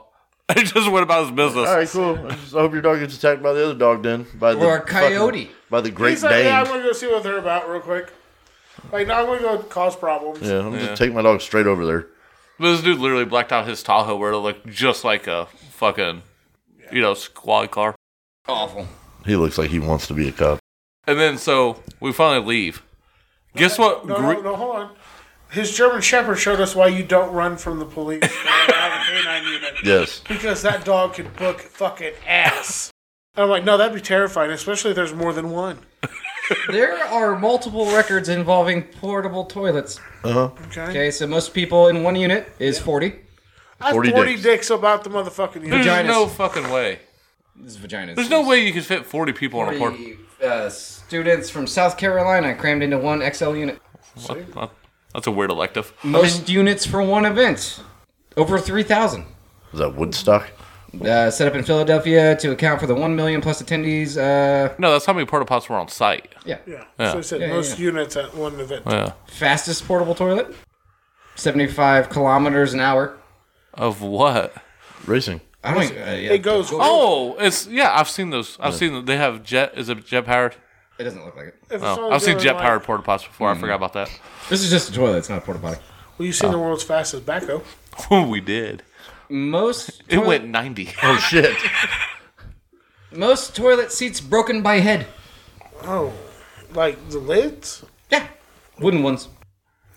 Speaker 2: (laughs) He just went about his business.
Speaker 1: All right, cool. I, just, I hope your dog gets attacked by the other dog then. By the
Speaker 3: Or a coyote.
Speaker 1: fucking- by the Great
Speaker 5: He's like,
Speaker 1: Dane.
Speaker 5: yeah, I'm gonna go see what they're about real quick. Like, no, I'm gonna go cause problems.
Speaker 1: yeah, I'm just taking my dog straight over there.
Speaker 2: But this dude literally blacked out his Tahoe where it looked just like a fucking, you know, squad car.
Speaker 3: Awful.
Speaker 1: He looks like he wants to be a cop.
Speaker 2: And then so we finally leave. Guess what?
Speaker 5: No,
Speaker 2: Gre-
Speaker 5: no, no, hold on. His German Shepherd showed us why you don't run from
Speaker 1: (laughs)
Speaker 5: the police. when you have a canine unit.
Speaker 1: Yes.
Speaker 5: Because that dog could book fucking ass. And I'm like, no, that'd be terrifying, especially if there's more than one.
Speaker 3: There are multiple records involving portable toilets.
Speaker 5: Okay.
Speaker 3: Okay, so most people in one unit is 40.
Speaker 5: I have 40
Speaker 1: 40
Speaker 5: dicks.
Speaker 1: dicks.
Speaker 5: about the
Speaker 2: (laughs)
Speaker 5: motherfucking
Speaker 2: There's
Speaker 5: unit.
Speaker 3: Vagina. vaginas.
Speaker 2: no fucking way.
Speaker 3: This is vaginas.
Speaker 2: There's no way you could fit 40 people on a port.
Speaker 3: Three, uh, students from South Carolina crammed into one XL unit.
Speaker 2: Huh? That's a weird elective.
Speaker 3: Most units for one event. Over 3,000.
Speaker 1: Is that Woodstock?
Speaker 3: Uh, set up in Philadelphia to account for the 1 million plus attendees. Uh,
Speaker 2: No, that's how many porta pots were on site.
Speaker 3: yeah.
Speaker 5: Yeah. So I said
Speaker 3: Yeah,
Speaker 5: most
Speaker 3: yeah,
Speaker 5: units at one event.
Speaker 2: Yeah.
Speaker 3: Fastest portable toilet? 75 kilometers an hour.
Speaker 2: Of what?
Speaker 1: Racing.
Speaker 3: I don't even, uh, yeah,
Speaker 5: It goes.
Speaker 2: Oh, it's yeah. I've seen those. I've seen them. They have jet. Is it jet powered?
Speaker 3: It doesn't look like it.
Speaker 5: If it's
Speaker 2: Oh,
Speaker 5: only
Speaker 2: I've seen
Speaker 5: doing,
Speaker 2: jet
Speaker 5: like-
Speaker 2: powered porta pots before. I forgot about that. (laughs)
Speaker 3: This is just a toilet. It's not a porta potty.
Speaker 5: Well, you've seen the world's fastest backhoe.
Speaker 2: Oh, we did.
Speaker 3: Most
Speaker 2: It
Speaker 3: toilet-
Speaker 2: went ninety. (laughs)
Speaker 1: Oh,
Speaker 3: (laughs)
Speaker 1: shit.
Speaker 3: most toilet seats broken by head.
Speaker 5: Oh, like the lids?
Speaker 3: Yeah, wooden ones.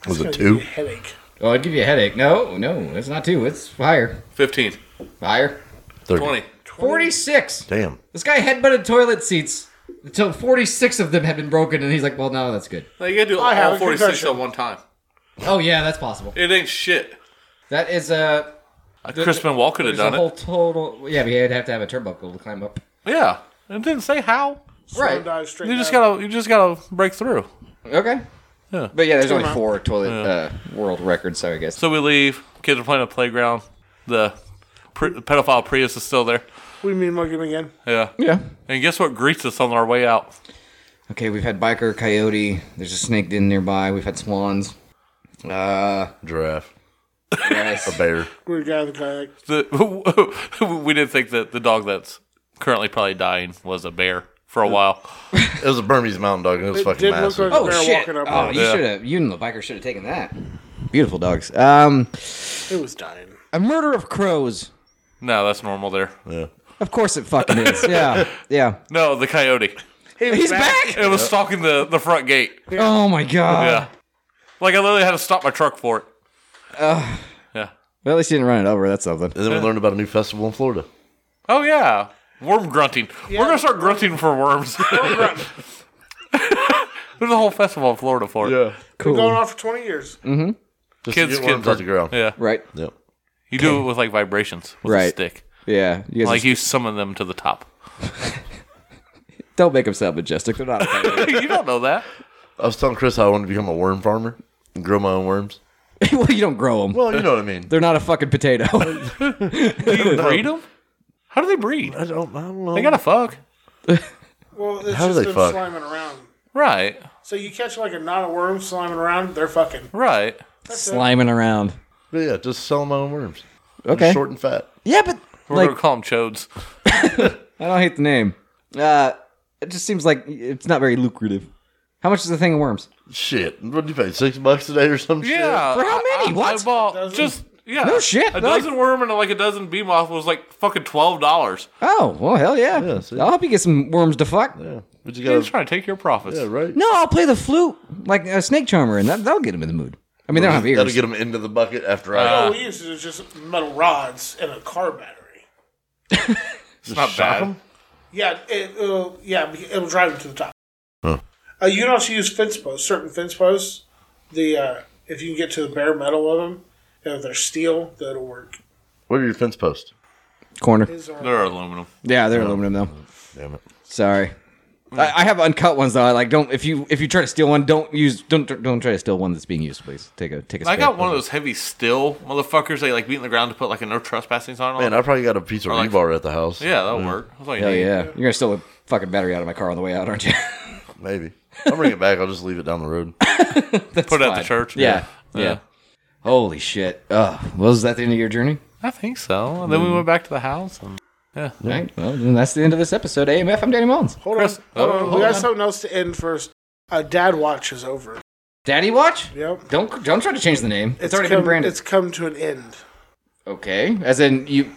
Speaker 1: Was it
Speaker 5: It's gonna give
Speaker 1: two?
Speaker 5: you a headache.
Speaker 3: Oh, it'd give you a headache. No, no, it's not two. It's higher,
Speaker 2: 15,
Speaker 3: higher.
Speaker 1: 30.
Speaker 2: 20.
Speaker 3: Forty-six.
Speaker 1: Damn.
Speaker 3: This guy headbutted toilet seats until forty-six of them had been broken, and he's like, "Well, no, that's good."
Speaker 2: Now you gotta do
Speaker 5: I have
Speaker 2: all
Speaker 5: a
Speaker 2: 46
Speaker 5: concussion.
Speaker 2: at one time.
Speaker 3: Oh yeah, that's possible.
Speaker 2: It ain't shit.
Speaker 3: That is a
Speaker 2: Crispin Wall could have
Speaker 3: there's a
Speaker 2: done
Speaker 3: whole
Speaker 2: it.
Speaker 3: total. Yeah, but you'd have to have a turnbuckle to climb up.
Speaker 2: Yeah, it didn't say how.
Speaker 3: Right.
Speaker 5: Dive straight
Speaker 2: You just
Speaker 5: down.
Speaker 2: gotta, you just gotta break through.
Speaker 3: Okay.
Speaker 2: Yeah.
Speaker 3: But yeah, there's only four toilet uh, world records, so I guess.
Speaker 2: So we leave. Kids are playing a playground. The pre- pedophile Prius is still there.
Speaker 5: We mean mug him again.
Speaker 2: Yeah.
Speaker 3: yeah.
Speaker 2: And guess what greets us on our way out?
Speaker 3: Okay, we've had biker, coyote. There's a snake den nearby. We've had swans. Uh,
Speaker 1: Giraffe.
Speaker 3: yes.
Speaker 1: Bear.
Speaker 5: Weird guy in the kayak.
Speaker 2: The, (laughs) we didn't think that the dog that's currently probably dying was a bear for a while.
Speaker 1: It was a Burmese mountain dog, and it was
Speaker 5: It
Speaker 1: fucking
Speaker 5: did look
Speaker 1: massive.
Speaker 5: like-
Speaker 3: Oh
Speaker 5: Bear
Speaker 3: shit!
Speaker 5: walking up
Speaker 3: oh,
Speaker 5: there.
Speaker 3: you
Speaker 2: Yeah.
Speaker 3: should have. You and the biker should have taken that. Beautiful dogs. Um,
Speaker 5: It was dying.
Speaker 3: a murder of crows.
Speaker 2: No, that's normal there.
Speaker 3: Of course it fucking is. Yeah, yeah.
Speaker 2: No, the coyote.
Speaker 5: He was
Speaker 3: He's back.
Speaker 2: It was stalking the, the front gate.
Speaker 3: Oh my god.
Speaker 2: Yeah. Like I literally had to stop my truck for it. yeah.
Speaker 3: Well, at least you didn't run it over. That's something.
Speaker 1: And then we learned about a new festival in Florida.
Speaker 2: Oh yeah. Worm grunting. We're gonna start grunting for worms. (laughs) There's a whole festival in Florida for it.
Speaker 1: Yeah.
Speaker 5: Been going on for 20 years.
Speaker 3: Mm.
Speaker 1: Just
Speaker 2: Kids,
Speaker 1: kids,
Speaker 2: kids
Speaker 1: kids. Out
Speaker 2: are-
Speaker 1: the ground.
Speaker 2: Yeah.
Speaker 3: Right.
Speaker 1: Yep.
Speaker 2: You do it with like vibrations with a
Speaker 3: Right.
Speaker 2: stick.
Speaker 3: Yeah. You guys
Speaker 2: Like
Speaker 3: just
Speaker 2: you summon them to the top. (laughs)
Speaker 3: don't make them sound majestic. They're not.
Speaker 2: (laughs)
Speaker 3: okay.
Speaker 2: you don't know that.
Speaker 1: I was telling Chris how I wanted to become a worm farmer and grow my own worms.
Speaker 3: (laughs) well, you don't grow them.
Speaker 1: Well, you know what I mean.
Speaker 3: They're not a fucking potato. (laughs)
Speaker 2: Do you breed them? How do they breed?
Speaker 1: I don't, I don't know.
Speaker 2: They gotta fuck.
Speaker 5: Well, it's
Speaker 1: How do
Speaker 5: just
Speaker 1: they
Speaker 5: them
Speaker 1: fuck?
Speaker 5: sliming around.
Speaker 2: Right.
Speaker 5: So you catch like a knot of worms sliming around, they're fucking.
Speaker 2: Right.
Speaker 3: Sliming around.
Speaker 1: But yeah, just selling my own worms.
Speaker 3: Okay.
Speaker 1: Short and fat.
Speaker 3: Yeah, but
Speaker 2: We're
Speaker 3: like,
Speaker 2: gonna call them chodes.
Speaker 3: I don't hate the name. Uh, it just seems like it's not very lucrative. How much is the thing of worms?
Speaker 1: Shit, what did you pay? Six bucks a day or some shit?
Speaker 2: Yeah.
Speaker 3: For how
Speaker 2: I-
Speaker 3: many?
Speaker 2: I,
Speaker 3: What?
Speaker 2: I bought
Speaker 5: Dozen?
Speaker 2: just yeah.
Speaker 3: No shit,
Speaker 2: A
Speaker 3: they're like-
Speaker 2: dozen worm and like a dozen bee moth was like fucking twelve dollars.
Speaker 3: Oh, well, hell yeah.
Speaker 1: Yeah, see?
Speaker 3: I'll help you get some worms to fuck.
Speaker 1: Yeah. But you
Speaker 2: He's
Speaker 1: gotta.
Speaker 2: trying to take your profits.
Speaker 1: Yeah, right?
Speaker 3: No, I'll play the flute like a snake charmer, and that, that'll get him in the mood. I mean, they don't have
Speaker 1: That'll
Speaker 3: ears.
Speaker 1: get them into the bucket after I.
Speaker 2: Uh,
Speaker 5: All we used to do was just metal rods and a car battery.
Speaker 2: it's not bad.
Speaker 5: Yeah, it, it'll, yeah, it'll drive them to the top.
Speaker 1: Huh.
Speaker 5: Uh, you can also use fence posts. Certain fence posts, the uh, if you can get to the bare metal of them, and if they're steel, that'll work.
Speaker 1: What are your fence posts?
Speaker 3: Corner.
Speaker 5: These are-
Speaker 2: They're aluminum.
Speaker 3: Yeah, they're aluminum though.
Speaker 1: Damn it.
Speaker 3: Sorry. I, I have uncut ones though. I like don't if you if you try to steal one, don't use don't don't try to steal one that's being used, please. Take a take a
Speaker 2: I
Speaker 3: spit.
Speaker 2: got one of those heavy steel motherfuckers that you like beat in the ground to put like a no trespassing sign on.
Speaker 1: Man,
Speaker 2: it.
Speaker 1: I probably got a piece of
Speaker 2: like-
Speaker 1: rebar at the house.
Speaker 2: yeah, that'll work. That's all you
Speaker 3: Hell
Speaker 2: need.
Speaker 3: Oh, yeah. You're gonna steal a fucking battery out of my car on the way out, aren't you?
Speaker 1: Maybe. I'll bring it back. I'll just leave it down the
Speaker 2: (laughs)
Speaker 1: road.
Speaker 3: That's
Speaker 2: Put it (laughs) at the
Speaker 3: fine.
Speaker 2: church.
Speaker 3: Yeah. Yeah.
Speaker 2: Yeah.
Speaker 3: Holy shit. Ugh. Well, was that the end of your journey?
Speaker 2: I think so. And then we went back to the house. And
Speaker 3: All right. Well, then that's the end of this episode. AMF, I'm Danny Mullins.
Speaker 5: Hold
Speaker 2: Chris,
Speaker 5: on, hold
Speaker 2: oh,
Speaker 5: on.
Speaker 2: hold
Speaker 5: we got
Speaker 2: on.
Speaker 5: something else to end first. Uh, Dad watch is over.
Speaker 3: Daddy Watch?
Speaker 5: Yep.
Speaker 3: Don't don't try to change the name. It's, already
Speaker 5: come,
Speaker 3: been branded.
Speaker 5: It's come to an end.
Speaker 3: Okay. As in you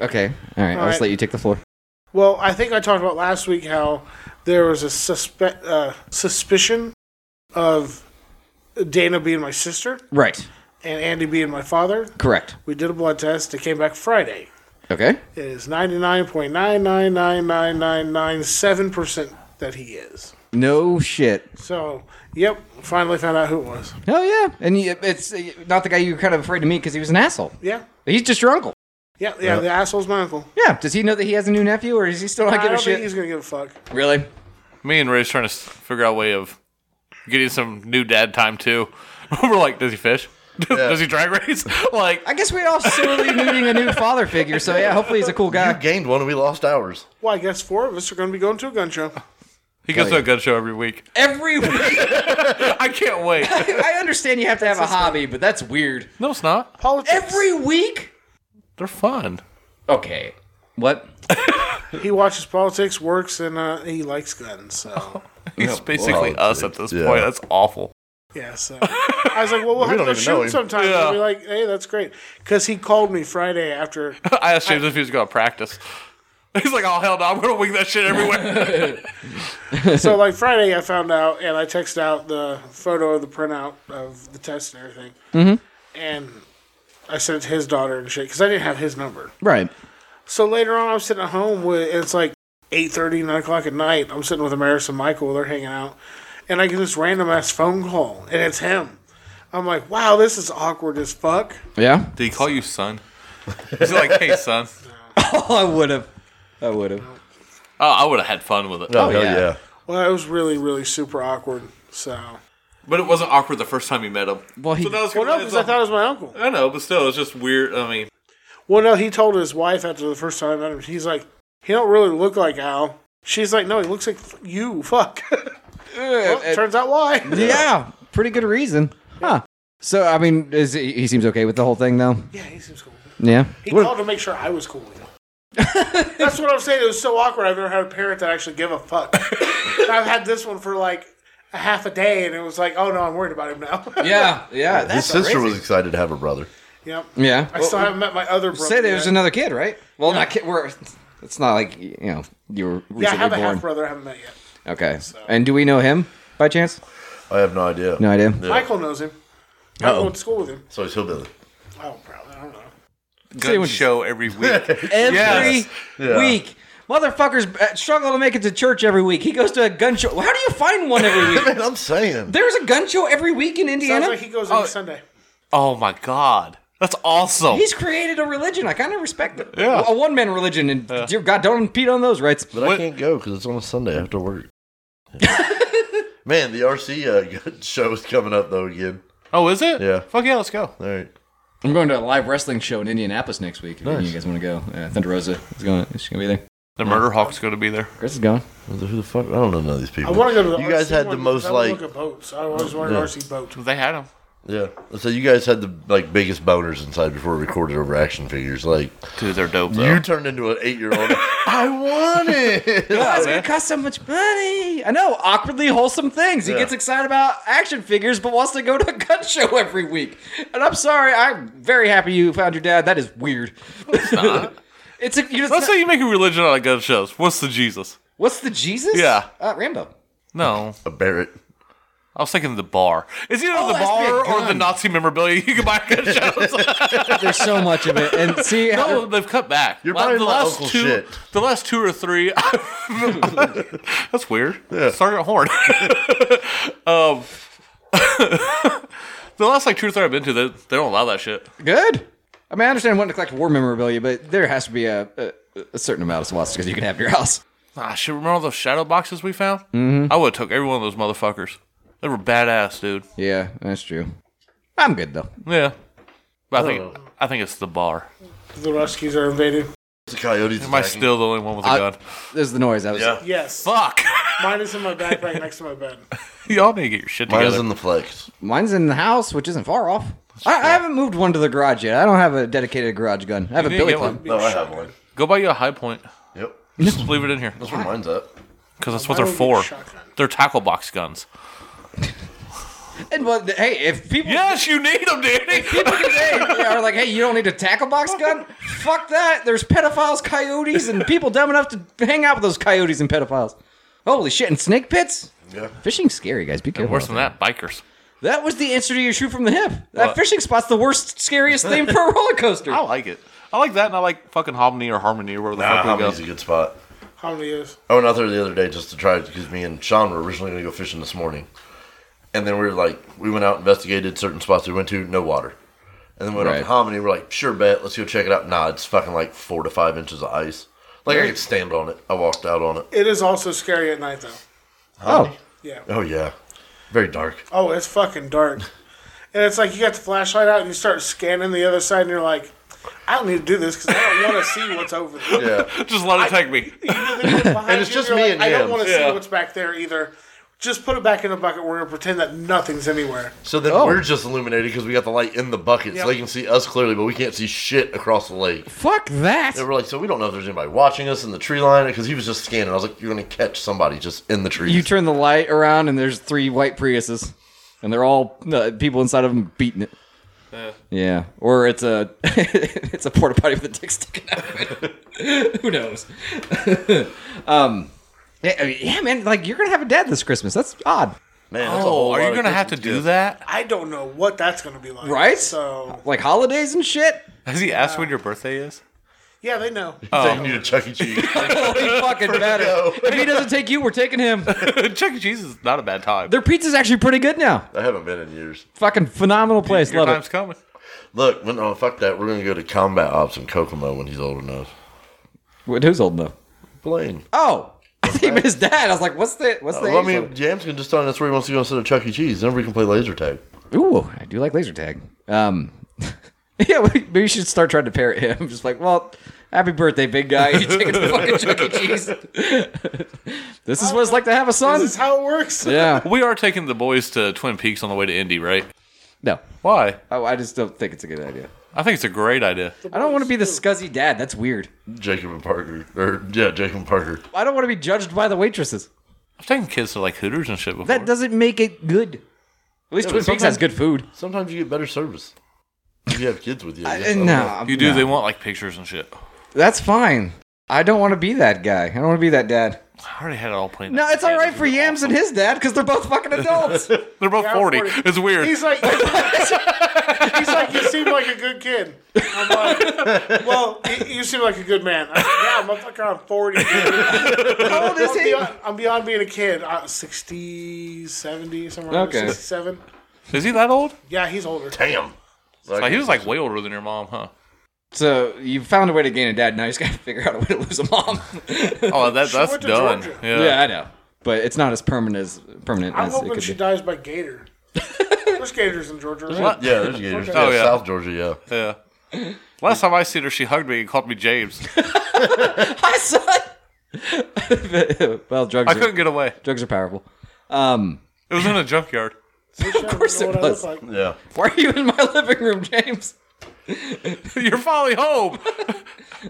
Speaker 3: Okay. All right. I'll just
Speaker 5: right.
Speaker 3: let you take the floor.
Speaker 5: Well, I think I talked about last week how there was a suspe- uh, suspicion of Dana being my sister
Speaker 3: Right.
Speaker 5: and Andy being my father.
Speaker 3: Correct.
Speaker 5: We did a blood test. It came back Friday.
Speaker 3: Okay.
Speaker 5: It is 99.9999997% that he is.
Speaker 3: No shit.
Speaker 5: So, yep, finally found out who it was.
Speaker 3: Hell yeah. And you, it's uh, not the guy you were kind of afraid to meet because he was an asshole.
Speaker 5: Yeah,
Speaker 3: He's just your uncle.
Speaker 5: yeah, yeah, the asshole's my uncle.
Speaker 3: Yeah. Does he know that he has a new nephew or is he still not
Speaker 5: I
Speaker 3: giving
Speaker 5: don't
Speaker 3: a
Speaker 5: think
Speaker 3: shit?
Speaker 5: he's going to give a fuck.
Speaker 3: Really?
Speaker 2: me and Ray's trying to s- figure out a way of getting some new dad time too. (laughs) We're like, does he fish? (laughs) does he drag race? (laughs) like,
Speaker 3: I guess we're all (laughs) sorely needing a new father figure. So yeah, hopefully he's a cool
Speaker 1: You
Speaker 3: guy.
Speaker 1: gained one and we lost ours.
Speaker 5: Well, I guess four of us are going to be going to a gun show.
Speaker 2: he goes to a gun show every week.
Speaker 3: Every week.
Speaker 2: I can't wait.
Speaker 3: (laughs) I understand you have to have a hobby, but that's weird.
Speaker 2: No, it's not.
Speaker 5: Politics.
Speaker 3: Every week?
Speaker 2: They're fun.
Speaker 3: Okay. What?
Speaker 5: he watches politics, works, and uh, he likes guns. So
Speaker 2: It's basically us at this
Speaker 1: Yeah.
Speaker 2: point. That's awful.
Speaker 5: yeah, so I was like, well, we'll
Speaker 1: don't
Speaker 5: have to go
Speaker 1: even know
Speaker 5: shoot
Speaker 1: him.
Speaker 5: sometime.
Speaker 2: Yeah.
Speaker 5: I'll be like, hey, that's great, because he called me Friday after.
Speaker 2: I asked James if he was going to practice. (laughs) He's like, oh, hell no. I'm going to wing that shit everywhere.
Speaker 5: so like Friday, I found out, and I texted out the photo of the printout of the test and everything, mm-hmm. and I sent it to his daughter and shit because I didn't have his number.
Speaker 3: Right.
Speaker 5: So later on, I'm sitting at home with and it's like 8.30, 9 o'clock at night. I'm sitting with Amaris and Michael. They're hanging out, and I get this random ass phone call, and it's him. I'm like, wow, this is awkward as fuck.
Speaker 3: Yeah.
Speaker 2: Did he call you son? He's like, hey, son.
Speaker 3: (laughs) Oh, I would have. I would have.
Speaker 2: Oh, I would have had fun with it.
Speaker 1: Oh, hell
Speaker 3: yeah.
Speaker 1: yeah.
Speaker 5: Well, it was really, really super awkward. So,
Speaker 2: But it wasn't awkward the first time you met him.
Speaker 3: Well, he-
Speaker 2: So that was
Speaker 5: well, no, because I thought it was my uncle.
Speaker 2: I know, but still, it's just weird. I mean,
Speaker 5: Well, no, he told his wife after the first time I met him, he's like, he don't really look like Al. She's like, no, he looks like f- you. Fuck. (laughs) well, turns out why.
Speaker 3: Yeah. Pretty good reason. Huh. So I mean, is he, he seems okay with the whole thing though?
Speaker 5: (laughs) Yeah, he seems cool.
Speaker 3: Yeah.
Speaker 5: He
Speaker 3: What-
Speaker 5: called to make sure I was cool
Speaker 3: (laughs)
Speaker 5: with him. That's what I'm saying. It was so awkward. I've never had a parent that actually give
Speaker 3: (laughs)
Speaker 5: a fuck. And I've had this one for like a half a day, and it was like, oh no, I'm worried about him now.
Speaker 3: Yeah, yeah.
Speaker 1: His
Speaker 3: That's
Speaker 1: sister
Speaker 3: outrageous.
Speaker 1: was excited to have a brother.
Speaker 5: (laughs) yep.
Speaker 3: Yeah.
Speaker 5: I still haven't met my other brother.
Speaker 3: say there's
Speaker 5: yet.
Speaker 3: another kid, right? uh, Well, not kid. We're. It's not like you know you were recently
Speaker 5: Yeah, I have a
Speaker 3: born.
Speaker 5: half brother I haven't met yet.
Speaker 3: okay. And do we know him by chance?
Speaker 1: I have no idea.
Speaker 3: No idea.
Speaker 5: Michael knows him. I
Speaker 1: Uh-oh.
Speaker 5: went to school with him.
Speaker 1: So he's hillbilly.
Speaker 5: Oh, probably. I don't know.
Speaker 3: Say
Speaker 2: gun
Speaker 3: what-
Speaker 2: show every week.
Speaker 3: Every
Speaker 2: Yes.
Speaker 1: Yeah.
Speaker 3: week. Motherfuckers uh, struggle to make it to church every week. He goes to a gun show. How do you find one every (laughs) week?
Speaker 1: Man, I'm saying.
Speaker 3: There's a gun show every week in
Speaker 5: Sounds
Speaker 3: Indiana.
Speaker 5: like he goes every Sunday.
Speaker 2: oh my god, that's awesome.
Speaker 3: He's created a religion. I kind of respect it. A one man religion. And dear God, don't impede on those rights.
Speaker 1: But I
Speaker 2: What-
Speaker 1: can't go because it's on a Sunday. I have to
Speaker 3: (laughs)
Speaker 1: work. Man, the RC uh, (laughs) good show is coming up though again.
Speaker 2: oh, is it?
Speaker 1: Yeah.
Speaker 2: Fuck yeah, let's go.
Speaker 1: All right.
Speaker 3: I'm going to a live wrestling show in Indianapolis next week. If any of you
Speaker 1: Nice.
Speaker 3: guys want to go, uh, Thunder Rosa is going. Is she going to be there?
Speaker 2: The Murder Hawk's going to be there.
Speaker 3: Chris is going.
Speaker 1: Who the- Who the fuck? I don't know none of these
Speaker 5: I
Speaker 1: people.
Speaker 5: want to go to the
Speaker 1: you guys
Speaker 5: RC
Speaker 1: had
Speaker 5: one
Speaker 1: the most
Speaker 5: because I
Speaker 1: like.
Speaker 5: look at boats. I always wanted an RC boat.
Speaker 2: They had him.
Speaker 1: Yeah. So you guys had the like biggest boners inside before we recorded over action figures. Like
Speaker 2: Dude, they're dope though.
Speaker 1: you turned into an eight year
Speaker 2: (laughs)
Speaker 1: old. I want it.
Speaker 3: Why does it cost so much money? I know, awkwardly wholesome things. He
Speaker 1: Yeah.
Speaker 3: gets excited about action figures, but wants to go to a gun show every week. And I'm sorry, I'm very happy you found your dad. That is weird. It's not. (laughs) it's a, you just,
Speaker 2: Let's say you make a religion out of gun shows. What's the Jesus?
Speaker 3: what's the Jesus?
Speaker 2: Yeah.
Speaker 3: uh, Rambo.
Speaker 2: No,
Speaker 1: A Barrett.
Speaker 2: I was thinking the bar. It's either the
Speaker 3: it has to be a
Speaker 2: bar or the
Speaker 3: gun.
Speaker 2: Nazi memorabilia you can buy at gun shows.
Speaker 3: There's so much of it, and see,
Speaker 2: no, they've cut back.
Speaker 1: You're
Speaker 2: Like,
Speaker 1: buying my
Speaker 2: last
Speaker 1: uncle's
Speaker 2: two,
Speaker 1: shit.
Speaker 2: the last two or three. (laughs) that's weird. Sergeant Horn. (laughs) um, (laughs) the last like two or three I've been to, they, they don't allow that shit.
Speaker 3: good. I mean, I understand wanting to collect war memorabilia, but there has to be a, a, a certain amount of swats because you can have in your house.
Speaker 2: Ah, shit! Remember all those shadow boxes we found? Mm-hmm. I would have took every one of those motherfuckers. They were badass, dude.
Speaker 3: Yeah, that's true. I'm good though.
Speaker 2: Yeah, but I
Speaker 1: Oh.
Speaker 2: think I think it's the bar.
Speaker 5: The Ruskies are invaded.
Speaker 1: The coyotes.
Speaker 2: Am I
Speaker 1: attacking.
Speaker 2: still the only one with a
Speaker 3: I-
Speaker 2: gun?
Speaker 3: This is the noise I was.
Speaker 1: Yeah.
Speaker 5: Yes.
Speaker 2: Fuck! (laughs)
Speaker 5: Mine is in my backpack next to my bed.
Speaker 2: Y'all need to get your shit
Speaker 1: Mine
Speaker 2: together.
Speaker 1: is in the flex.
Speaker 3: Mine's in the house, which isn't far off. I, I haven't moved one to the garage yet. I don't have a dedicated garage gun. I have a
Speaker 2: didn't
Speaker 3: billy
Speaker 2: get one.
Speaker 3: club.
Speaker 1: No, I have one.
Speaker 2: Go buy you a high point.
Speaker 1: Yep.
Speaker 2: Just leave it in here
Speaker 1: That's where mine's up.
Speaker 2: because that's what they're
Speaker 5: Mine would be
Speaker 2: for.
Speaker 5: a shotgun.
Speaker 2: They're tackle box guns.
Speaker 3: And well, th- hey, if people
Speaker 2: Yes, you need them, Danny. (laughs)
Speaker 3: (laughs) people can say they are like, hey, you don't need a tackle box gun. Fuck that. There's pedophiles, coyotes, and people dumb enough to hang out with those coyotes and pedophiles. Holy shit! And snake pits.
Speaker 1: Yeah.
Speaker 3: Fishing's scary, guys. Be careful.
Speaker 2: Worse than that, bikers.
Speaker 3: That was the answer to your shoot from the hip. That
Speaker 2: What?
Speaker 3: fishing spot's the worst, scariest thing for a roller coaster.
Speaker 2: I like it. I like that, and I like fucking Hominy or Harmony or wherever the
Speaker 1: Ah,
Speaker 2: fuck we
Speaker 1: Homini's
Speaker 2: go.
Speaker 1: a good spot.
Speaker 5: How many years?
Speaker 1: Oh, I went out there the other day just to try it because me and Sean were originally going to go fishing this morning. And then we were like, we went out, investigated certain spots we went to, no water. And then we went out
Speaker 3: Right.
Speaker 1: to Hominy, we're like, sure bet, let's go check it out. Nah, it's fucking like four to five inches of ice. Like I could stand on it. I walked out on it.
Speaker 5: It is also scary at night, though.
Speaker 3: oh,
Speaker 5: Yeah.
Speaker 1: Oh, yeah. Very dark.
Speaker 5: Oh, it's fucking dark. And it's like you got the flashlight out and you start scanning the other side and you're like, I don't need to do this because I
Speaker 1: (laughs)
Speaker 5: don't want to see what's over there.
Speaker 1: Yeah.
Speaker 2: Just let it take me.
Speaker 5: and
Speaker 1: it's just me and
Speaker 5: I don't
Speaker 1: him.
Speaker 5: want to
Speaker 2: Yeah.
Speaker 5: see what's back there either. Just put it back in the bucket. We're gonna pretend that nothing's anywhere.
Speaker 1: So then
Speaker 3: Oh.
Speaker 1: we're just illuminated because we got the light in the bucket,
Speaker 5: Yep.
Speaker 1: so they can see us clearly, but we can't see shit across the lake.
Speaker 3: fuck that.
Speaker 1: And we're like, so we don't know if there's anybody watching us in the tree line because he was just scanning. I was like, you're gonna catch somebody just in the trees.
Speaker 3: (laughs) You turn the light around, and there's three white Priuses, and they're all uh, people inside of them beating it. Yeah, or it's a (laughs) it's a porta potty with a dick sticking out of it. (laughs) Who knows? um, yeah, I mean, yeah, man, like you're gonna have a dad this Christmas. That's odd,
Speaker 1: Man, that's a
Speaker 2: Oh,
Speaker 1: whole
Speaker 2: are
Speaker 1: lot
Speaker 2: you
Speaker 1: of
Speaker 2: gonna have to
Speaker 1: Christmas
Speaker 2: do
Speaker 1: gifts.
Speaker 2: that?
Speaker 5: I don't know what that's gonna be like.
Speaker 3: right?
Speaker 5: So
Speaker 3: like holidays and shit.
Speaker 2: Has he asked when your birthday is? (laughs)
Speaker 5: yeah, they know.
Speaker 2: Oh,
Speaker 1: Taking you to Chuck E. Cheese.
Speaker 3: Holy fucking better. If he doesn't take you, we're taking him.
Speaker 2: Chuck E. Cheese is not a bad time.
Speaker 3: Their pizza's actually pretty good now.
Speaker 1: I haven't been in years.
Speaker 3: Fucking phenomenal place.
Speaker 2: Your
Speaker 3: Love
Speaker 2: time's
Speaker 3: it.
Speaker 2: coming.
Speaker 1: Look, when- oh fuck that. We're gonna go to combat ops in Kokomo when he's old enough.
Speaker 3: Wait, Who's old enough?
Speaker 1: Blaine.
Speaker 3: Oh, I think (laughs) he meant his dad. I was like, what's the what's the?
Speaker 1: Uh, Well, I
Speaker 3: age
Speaker 1: mean, James can just tell him that's where he wants to go instead of Chuck E. Cheese. Then we can play laser tag.
Speaker 3: Ooh, I do like laser tag. Um, (laughs) yeah, we, maybe you should start trying to parrot (laughs) him. Just like, well, happy birthday, big guy. You take it to fucking Chuck E. Cheese. (laughs) this is what it's like to have a son.
Speaker 5: This is how it works.
Speaker 2: (laughs)
Speaker 3: Yeah.
Speaker 2: We are taking the boys to Twin Peaks on the way to Indy, right?
Speaker 3: No.
Speaker 2: Why?
Speaker 3: Oh, I just don't think it's a good idea.
Speaker 2: I think it's a great idea.
Speaker 3: I don't want to be the scuzzy dad. That's weird.
Speaker 1: Jacob and Parker. Or yeah, Jacob and Parker.
Speaker 3: I don't want to be judged by the waitresses.
Speaker 2: I've taken kids to like Hooters and shit before.
Speaker 3: That doesn't make it good. At least Twin Peaks has
Speaker 1: sometimes-
Speaker 3: good food.
Speaker 1: Sometimes you get better service. If you have kids with Uh, you. I guess. I
Speaker 3: And
Speaker 1: don't know.
Speaker 3: no,
Speaker 2: you do.
Speaker 3: no.
Speaker 2: They want like pictures and shit.
Speaker 3: That's fine. I don't want to be that guy. I don't want to be that dad.
Speaker 2: I already had it all planned.
Speaker 3: No,
Speaker 2: out.
Speaker 3: it's all right for Yams and his dad because they're both fucking
Speaker 5: (laughs)
Speaker 3: adults.
Speaker 2: They're both
Speaker 5: Yeah, I'm
Speaker 2: 40.
Speaker 5: 40.
Speaker 2: It's weird.
Speaker 5: He's like, he's like, you seem like a good kid. I'm like, well, you, you seem like a good man. I'm like, yeah, motherfucker, I'm 40.
Speaker 3: How old is
Speaker 5: I'm
Speaker 3: he?
Speaker 5: beyond, I'm beyond being a kid. Uh, 60, 70, somewhere around
Speaker 3: Okay.
Speaker 5: 67.
Speaker 2: Is he that old?
Speaker 5: Yeah, he's older.
Speaker 1: Damn.
Speaker 2: Like, he was like way older than your mom, huh?
Speaker 3: So you found a way to gain a dad. Now you just got to (laughs) figure out a way to lose a mom.
Speaker 2: Oh, that, that's
Speaker 5: went to
Speaker 2: done.
Speaker 5: Georgia.
Speaker 2: Yeah.
Speaker 3: yeah, I know, but it's not as permanent as permanent
Speaker 5: I'm
Speaker 3: as it
Speaker 5: hoping
Speaker 3: could
Speaker 5: she
Speaker 3: be.
Speaker 5: dies by gator. There's gators in Georgia, right?
Speaker 1: Yeah, there's Gators.
Speaker 2: (laughs) Oh,
Speaker 1: yeah,
Speaker 2: yeah.
Speaker 1: South Georgia, yeah.
Speaker 2: yeah. Last time I seen her, she hugged me and called me James.
Speaker 3: Hi, (laughs) son. well, drugs
Speaker 2: I
Speaker 3: are,
Speaker 2: couldn't get away.
Speaker 3: drugs are powerful. Um,
Speaker 2: It was in a junkyard. (laughs)
Speaker 5: Of
Speaker 3: course it
Speaker 5: what I look
Speaker 3: was.
Speaker 5: like.
Speaker 1: Yeah.
Speaker 3: Why are you in my (laughs) living room, James?
Speaker 2: You're finally home.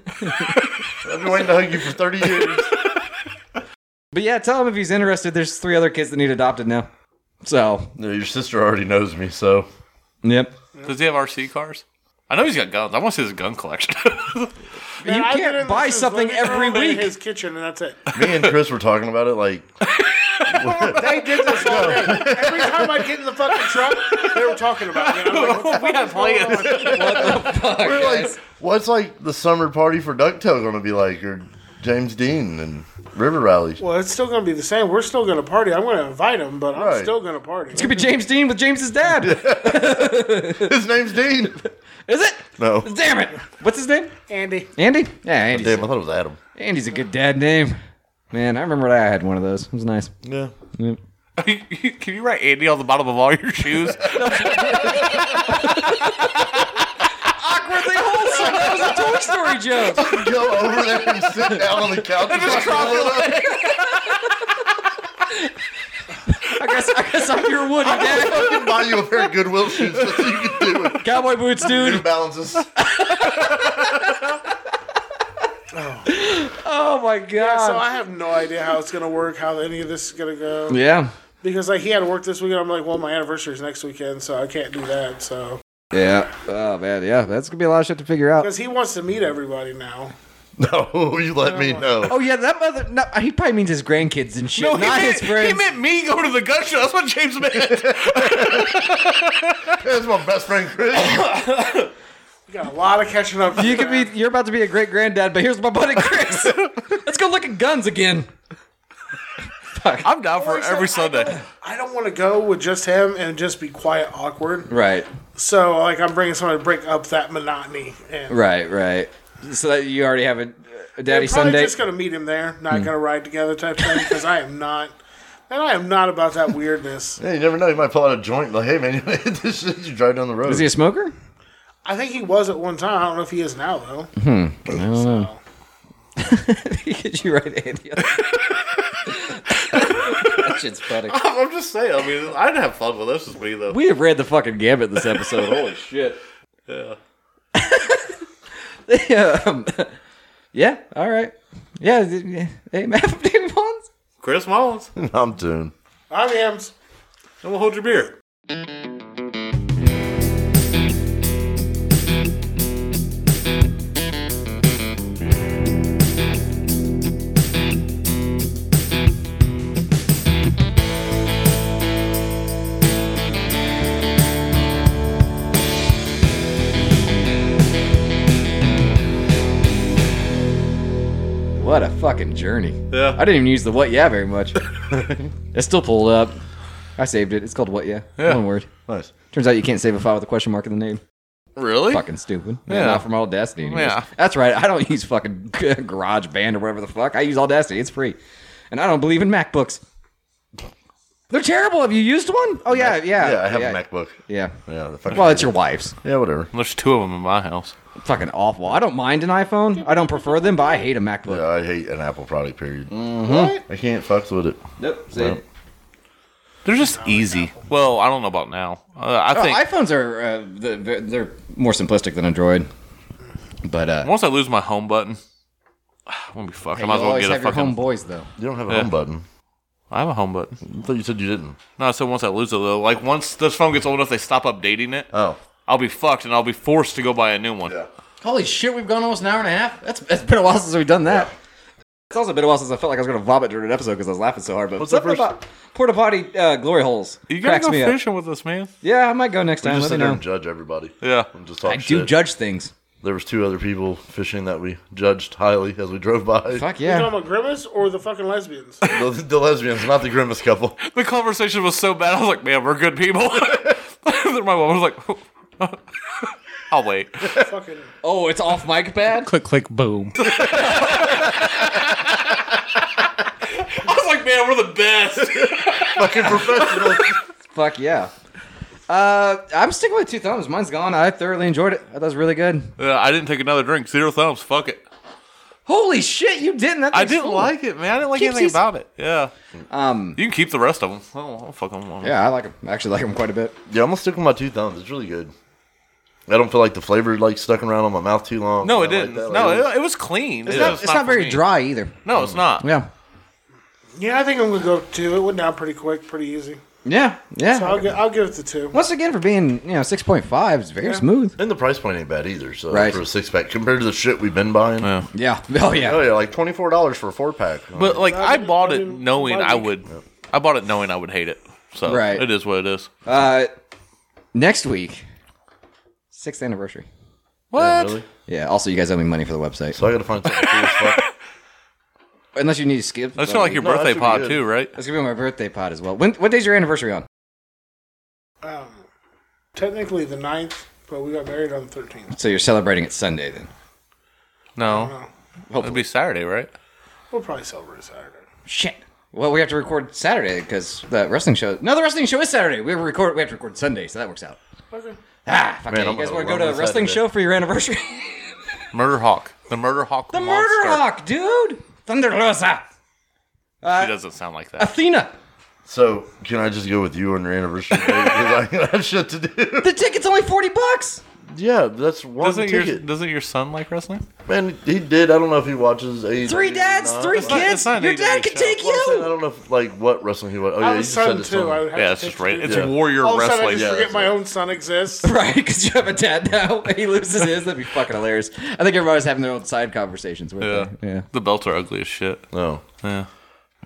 Speaker 1: I've been waiting to hug you for 30 (laughs) years.
Speaker 3: But yeah, tell him if he's interested. There's three other kids that need adopted now. So,
Speaker 1: no, your sister already knows me, so.
Speaker 3: yep.
Speaker 2: Does he have RC cars? I know he's got guns. I want to see his gun collection. (laughs)
Speaker 3: you
Speaker 5: I've been in
Speaker 3: can't buy
Speaker 5: this
Speaker 3: something
Speaker 5: living
Speaker 3: every
Speaker 5: room and
Speaker 3: week.
Speaker 5: His kitchen, and that's it.
Speaker 1: Me and Chris were talking about it like,
Speaker 5: They did this all day. Every time I get in the fucking truck, they were talking about it. And I'm like,
Speaker 3: (laughs)
Speaker 5: what the
Speaker 2: we have plans.
Speaker 1: we're like, what's like the summer party for Ducktail going to be like, or James Dean and River Rallies?
Speaker 5: Well, it's still going to be the same. We're still going to party. I'm going to invite him, but I'm
Speaker 1: Right.
Speaker 5: still going to party.
Speaker 3: It could be James Dean with James's
Speaker 5: (laughs)
Speaker 3: dad.
Speaker 1: His name's Dean.
Speaker 3: Is it?
Speaker 1: No,
Speaker 3: Damn it. What's his name?
Speaker 5: Andy.
Speaker 3: Andy? Yeah, Andy's,
Speaker 1: damn, I thought it was Adam.
Speaker 3: Andy's a good dad name. Man, I remember I had one of those. It was nice.
Speaker 1: Yeah,
Speaker 2: Can you write Andy on the bottom of all your shoes?
Speaker 3: Awkwardly wholesome. (laughs) That was a Toy Story joke.
Speaker 1: go over there and sit down on the couch. And
Speaker 2: just cross your
Speaker 3: I guess, I guess I'm your Woody dad.
Speaker 1: I can buy you a pair of Goodwill shoes so you can do it.
Speaker 3: Cowboy boots,
Speaker 1: New
Speaker 3: dude.
Speaker 1: Balances.
Speaker 3: Oh my
Speaker 5: So
Speaker 3: god.
Speaker 5: I have no idea how it's going to work, how any of this is going to go.
Speaker 3: Yeah.
Speaker 5: Because like he had to work this weekend. I'm like, well, my anniversary's next weekend, so I can't do that. So
Speaker 3: Yeah. Oh man. Yeah. That's gonna be a lot of shit to figure out.
Speaker 5: because he wants to meet everybody now.
Speaker 1: No, you let me know.
Speaker 3: Oh yeah, that mother. No, he probably means his grandkids and shit,
Speaker 2: No, he,
Speaker 3: not
Speaker 2: meant,
Speaker 3: his friends.
Speaker 2: he meant me going to the gun show. That's what James meant.
Speaker 1: That's my best friend Chris.
Speaker 5: You got a lot of catching up. to
Speaker 3: you
Speaker 5: do.
Speaker 3: could be. You're about to be a great granddad, but here's my buddy (laughs) Chris. Let's go look at guns again.
Speaker 2: I'm down for
Speaker 5: Like I said,
Speaker 2: every
Speaker 5: I don't-
Speaker 2: Sunday.
Speaker 5: I don't want to go with just him and just be quiet, awkward.
Speaker 3: Right.
Speaker 5: So like, I'm bringing someone to break up that monotony. And
Speaker 3: Right. Right. So that you already have a, a
Speaker 5: I'm
Speaker 3: daddy
Speaker 5: probably
Speaker 3: Sunday.
Speaker 5: just gonna meet him there, not gonna ride together type thing. Because I am not, and I am not about that
Speaker 1: (laughs)
Speaker 5: weirdness.
Speaker 1: Yeah, you never know. You might pull out a joint. Like, hey man, you hit this shit. You drive down the road.
Speaker 3: Is he a smoker?
Speaker 5: I think he was at one time. I don't know if he is now though.
Speaker 3: Did you write Andy? that shit's funny.
Speaker 2: I'm just saying. I mean, I'd have fun with this with me though.
Speaker 3: We have read the fucking gambit this episode. Holy shit. Yeah. (laughs) um, yeah. All right. Yeah. th- yeah. Hey, Matt (laughs) Dave Bonds.
Speaker 2: Chris Mullins, and
Speaker 1: I'm tuned.
Speaker 5: I'm Ams.
Speaker 2: we'll hold your beer.
Speaker 3: What a fucking journey.
Speaker 2: Yeah.
Speaker 3: I didn't even use the what yeah
Speaker 2: (laughs)
Speaker 3: very much. it's still pulled up. I saved it. It's called what yeah.
Speaker 2: Yeah.
Speaker 3: One word.
Speaker 1: Nice.
Speaker 3: Turns out you can't save a file with a question mark in the name.
Speaker 2: Really?
Speaker 3: Fucking stupid. Yeah.
Speaker 2: Yeah.
Speaker 3: Not from Audacity. Anyways.
Speaker 2: Yeah.
Speaker 3: That's right. I don't use fucking (laughs) Garage Band or whatever the fuck. I use Audacity. It's free. And I don't believe in MacBooks. They're terrible. Have you used one? Oh yeah, yeah.
Speaker 1: Yeah, I have
Speaker 3: yeah,
Speaker 1: a MacBook.
Speaker 3: Yeah.
Speaker 1: Yeah, the fuck.
Speaker 3: Well, it's your wife's.
Speaker 1: yeah, whatever.
Speaker 2: There's two of them in my house.
Speaker 3: Fucking awful. I don't mind an iPhone. I don't prefer them, but I hate a MacBook.
Speaker 1: Yeah, I hate an Apple product. Period.
Speaker 3: Mm-hmm.
Speaker 1: I can't fuck with it.
Speaker 3: Nope.
Speaker 1: Well,
Speaker 2: They're just easy. Well, I don't know about now. Uh, I
Speaker 3: Oh,
Speaker 2: think
Speaker 3: iPhones are uh, the- they're, they're more simplistic than Android. But uh,
Speaker 2: once I lose my home button, (sighs) I'm gonna be fucked. I
Speaker 3: you
Speaker 2: might as well
Speaker 3: always
Speaker 2: get a
Speaker 3: have your
Speaker 2: fucking.
Speaker 3: homeboys though.
Speaker 1: you don't have a home button.
Speaker 2: I have a home button.
Speaker 1: I thought you said you didn't.
Speaker 2: No, so once I lose it though, like once this phone gets old enough, they stop updating it.
Speaker 1: Oh,
Speaker 2: I'll be fucked, and I'll be forced to go buy a new one.
Speaker 1: Yeah.
Speaker 3: Holy shit, we've gone almost an hour and a half. That's it's been a while since we've done that. It's also been a while since I felt like I was gonna vomit during an episode because I was laughing so hard. But
Speaker 1: What's the
Speaker 3: something
Speaker 1: first-
Speaker 3: about porta potty uh, glory holes
Speaker 2: You gotta
Speaker 3: cracks
Speaker 2: go
Speaker 3: me up.
Speaker 2: fishing with us, man.
Speaker 3: Yeah, I might go next
Speaker 1: you
Speaker 3: time.
Speaker 1: just
Speaker 3: Let me
Speaker 1: sit there
Speaker 3: know.
Speaker 1: and judge everybody.
Speaker 2: Yeah.
Speaker 1: and just talk
Speaker 3: I
Speaker 1: shit.
Speaker 3: do judge things.
Speaker 1: there was two other people fishing that we judged highly as we drove by. (laughs)
Speaker 3: Fuck
Speaker 5: You
Speaker 3: yeah.
Speaker 5: talking about Grimace or the fucking lesbians?
Speaker 1: The, the lesbians, not the grimace
Speaker 3: (laughs)
Speaker 1: couple.
Speaker 2: The conversation was so bad. I was like, man, we're good people. (laughs) then my mom was like, (laughs) I'll wait. (laughs)
Speaker 5: fucking.
Speaker 3: Oh, it's off mic bad.
Speaker 6: Click, click, boom.
Speaker 2: I was like, man, we're the best. (laughs)
Speaker 1: Fucking professional.
Speaker 3: Fuck yeah. Uh, I'm sticking with two thumbs. Mine's gone. I thoroughly enjoyed it. I thought it was really good.
Speaker 2: Uh, I didn't take another drink. Zero thumbs. Fuck it.
Speaker 3: Holy shit, you didn't. That
Speaker 2: I
Speaker 3: thing's
Speaker 2: didn't
Speaker 3: full.
Speaker 2: like it, man. I didn't like
Speaker 3: Keeps
Speaker 2: anything
Speaker 3: these-
Speaker 2: about it. Yeah.
Speaker 3: Um,
Speaker 2: You can keep the rest of them. I don't, I don't fuck 'em.
Speaker 3: yeah, I like them. I actually like them quite a bit.
Speaker 1: Yeah, I'm gonna stick with my two thumbs. It's really good. I don't feel like the flavor like stuck around on my mouth too long.
Speaker 2: No, it
Speaker 1: Nothing like that.
Speaker 2: didn't. no,
Speaker 1: Like, it was-
Speaker 2: it, it was clean.
Speaker 3: It's not, it's not
Speaker 2: for
Speaker 3: very
Speaker 2: me.
Speaker 3: dry either.
Speaker 2: No, it's not.
Speaker 3: Yeah.
Speaker 5: Yeah, I think I'm gonna go two. It went down pretty quick, pretty easy.
Speaker 3: Yeah. Yeah.
Speaker 5: So I'll, gi- I'll give it the two.
Speaker 3: Once again, for being you know six point five, it's very smooth.
Speaker 1: and the price point ain't bad either. So
Speaker 3: Right.
Speaker 1: for a six pack compared to the shit we've been buying.
Speaker 2: Yeah.
Speaker 3: Yeah. (laughs) Oh
Speaker 1: Oh
Speaker 3: yeah.
Speaker 1: yeah, like twenty four dollars for a four pack.
Speaker 2: But like I
Speaker 5: didn't-
Speaker 2: bought
Speaker 5: I
Speaker 2: it
Speaker 5: didn't
Speaker 2: knowing
Speaker 5: like
Speaker 2: I
Speaker 5: it.
Speaker 2: would. I bought it knowing I would hate it. So
Speaker 3: Right.
Speaker 2: it is what it is.
Speaker 3: Uh, next week, sixth anniversary.
Speaker 2: What?
Speaker 1: Oh, Yeah, really?
Speaker 3: Yeah. Also, you guys owe me money for the website.
Speaker 1: So I gotta find something cool as fuck.
Speaker 3: Unless you need to skip.
Speaker 2: That's not like your
Speaker 1: No, that
Speaker 2: birthday
Speaker 1: should be
Speaker 2: pod
Speaker 1: good.
Speaker 2: too, right?
Speaker 3: That's gonna be my birthday pod as well. When what day's your anniversary on?
Speaker 5: Um, technically the ninth, but we got married on the thirteenth.
Speaker 3: So you're celebrating it Sunday then.
Speaker 2: No, it'd be Saturday, right?
Speaker 5: We'll probably celebrate Saturday.
Speaker 3: Shit. Well, we have to record Saturday because the wrestling show. No, the wrestling show is Saturday. We have to record. We have to record Sunday, so that works out.
Speaker 5: Okay.
Speaker 3: Ah, fuck
Speaker 1: Man,
Speaker 3: yeah.
Speaker 1: I'm
Speaker 3: You guys want to
Speaker 1: gonna
Speaker 3: go to a
Speaker 1: run this
Speaker 3: wrestling
Speaker 1: Saturday.
Speaker 3: show for your anniversary? (laughs)
Speaker 2: Murder Hawk, the Murder Hawk,
Speaker 3: the
Speaker 2: monster.
Speaker 3: Murder Hawk, dude. Thunder Rosa.
Speaker 2: She doesn't sound like that.
Speaker 3: Athena.
Speaker 1: So can I just go with you on your anniversary date? 'Cause I have shit to do.
Speaker 3: The ticket's only forty bucks.
Speaker 1: Yeah, that's one
Speaker 2: Doesn't your
Speaker 1: ticket.
Speaker 2: doesn't your son like wrestling?
Speaker 1: Man, he did. I don't know if he watches AEW.
Speaker 3: Three
Speaker 1: or
Speaker 3: dads,
Speaker 1: not.
Speaker 3: three
Speaker 1: Well,
Speaker 2: not-
Speaker 3: kids.
Speaker 2: it's not an
Speaker 3: Your dad
Speaker 2: AEW
Speaker 3: could
Speaker 2: show.
Speaker 3: take
Speaker 1: I'm saying, I
Speaker 3: you.
Speaker 1: don't know if, like what wrestling he watched. Oh yeah,
Speaker 5: I
Speaker 1: you
Speaker 5: have a
Speaker 1: just said
Speaker 5: son
Speaker 1: this
Speaker 5: too. I
Speaker 1: one.
Speaker 5: would have
Speaker 2: Yeah,
Speaker 5: to
Speaker 2: it's
Speaker 5: take
Speaker 2: just right.
Speaker 5: the
Speaker 2: It's
Speaker 5: two.
Speaker 1: Yeah.
Speaker 2: warrior
Speaker 5: All of a sudden, I
Speaker 2: wrestling.
Speaker 5: just
Speaker 1: Yeah,
Speaker 5: forget
Speaker 1: that's
Speaker 5: my
Speaker 1: it.
Speaker 5: own son exists.
Speaker 3: (laughs) Right, because you have a dad now. (laughs) he loses his. That'd be fucking hilarious. I think everybody's having their own side conversations. With
Speaker 2: Yeah.
Speaker 3: yeah, yeah.
Speaker 2: The belts are ugly as shit.
Speaker 1: No.
Speaker 2: Yeah.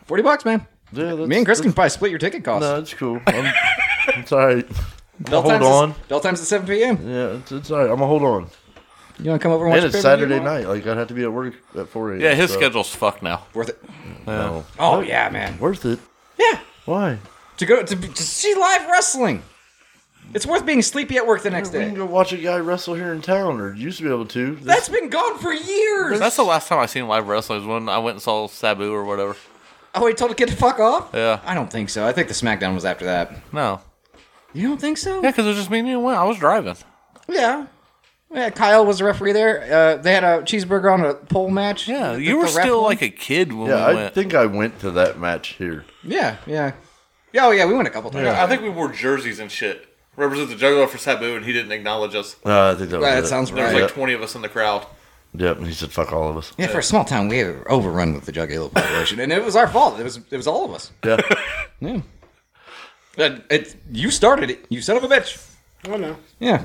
Speaker 3: Forty bucks, man.
Speaker 1: Yeah, that's,
Speaker 3: Me and Chris can probably split your ticket cost.
Speaker 1: No, it's cool. I'm,
Speaker 3: (laughs)
Speaker 1: it's all right.
Speaker 3: Bell
Speaker 1: hold
Speaker 3: time's
Speaker 1: on.
Speaker 3: At, bell times at 7 p.m.
Speaker 1: Yeah, it's, it's all right. I'm gonna hold on.
Speaker 3: You want to come over and watch
Speaker 1: And it's
Speaker 3: the pay-per-view
Speaker 1: Saturday
Speaker 3: tomorrow?
Speaker 1: night. Like I'd have to be at work at 4 a.m.
Speaker 2: Yeah, his
Speaker 1: so,
Speaker 2: schedule's fucked now.
Speaker 3: Worth it.
Speaker 1: No.
Speaker 3: Oh, yeah, man.
Speaker 1: Worth it.
Speaker 3: Yeah.
Speaker 1: Why?
Speaker 3: To go to, to see live wrestling. It's worth being sleepy at work the next
Speaker 1: We can
Speaker 3: day.
Speaker 1: go watch a guy wrestle here in town, or used to be able to.
Speaker 3: That's been gone for years.
Speaker 2: That's the last time I seen live wrestlers when I went and saw Sabu or whatever.
Speaker 3: Oh, he told the kid to fuck off?
Speaker 2: Yeah.
Speaker 3: I don't think so. I think the SmackDown was after that.
Speaker 2: No.
Speaker 3: You don't think so?
Speaker 2: Yeah, because it was just me and you. and Went. I was driving.
Speaker 3: Yeah. Yeah, Kyle was the referee there. Uh, they had a cheeseburger on a pole match.
Speaker 2: Yeah,
Speaker 3: that
Speaker 2: you
Speaker 3: the
Speaker 2: were
Speaker 3: ref
Speaker 2: still
Speaker 3: won.
Speaker 2: like a kid when
Speaker 1: yeah,
Speaker 2: we
Speaker 1: I
Speaker 2: went.
Speaker 1: think I went to that match here.
Speaker 3: Yeah, yeah. Yeah, oh, yeah, we went a couple times.
Speaker 2: I think we wore jerseys and shit. Represent the juggler for Sabu, and he didn't acknowledge us.
Speaker 1: Uh, I think that was
Speaker 3: Right,
Speaker 1: it.
Speaker 3: that sounds
Speaker 2: There was
Speaker 3: right. Oh,
Speaker 2: like 20 of us in the crowd.
Speaker 1: Yep, and he said, "Fuck all of
Speaker 3: (laughs)
Speaker 1: us."
Speaker 3: Yeah, for a small town, we were overrun with the Juggalo population, and it was our fault. It was it was all of us.
Speaker 1: Yeah,
Speaker 3: Yeah. And it, you started it, you son of a bitch.
Speaker 5: I know.
Speaker 3: Yeah.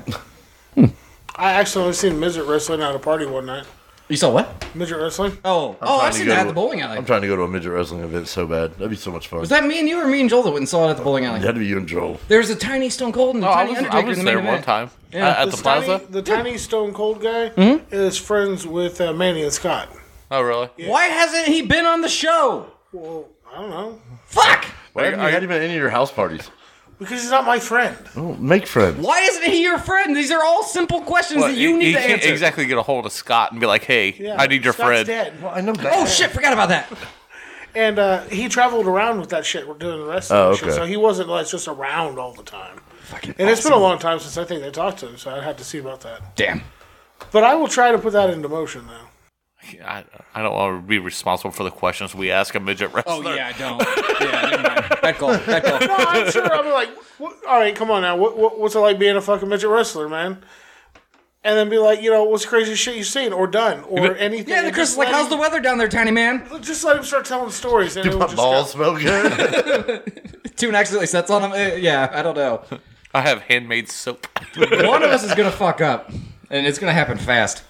Speaker 5: I actually only seen midget wrestling at a party one night.
Speaker 3: You saw what?
Speaker 5: Midget wrestling.
Speaker 3: Oh, oh,
Speaker 1: trying
Speaker 3: I've
Speaker 1: to
Speaker 3: seen
Speaker 1: go
Speaker 3: that
Speaker 1: to
Speaker 3: at
Speaker 1: a-
Speaker 3: the bowling alley.
Speaker 1: I'm trying to go to a midget wrestling event so bad. That'd be so much fun.
Speaker 3: was that me and you or me and Joel that went and saw it at the bowling alley?
Speaker 1: That'd be you and Joel.
Speaker 3: There was a tiny Stone Cold and a
Speaker 2: No, I
Speaker 3: tiny
Speaker 2: was, I
Speaker 3: Undertaker
Speaker 2: was
Speaker 3: in the
Speaker 2: there
Speaker 3: main
Speaker 2: one
Speaker 3: event.
Speaker 2: time
Speaker 3: Yeah.
Speaker 2: Uh, at the
Speaker 5: This
Speaker 2: plaza. Mm-hmm.
Speaker 5: Tiny, the tiny Stone Cold guy is friends with uh, Manny and Scott.
Speaker 2: Oh, really?
Speaker 3: Why hasn't he been on the show?
Speaker 5: Well, I don't know
Speaker 3: Fuck!
Speaker 1: Why haven't you
Speaker 2: I-
Speaker 1: had him at any of your house parties?
Speaker 5: because he's not my friend.
Speaker 2: Mm-hmm.
Speaker 1: Oh, make friends.
Speaker 3: Why isn't he your friend? These are all simple questions
Speaker 2: Well,
Speaker 3: that you need to
Speaker 2: can't
Speaker 3: answer.
Speaker 2: exactly get a hold of Scott and be like, "Hey,
Speaker 5: Yeah.
Speaker 2: I need your
Speaker 5: Scott's
Speaker 2: friend."
Speaker 5: Dead.
Speaker 1: Well, I know that.
Speaker 3: Oh shit! Forgot about that.
Speaker 5: And uh, he traveled around with that shit. We're doing the rest
Speaker 1: Oh,
Speaker 5: of the
Speaker 1: okay.
Speaker 5: shit. So he wasn't like just around all the time. and it's been a long time since I think they talked to him, so I'd have to see about that.
Speaker 3: Damn.
Speaker 5: But I will try to put that into motion, though.
Speaker 3: (laughs)
Speaker 2: I, I don't want to be responsible for the questions we ask a midget
Speaker 3: Oh
Speaker 2: wrestler.
Speaker 3: yeah, I (laughs) don't. Yeah, never mind. Bad call. Bad call.
Speaker 5: No, I'm sure. I'm like, what, all right, come on now. What, what, what's it like being a fucking midget wrestler, man? And then be like, you know, what's the craziest shit you've seen or done or anything?
Speaker 3: Yeah, the
Speaker 5: And
Speaker 3: Chris
Speaker 5: just
Speaker 3: is like,
Speaker 5: let
Speaker 3: "How's the
Speaker 5: him-
Speaker 3: weather down there, tiny man?"
Speaker 5: Just let him start telling stories, and it will
Speaker 1: My
Speaker 5: just go.
Speaker 1: balls smell
Speaker 3: (laughs)
Speaker 1: good.
Speaker 3: Tune accidentally sets on him. Uh, yeah, I don't (laughs) know.
Speaker 2: I have handmade soap.
Speaker 3: One of us is gonna fuck up, and it's gonna happen fast.